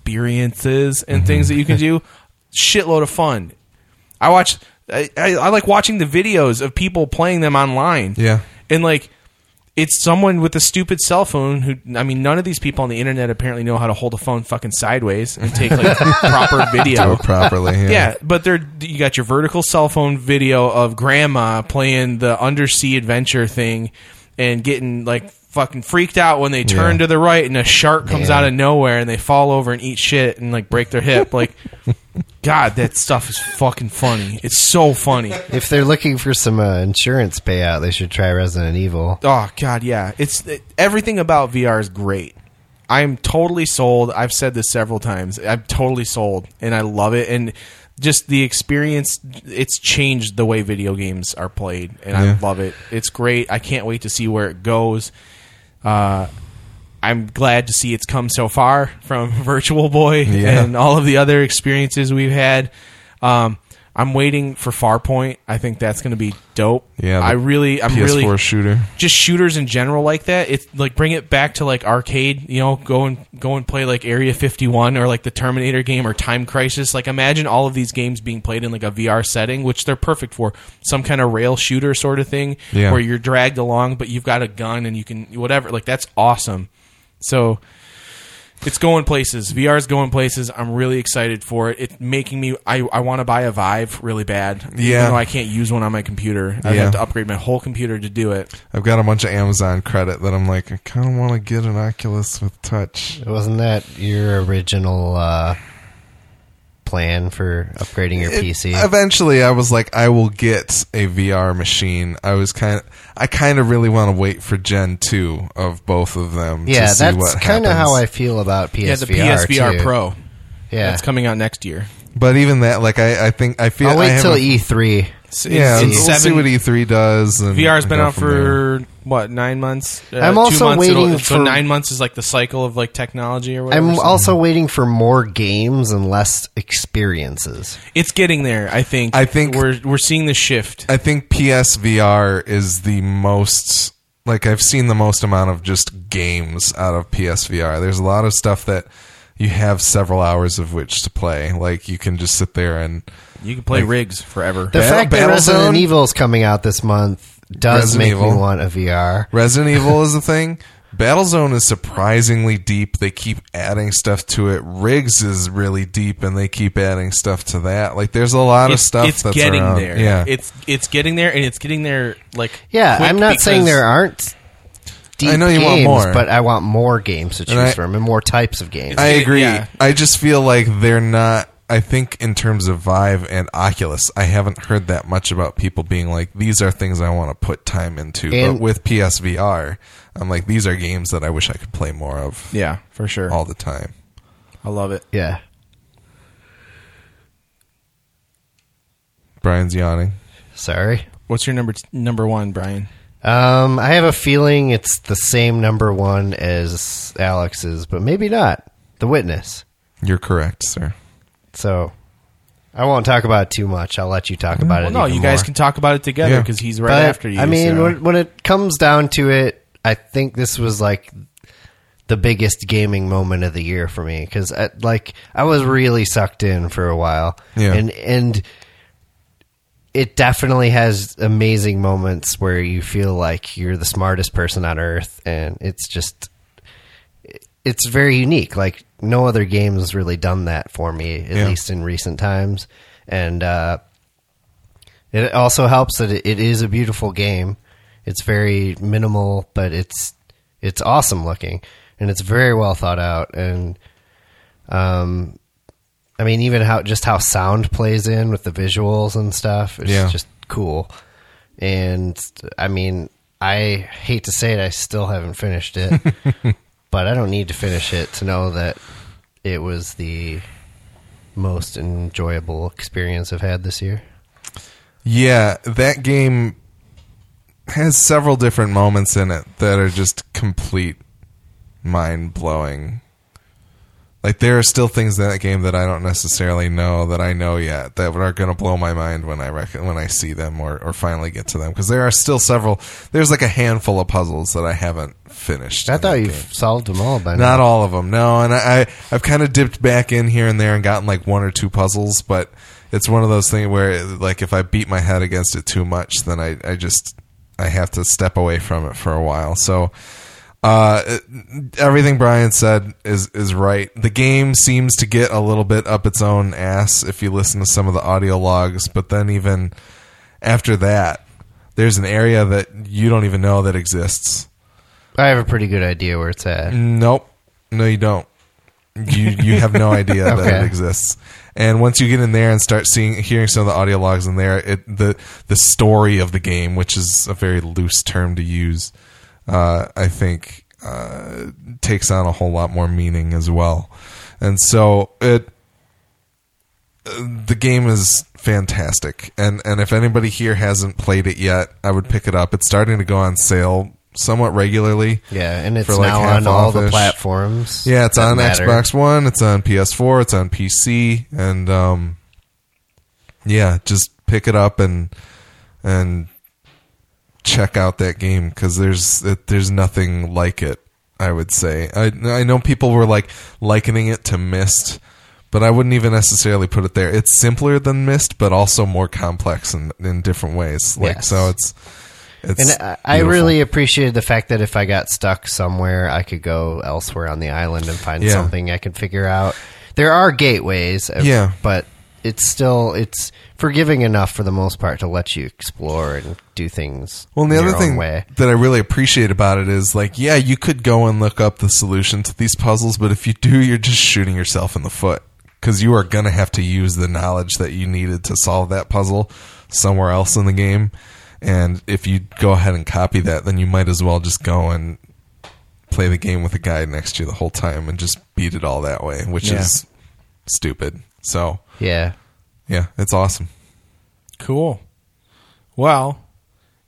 Speaker 1: experiences
Speaker 2: Mm-hmm.
Speaker 1: and things that you can do. Shitload of fun. I watch. I, I, I like watching the videos of people playing them online.
Speaker 2: Yeah.
Speaker 1: and like it's someone with a stupid cell phone who I mean, none of these people on the internet apparently know how to hold a phone fucking sideways and take like proper
Speaker 2: do
Speaker 1: video.
Speaker 2: it properly. Yeah.
Speaker 1: Yeah, but they're you got your vertical cell phone video of grandma playing the undersea adventure thing and getting like fucking freaked out when they turn
Speaker 2: Yeah.
Speaker 1: to the right and a shark comes
Speaker 3: Yeah.
Speaker 1: out of nowhere and they fall over and eat shit and like break their hip. Like God, that stuff is fucking funny. It's so funny.
Speaker 3: If they're looking for some uh, insurance payout, they should try Resident Evil.
Speaker 1: Oh God, yeah. It's it, everything about VR is great. I'm totally sold. I've said this several times. I'm totally sold, and I love it. And just the experience, it's changed the way video games are played, and
Speaker 2: Yeah.
Speaker 1: I love it. It's great. I can't wait to see where it goes. Uh, I'm glad to see it's come so far from Virtual Boy
Speaker 2: Yeah.
Speaker 1: and all of the other experiences we've had. Um, I'm waiting for Farpoint. I think that's going to be dope.
Speaker 2: Yeah, the
Speaker 1: I really, I'm
Speaker 2: PS4
Speaker 1: really
Speaker 2: shooter.
Speaker 1: just shooters in general like that. It's like bring it back to like arcade. You know, go and go and play like Area 51 or like the Terminator game or Time Crisis. Like imagine all of these games being played in like a VR setting, which they're perfect for. Some kind of rail shooter sort of thing
Speaker 2: Yeah.
Speaker 1: where you're dragged along, but you've got a gun and you can whatever. Like that's awesome. So it's going places. VR is going places. I'm really excited for it. It's making me. I, I want to buy a Vive really bad.
Speaker 2: Yeah.
Speaker 1: Even though I can't use one on my computer. I would
Speaker 2: Yeah.
Speaker 1: have to upgrade my whole computer to do it.
Speaker 2: I've got a bunch of Amazon credit that I'm like, I kind of want to get an Oculus with touch.
Speaker 3: Wasn't that your original uh, plan for upgrading your
Speaker 2: It-
Speaker 3: PC?
Speaker 2: eventually, I was like, I will get a VR machine. I was kind of, I kind of really want to wait for Gen two of both of them. to
Speaker 3: yeah,
Speaker 2: see
Speaker 3: that's
Speaker 2: what
Speaker 3: kind of how I
Speaker 2: happens.
Speaker 3: feel about PSVR.
Speaker 1: yeah, the PSVR
Speaker 3: too.
Speaker 1: Pro.
Speaker 3: Yeah,
Speaker 1: That's coming out next year.
Speaker 2: But even that, like, I, I think I feel.
Speaker 3: I'll
Speaker 2: I
Speaker 3: wait
Speaker 2: have
Speaker 3: till E
Speaker 2: a-
Speaker 3: E3.
Speaker 1: It's-
Speaker 2: Yeah,
Speaker 1: it's
Speaker 2: we'll see what E three does. And
Speaker 1: VR's been
Speaker 2: go
Speaker 1: out
Speaker 2: from there.
Speaker 1: for what nine months? Uh,
Speaker 3: I'm also
Speaker 1: months
Speaker 3: waiting
Speaker 1: it'll- so
Speaker 3: for-
Speaker 1: nine months is like the cycle of like technology or whatever.
Speaker 3: I'm
Speaker 1: so-
Speaker 3: also waiting for more games and less experiences.
Speaker 1: it's getting there. I think.
Speaker 2: I think-
Speaker 1: we're we're seeing the shift.
Speaker 2: I think PSVR is the most like I've seen the most amount of just games out of PSVR. There's a lot of stuff that you have several hours of which to play. Like you can just sit there and
Speaker 1: You can play
Speaker 2: Like-
Speaker 1: rigs forever.
Speaker 3: The
Speaker 2: Battle-
Speaker 3: fact that Resident
Speaker 2: Battlezone?
Speaker 3: Evil is coming out this month does
Speaker 2: Resident
Speaker 3: make me
Speaker 2: Evil.
Speaker 3: want a VR.
Speaker 2: Resident Evil is a thing. Battlezone is surprisingly deep. They keep adding stuff to it. Riggs is really deep, and they keep adding stuff to that. Like there's a lot of
Speaker 1: it's,
Speaker 2: stuff
Speaker 1: it's
Speaker 2: that's
Speaker 1: getting
Speaker 2: around.
Speaker 1: there.
Speaker 2: Yeah,
Speaker 1: it's it's getting there, and it's getting there. Like
Speaker 3: Yeah,
Speaker 1: quick
Speaker 3: I'm not saying
Speaker 1: because-
Speaker 3: there aren't. Deep
Speaker 2: I know you want
Speaker 3: games,
Speaker 2: more.
Speaker 3: but I want more games to choose
Speaker 2: I-
Speaker 3: from and more types of games.
Speaker 2: I
Speaker 1: It-
Speaker 2: agree.
Speaker 1: yeah.
Speaker 2: I just feel like they're not. I think in terms of Vive and Oculus, I haven't heard that much about people being like, "These are things I want to put time into."
Speaker 3: And-
Speaker 2: but with PSVR, I'm like, "These are games that I wish I could play more of
Speaker 1: Yeah, for sure.
Speaker 2: all the time."
Speaker 1: I love it.
Speaker 3: yeah.
Speaker 2: Brian's yawning.
Speaker 3: Sorry.
Speaker 1: What's your number t- number one, Brian?
Speaker 3: Um, I have a feeling it's the same number one as Alex's, but maybe not. The Witness.
Speaker 2: You're correct, sir.
Speaker 3: So I won't talk about it too much. I'll let you talk about
Speaker 1: Well,
Speaker 3: it.
Speaker 1: no,
Speaker 3: even
Speaker 1: you guys
Speaker 3: more.
Speaker 1: can talk about it together
Speaker 2: Yeah.
Speaker 1: because he's right
Speaker 3: But,
Speaker 1: after you.
Speaker 3: I mean,
Speaker 1: so-
Speaker 3: when, when it comes down to it, I think this was like the biggest gaming moment of the year for me because like I was really sucked in for a while,
Speaker 2: Yeah.
Speaker 3: and and it definitely has amazing moments where you feel like you're the smartest person on earth, and it's just it's very unique. Like no other game has really done that for me, at
Speaker 2: Yeah.
Speaker 3: least in recent times, and. uh it also helps that it, it is a beautiful game. It's very minimal, but it's it's awesome looking, and it's very well thought out. And um, I mean, even how just how sound plays in with the visuals and stuff is
Speaker 2: Yeah.
Speaker 3: just cool. And I mean, I hate to say it, I still haven't finished it, but I don't need to finish it to know that it was the most enjoyable experience I've had this year.
Speaker 2: Yeah, that game has several different moments in it that are just complete mind blowing. Like there are still things in that game that I don't necessarily know that I know yet that are going to blow my mind when I reckon when I see them or, or finally get to them because there are still several. There's like a handful of puzzles that I haven't finished.
Speaker 3: I
Speaker 2: in
Speaker 3: thought
Speaker 2: that
Speaker 3: you
Speaker 2: game.
Speaker 3: have solved them all by now.
Speaker 2: Not all of them, no. And I, I I've kind of dipped back in here and there and gotten like one or two puzzles, but it's one of those things where like if I beat my head against it too much, then I I just I have to step away from it for a while. So. Uh, it- everything Brian said is is right. The game seems to get a little bit up its own ass if you listen to some of the audio logs, but then even after that, there's an area that you don't even know that exists.
Speaker 3: I have a pretty good idea where it's at.
Speaker 2: Nope. No, you don't. You you have no idea that
Speaker 3: Okay.
Speaker 2: it exists. And once you get in there and start seeing hearing some of the audio logs in there, it the the story of the game, which is a very loose term to use, uh, I think uh, takes on a whole lot more meaning as well. And so it the game is fantastic and and if anybody here hasn't played it yet i would pick it up it's starting to go on sale somewhat regularly
Speaker 3: Yeah, and it's
Speaker 2: For, like,
Speaker 3: now
Speaker 2: half
Speaker 3: on all the
Speaker 2: off-ish.
Speaker 3: platforms.
Speaker 2: yeah, it's
Speaker 3: that
Speaker 2: on
Speaker 3: matter.
Speaker 2: Xbox One, it's on PS4, it's on PC, and um, yeah, just pick it up and and check out that game because there's it- there's nothing like it. I would say. I I know people were like likening it to Mist, but I wouldn't even necessarily put it there. It's simpler than Mist, but also more complex in in different ways. Like
Speaker 3: Yes.
Speaker 2: so, it's it's.
Speaker 3: And I, I
Speaker 2: beautiful.
Speaker 3: really appreciated the fact that if I got stuck somewhere, I could go elsewhere on the island and find
Speaker 2: Yeah.
Speaker 3: something I could figure out. There are gateways, uh,
Speaker 2: Yeah.
Speaker 3: but it's still it's forgiving enough for the most part to let you explore and do things.
Speaker 2: Well, and the
Speaker 3: in your
Speaker 2: other
Speaker 3: own
Speaker 2: thing
Speaker 3: way.
Speaker 2: that I really appreciate about it is like, yeah, you could go and look up the solution to these puzzles, but if you do, you're just shooting yourself in the foot because you are going to have to use the knowledge that you needed to solve that puzzle somewhere else in the game. And if you go ahead and copy that, then you might as well just go and play the game with a guy next to you the whole time and just beat it all that way, which
Speaker 1: Yeah.
Speaker 2: is stupid. So,
Speaker 3: yeah.
Speaker 2: yeah, it's awesome.
Speaker 1: Cool. Well,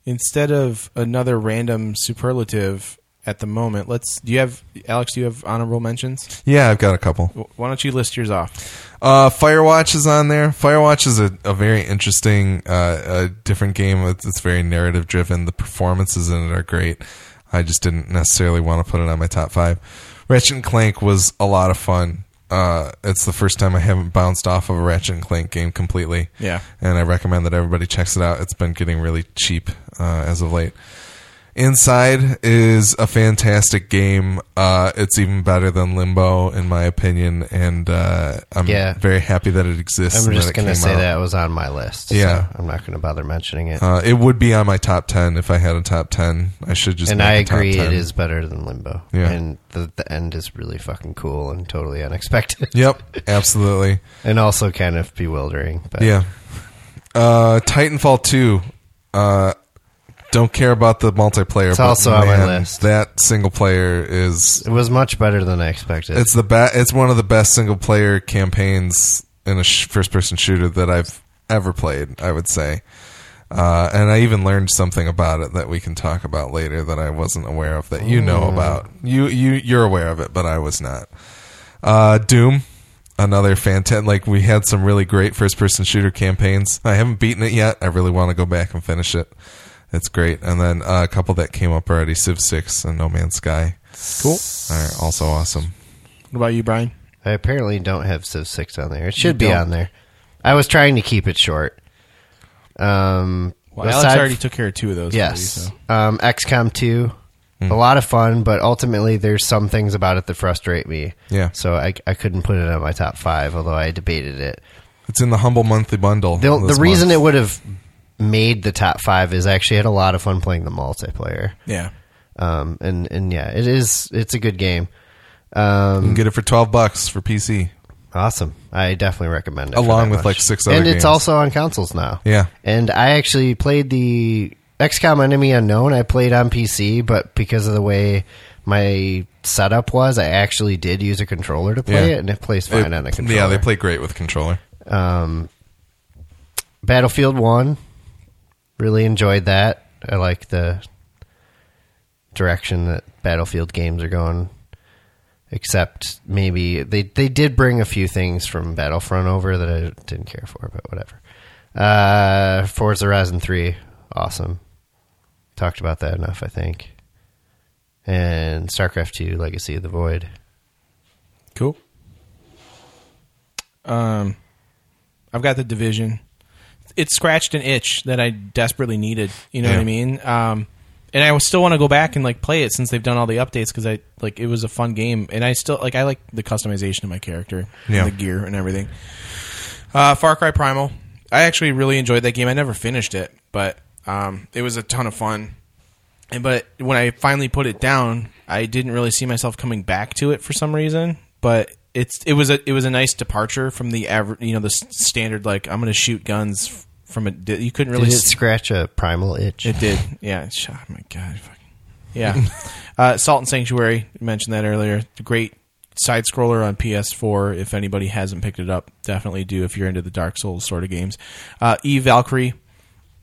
Speaker 1: instead of another random superlative at the moment, let's. Do you have Alex? Do you have honorable mentions?
Speaker 2: Yeah, I've got a couple.
Speaker 1: W- Why don't you list yours off?
Speaker 2: Uh, Firewatch is on there. Firewatch is a, a very interesting, uh, a different game. It's, it's very narrative driven. The performances in it are great. I just didn't necessarily want to put it on my top five. Ratchet and Clank was a lot of fun. Uh, it's the first time I haven't bounced off of a Ratchet and Clank game completely.
Speaker 1: Yeah.
Speaker 2: And I recommend that everybody checks it out. It's been getting really cheap uh, as of late. Inside is a fantastic game. Uh, it's even better than Limbo, in my opinion, and uh, I'm
Speaker 3: Yeah.
Speaker 2: very happy that it exists.
Speaker 3: I'm
Speaker 2: and
Speaker 3: just
Speaker 2: it
Speaker 3: going to
Speaker 2: came
Speaker 3: say
Speaker 2: out.
Speaker 3: that was on my list. so
Speaker 2: Yeah.
Speaker 3: I'm not going to bother mentioning it.
Speaker 2: Uh, it would be on my top ten if I had a top ten. I should just
Speaker 3: and
Speaker 2: make
Speaker 3: I
Speaker 2: a top
Speaker 3: agree,
Speaker 2: 10.
Speaker 3: it is better than Limbo.
Speaker 2: Yeah.
Speaker 3: And the, the end is really fucking cool and totally unexpected.
Speaker 2: Yep, absolutely.
Speaker 3: and also kind of bewildering. But
Speaker 2: Yeah. Uh, Titanfall 2. Uh, don't care about the multiplayer.
Speaker 3: It's
Speaker 2: but
Speaker 3: also on my
Speaker 2: man,
Speaker 3: list.
Speaker 2: That single player is.
Speaker 3: It was much better than I expected.
Speaker 2: It's the ba- It's one of the best single player campaigns in a sh- first person shooter that I've ever played. I would say. Uh, and I even learned something about it that we can talk about later that I wasn't aware of that you know about. You you you're aware of it, but I was not. Uh, Doom, another fantastic. Like we had some really great first-person shooter campaigns. I haven't beaten it yet. I really want to go back and finish it. It's great. And then uh, a couple that came up already: Civ Six and No Man's Sky
Speaker 1: Cool.
Speaker 2: are also awesome.
Speaker 1: What about you, Brian?
Speaker 3: I apparently don't have Civ 6 on there. It should be
Speaker 1: don't.
Speaker 3: on there. I was trying to keep it short. Um,
Speaker 1: Well, Alex
Speaker 3: aside-
Speaker 1: already took care of two of those. for you,
Speaker 3: yes.
Speaker 1: so.
Speaker 3: Um, XCOM 2,
Speaker 2: Hmm.
Speaker 3: a lot of fun, but ultimately there's some things about it that frustrate me.
Speaker 2: Yeah.
Speaker 3: So I, I couldn't put it on my top five, although I debated it.
Speaker 2: It's in the humble monthly bundle.
Speaker 3: The, the
Speaker 2: this
Speaker 3: reason
Speaker 2: month.
Speaker 3: it would have made the top five is I actually had a lot of fun playing the multiplayer.
Speaker 1: Yeah.
Speaker 3: Um, and, and yeah, it is, it's a good game.
Speaker 2: you
Speaker 3: Um,
Speaker 2: can get it for twelve bucks for PC,
Speaker 3: awesome. I definitely recommend it. for
Speaker 2: along
Speaker 3: that
Speaker 2: with
Speaker 3: much.
Speaker 2: like six other.
Speaker 3: and it's
Speaker 2: games.
Speaker 3: also on consoles now.
Speaker 2: Yeah.
Speaker 3: And I actually played the XCOM Enemy Unknown. I played on PC, but because of the way my setup was, I actually did use a controller to play
Speaker 2: Yeah.
Speaker 3: it, and it plays fine
Speaker 2: It-
Speaker 3: on a controller.
Speaker 2: Yeah, they play great with controller.
Speaker 3: Um, Battlefield One, really enjoyed that. I like the direction that Battlefield games are going. Except maybe they they did bring a few things from Battlefront over that I didn't care for, but whatever. Uh, Forza Horizon Three, awesome. Talked about that enough, I think. And StarCraft Two, Legacy of the Void.
Speaker 1: Cool. Um, I've got the division. It scratched an itch that I desperately needed. You know what
Speaker 2: Yeah.
Speaker 1: I mean? Um, and I still want to go back and like play it since they've done all the updates because I like it was a fun game and I still like I like the customization of my character,
Speaker 2: Yeah.
Speaker 1: and the gear and everything. Uh, Far Cry Primal. I actually really enjoyed that game. I never finished it, but um, it was a ton of fun. And but when I finally put it down, I didn't really see myself coming back to it for some reason. But it's it was a it was a nice departure from the average, you know, the s- standard like I'm going to shoot guns f- from a. di- You couldn't really
Speaker 3: Did it
Speaker 1: s-
Speaker 3: scratch a primal itch?
Speaker 1: it did. Yeah. It's- Oh my god. Fucking. Yeah. uh, Salt and Sanctuary. you Mentioned that earlier. Great side scroller on PS4. If anybody hasn't picked it up, definitely do. If you're into the Dark Souls sort of games, uh, Eve Valkyrie.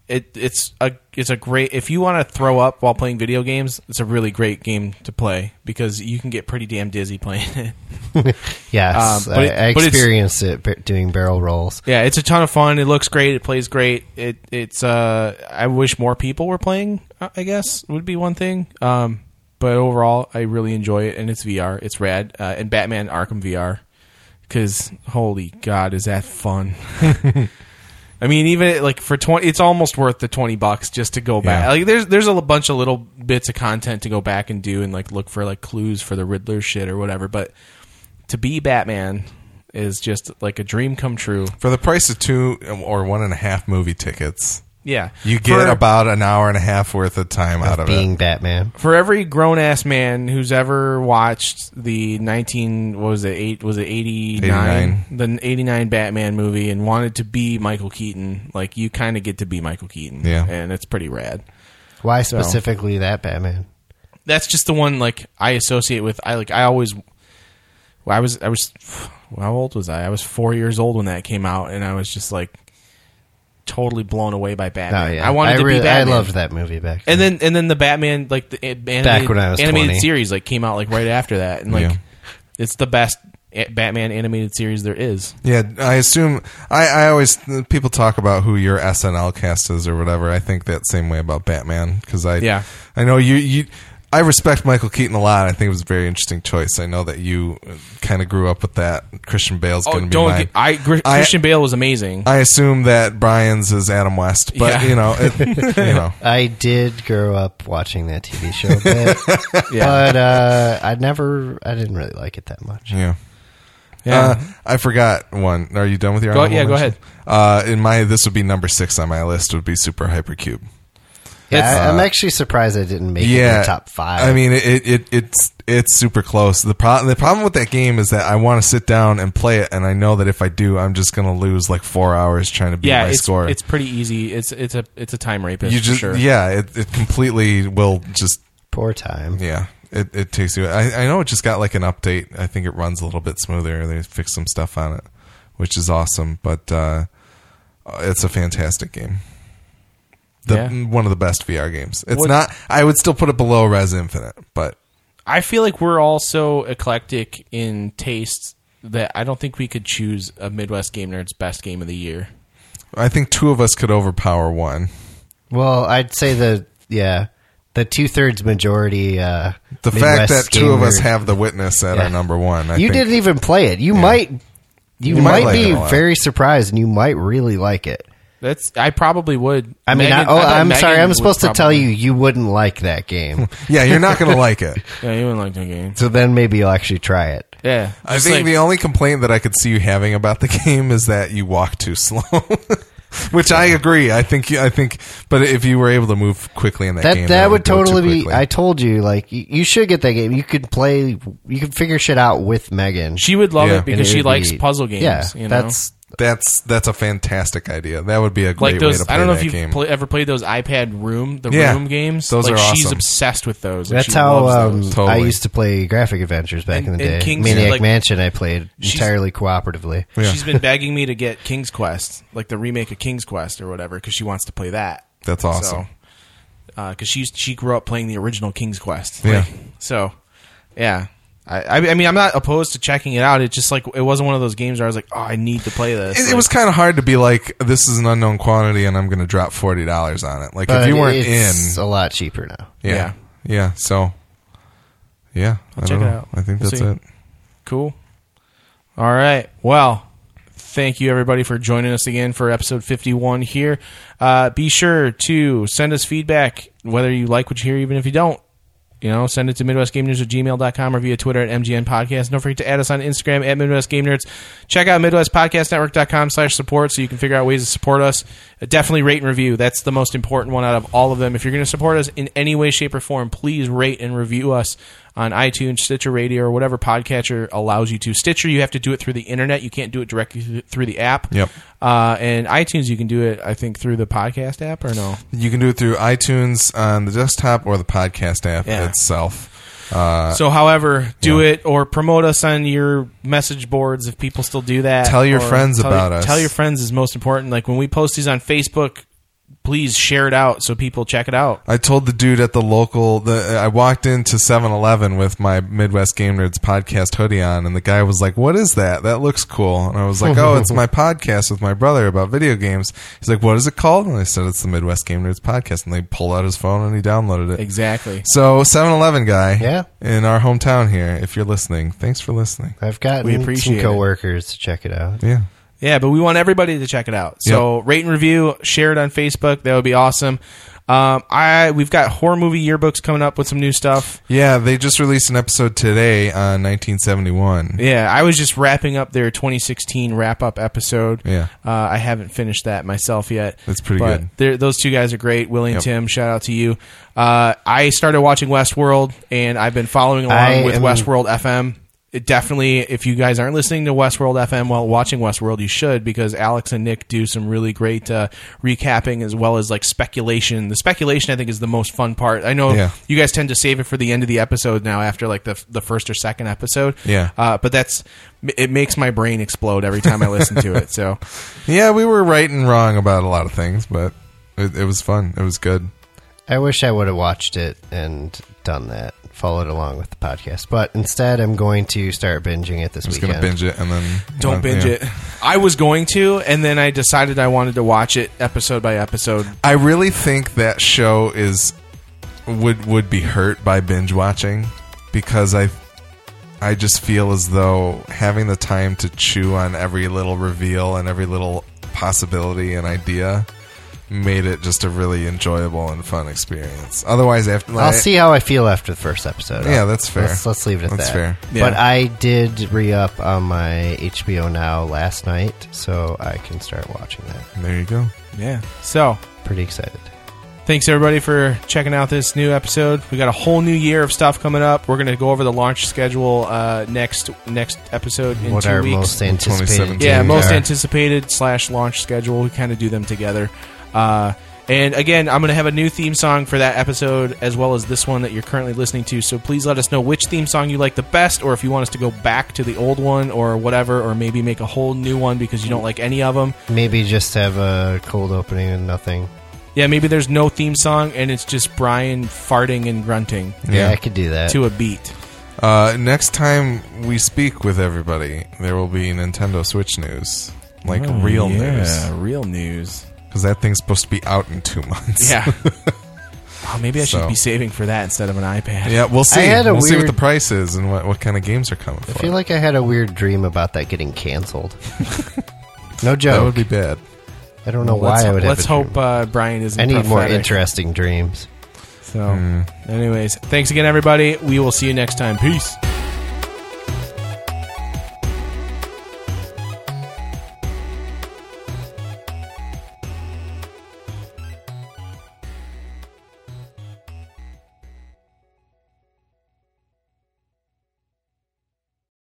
Speaker 1: It, it's a it's a great if you want to throw up while playing video games. It's a really great game to play because you can get pretty damn dizzy playing it.
Speaker 3: Yes,
Speaker 1: Um, but it-
Speaker 3: I, I
Speaker 1: but it's-
Speaker 3: experienced it b- doing barrel rolls.
Speaker 1: Yeah, it's a ton of fun. It looks great. It plays great. It it's uh I wish more people were playing, uh, I I guess, would be one thing. Um but overall, I really enjoy it and it's VR. It's rad. Uh, and Batman Arkham VR cuz holy god, is that fun. I mean, even like for 20 it's almost worth the 20 bucks just to go back.
Speaker 2: Yeah.
Speaker 1: Like there's there's a l- bunch of little bits of content to go back and do and like look for like clues for the Riddler shit or whatever, but to be Batman is just like a dream come true.
Speaker 2: For the price of two or one and a half movie tickets,
Speaker 1: Yeah,
Speaker 2: you get
Speaker 1: for,
Speaker 2: about an hour and a half worth of time
Speaker 1: uh,
Speaker 2: out of
Speaker 3: Being
Speaker 2: it.
Speaker 3: Batman,
Speaker 1: for every grown ass man who's ever watched the nineteen what was it eight was it eighty nine
Speaker 2: 89.
Speaker 1: the eighty nine Batman movie and wanted to be Michael Keaton. Like you kind of get to be Michael Keaton,
Speaker 2: Yeah.
Speaker 1: and it's pretty rad.
Speaker 3: why specifically that Batman?
Speaker 1: That's just the one like I associate with. I like I always. well, I was I was how old was I? I was four years old when that came out, and I was just like totally blown away by
Speaker 3: Oh
Speaker 1: Batman.
Speaker 3: yeah,
Speaker 1: I wanted to
Speaker 3: really-
Speaker 1: be Batman.
Speaker 3: I loved that movie back.
Speaker 1: And then and then the Batman like the eh, animated,
Speaker 3: Back when I was
Speaker 1: animated
Speaker 3: 20.
Speaker 1: series like came out like right after that and like
Speaker 2: Yeah.
Speaker 1: it's the best a- Batman animated series there is.
Speaker 2: Yeah, I assume I, I always people talk about who your SNL cast is or whatever. I think that same way about Batman because I
Speaker 1: Yeah.
Speaker 2: I know you you I respect Michael Keaton a lot. I think it was a very interesting choice. I know that you kind of grew up with that. Christian Bale's going to be mine.
Speaker 1: Oh, get- I Gr-
Speaker 2: I-
Speaker 1: Christian Bale was amazing.
Speaker 3: Uh,
Speaker 2: I assume that Brian's is Adam West, but
Speaker 1: Yeah.
Speaker 2: you know, it, you know,
Speaker 3: I did grow up watching that TV show, a bit,
Speaker 1: yeah.
Speaker 3: but uh, I never, I didn't really like it that much.
Speaker 2: yeah.
Speaker 1: yeah.
Speaker 2: Uh, I forgot one. Are you done with your?
Speaker 1: Go-
Speaker 2: honorable
Speaker 1: yeah, go
Speaker 2: mention? Uh, in my, this would be number six on my list. Would be Super Hypercube.
Speaker 3: Yeah,
Speaker 1: uh,
Speaker 3: I, am actually surprised I didn't make it in
Speaker 2: yeah,
Speaker 3: the top five.
Speaker 2: I mean, it, it, it it's it's super close. The problem the problem with that game is that I want to sit down and play it, and I know that if I do, I'm just gonna lose like four hours trying to beat
Speaker 1: yeah,
Speaker 2: my
Speaker 1: it's
Speaker 2: score.
Speaker 1: it's pretty easy. It's it's a it's a time rapist
Speaker 2: you
Speaker 1: for
Speaker 2: just
Speaker 1: sure.
Speaker 2: yeah, it, it completely will just
Speaker 3: poor time.
Speaker 2: yeah. It, it takes you. I, I know it just got like an update. I think it runs a little bit smoother. They fixed some stuff on it, which is awesome. But uh, it's a fantastic game. The
Speaker 1: Yeah.
Speaker 2: one of the best VR games. It's
Speaker 1: What-
Speaker 2: not. I would still put it below Res Infinite, but
Speaker 1: I feel like we're all so eclectic in taste that I don't think we could choose a Midwest Game Nerd's best game of the year.
Speaker 2: I think two of us could overpower one.
Speaker 3: Well, I'd say the yeah, the two thirds majority. Uh,
Speaker 2: The fact that
Speaker 3: Midwest
Speaker 2: two of
Speaker 3: gamer-
Speaker 2: us have the witness at
Speaker 3: Yeah.
Speaker 2: our number one. I
Speaker 3: you
Speaker 2: think,
Speaker 3: didn't even play it. You might, you,
Speaker 2: You might
Speaker 3: might,
Speaker 2: like it
Speaker 3: be
Speaker 2: a lot.
Speaker 3: very surprised, and you might really like it.
Speaker 1: That's I probably would.
Speaker 3: I mean,
Speaker 1: Megan-
Speaker 3: I, oh,
Speaker 1: thought
Speaker 3: I'm
Speaker 1: Megan
Speaker 3: sorry. I'm
Speaker 1: would
Speaker 3: supposed to tell
Speaker 1: probably-
Speaker 3: you you wouldn't like that game.
Speaker 2: Yeah, you're not going to like it.
Speaker 1: Yeah, you wouldn't like that game.
Speaker 3: so then maybe you'll actually try it.
Speaker 1: Yeah,
Speaker 2: I
Speaker 1: Just
Speaker 2: think
Speaker 1: like-
Speaker 2: the only complaint that I could see you having about the game is that you walk too slow. Which I agree. I think. You, I think. But if you were able to move quickly in that,
Speaker 3: That
Speaker 2: game,
Speaker 3: that would
Speaker 2: go too
Speaker 3: totally be.
Speaker 2: quickly.
Speaker 3: I told you, like you, you should get that game. You could play. You could figure shit out with Megan.
Speaker 1: She would love
Speaker 2: Yeah.
Speaker 1: it
Speaker 2: And
Speaker 1: because
Speaker 3: And it
Speaker 1: she
Speaker 3: would
Speaker 1: likes
Speaker 3: be-
Speaker 1: puzzle games.
Speaker 3: Yeah,
Speaker 1: you know?
Speaker 3: that's
Speaker 2: that's that's a fantastic idea. That would be a great
Speaker 1: like
Speaker 2: way
Speaker 1: those.
Speaker 2: to play
Speaker 1: I don't know if
Speaker 2: that
Speaker 1: you've
Speaker 2: game.
Speaker 1: play, ever played those iPad Room, the
Speaker 2: Yeah.
Speaker 1: Room games.
Speaker 2: Those
Speaker 1: like,
Speaker 2: are
Speaker 1: She's
Speaker 2: awesome.
Speaker 1: obsessed with those. and
Speaker 3: That's
Speaker 1: she
Speaker 3: how
Speaker 1: loves those.
Speaker 3: um, I
Speaker 2: Totally.
Speaker 3: used to play graphic adventures back
Speaker 1: And-
Speaker 3: in the
Speaker 1: and
Speaker 3: day.
Speaker 1: King's-
Speaker 3: Maniac
Speaker 1: like-
Speaker 3: Mansion, I played
Speaker 1: She's-
Speaker 3: entirely cooperatively.
Speaker 2: um, Yeah.
Speaker 1: She's been begging me to get King's Quest, like the remake of King's Quest or whatever, because she wants to play that.
Speaker 2: That's awesome.
Speaker 1: Because she used, she grew up playing the original King's Quest.
Speaker 2: Yeah.
Speaker 1: Like, so, yeah. I, I I mean I'm not opposed to checking it out. It just like it wasn't one of those games where I was like, oh, I need to play this.
Speaker 2: It, it
Speaker 1: Like,
Speaker 2: was kind of hard to be like, this is an unknown quantity, and I'm going to drop forty dollars on it. Like
Speaker 3: But
Speaker 2: if you weren't in,
Speaker 3: it's a lot cheaper now.
Speaker 2: Yeah.
Speaker 1: Yeah.
Speaker 2: Yeah. so yeah, I'll
Speaker 1: check
Speaker 2: I do
Speaker 1: it
Speaker 2: not know.
Speaker 1: out.
Speaker 2: I think
Speaker 1: We'll
Speaker 2: that's
Speaker 1: see.
Speaker 2: it.
Speaker 1: Cool. All right. Well, thank you everybody for joining us again for episode 51 here. Uh, be sure to send us feedback, whether you like what you hear, even if you don't. You know, send it to MidwestGameNerds at gmail.com or via Twitter at MGN Podcast. Don't forget to add us on Instagram at Midwest Game Nerds. Check out MidwestPodcastNetwork.com slash support so you can figure out ways to support us. Uh, Definitely rate and review. That's the most important one out of all of them. If you're going to support us in any way, shape, or form, please rate and review us on iTunes, Stitcher Radio, or whatever podcatcher allows you to. Stitcher, you have to do it through the internet. You can't do it directly th- through the app.
Speaker 2: Yep.
Speaker 1: Uh, and iTunes, you can do it, I think, through the podcast app or no?
Speaker 2: You can do it through iTunes on the desktop or the podcast app
Speaker 1: Yeah.
Speaker 2: itself. Uh,
Speaker 1: So, however, do it or promote us on your message boards if people still do that.
Speaker 2: Tell your
Speaker 1: Or
Speaker 2: friends
Speaker 1: tell
Speaker 2: about
Speaker 1: your-
Speaker 2: us.
Speaker 1: Tell your friends is most important. Like when we post these on Facebook, please share it out so people check it out.
Speaker 2: I told the dude at the local. The, I walked into 7-Eleven with my Midwest Game Nerds podcast hoodie on, and the guy was like, "What is that? That looks cool." And I was like, "Oh, it's my podcast with my brother about video games." He's like, "What is it called?" And I said, "It's the Midwest Game Nerds podcast." And they pulled out his phone and he downloaded it.
Speaker 1: Exactly.
Speaker 2: So 7-Eleven guy,
Speaker 3: Yeah.
Speaker 2: in our hometown here. If you're listening, thanks for listening.
Speaker 3: I've gotten
Speaker 1: We appreciate it.
Speaker 3: some coworkers to check it out.
Speaker 2: Yeah,
Speaker 1: Yeah, but we want everybody to check it out. So rate and review, share it on Facebook. That would be awesome. Um, I we've got horror movie yearbooks coming up with some new stuff.
Speaker 2: yeah. They just released an episode today on 1971.
Speaker 1: Yeah, I was just wrapping up their 2016 wrap up episode.
Speaker 2: Yeah.
Speaker 1: uh, I haven't finished that myself yet.
Speaker 2: That's pretty
Speaker 1: but
Speaker 2: good.
Speaker 1: they're- Those two guys are great. Willie and
Speaker 2: Yep.
Speaker 1: Tim, shout out to you. Uh, I started watching Westworld, and I've been following along
Speaker 3: I
Speaker 1: with
Speaker 3: am-
Speaker 1: Westworld FM. It definitely, if you guys aren't listening to Westworld FM while watching Westworld, you should because Alex and Nick do some really great uh, recapping as well as like speculation. The speculation, I think, is the most fun part. I know
Speaker 2: Yeah.
Speaker 1: you guys tend to save it for the end of the episode now after like the the first or second episode.
Speaker 2: Yeah.
Speaker 1: Uh, but that's it makes my brain explode every time I listen to it. So
Speaker 2: Yeah, we were right and wrong about a lot of things, but it, it was fun. It was good.
Speaker 3: I wish I would have watched it and done that, followed along with the podcast. But instead, I'm going to start binging it this
Speaker 2: Just
Speaker 3: weekend.
Speaker 2: gonna binge it and then
Speaker 1: Don't
Speaker 2: then,
Speaker 1: binge
Speaker 2: yeah.
Speaker 1: it. I was going to, and then I decided I wanted to watch it episode by episode.
Speaker 2: I really think that show is would would be hurt by binge watching because I I just feel as though having the time to chew on every little reveal and every little possibility and idea made it just a really enjoyable and fun experience. Otherwise, after
Speaker 3: I'll see how I feel after the first episode.
Speaker 2: Yeah, that's fair.
Speaker 3: Let's, let's leave it at
Speaker 2: That's
Speaker 3: that.
Speaker 2: fair.
Speaker 1: Yeah.
Speaker 3: But I did re up on my HBO Now last night, so I can start watching that.
Speaker 2: There you go.
Speaker 1: Yeah. So,
Speaker 3: Pretty excited.
Speaker 1: thanks everybody for checking out this new episode. We got a whole new year of stuff coming up. We're going to go over the launch schedule uh, next next episode in
Speaker 3: what
Speaker 1: two
Speaker 3: our
Speaker 1: weeks.
Speaker 3: most anticipated?
Speaker 2: 2017.
Speaker 1: yeah, most
Speaker 2: Yeah.
Speaker 1: anticipated slash launch schedule. We kind of do them together. Uh, and again, I'm going to have a new theme song for that episode as well as this one that you're currently listening to. So please let us know which theme song you like the best, or if you want us to go back to the old one or whatever, or maybe make a whole new one because you don't like any of them.
Speaker 3: Maybe just have a cold opening and nothing.
Speaker 1: Yeah, maybe there's no theme song and it's just Brian farting and grunting
Speaker 3: Yeah,
Speaker 2: Yeah.
Speaker 3: I could do that.
Speaker 1: to a beat.
Speaker 2: Uh, next time we speak with everybody, there will be Nintendo Switch news, like real news,
Speaker 1: Oh, real news.
Speaker 2: because that thing's supposed to be out in two months.
Speaker 1: Yeah. oh, maybe I should
Speaker 2: So.
Speaker 1: be saving for that instead of an iPad.
Speaker 2: yeah. We'll see.
Speaker 3: I had a
Speaker 2: we'll see what
Speaker 3: weird-
Speaker 2: the price is and what, what kind of games are coming. For.
Speaker 3: I feel like I had a weird dream about that getting canceled. no
Speaker 2: that
Speaker 3: joke.
Speaker 2: would be bad.
Speaker 3: I don't know
Speaker 1: let's,
Speaker 3: why I would have
Speaker 1: let's
Speaker 3: a
Speaker 1: hope
Speaker 3: dream.
Speaker 1: uh, Brian isn't.
Speaker 3: I need more
Speaker 1: prophetic.
Speaker 3: interesting dreams.
Speaker 1: So, anyways, thanks again, everybody. We will see you next time. Peace.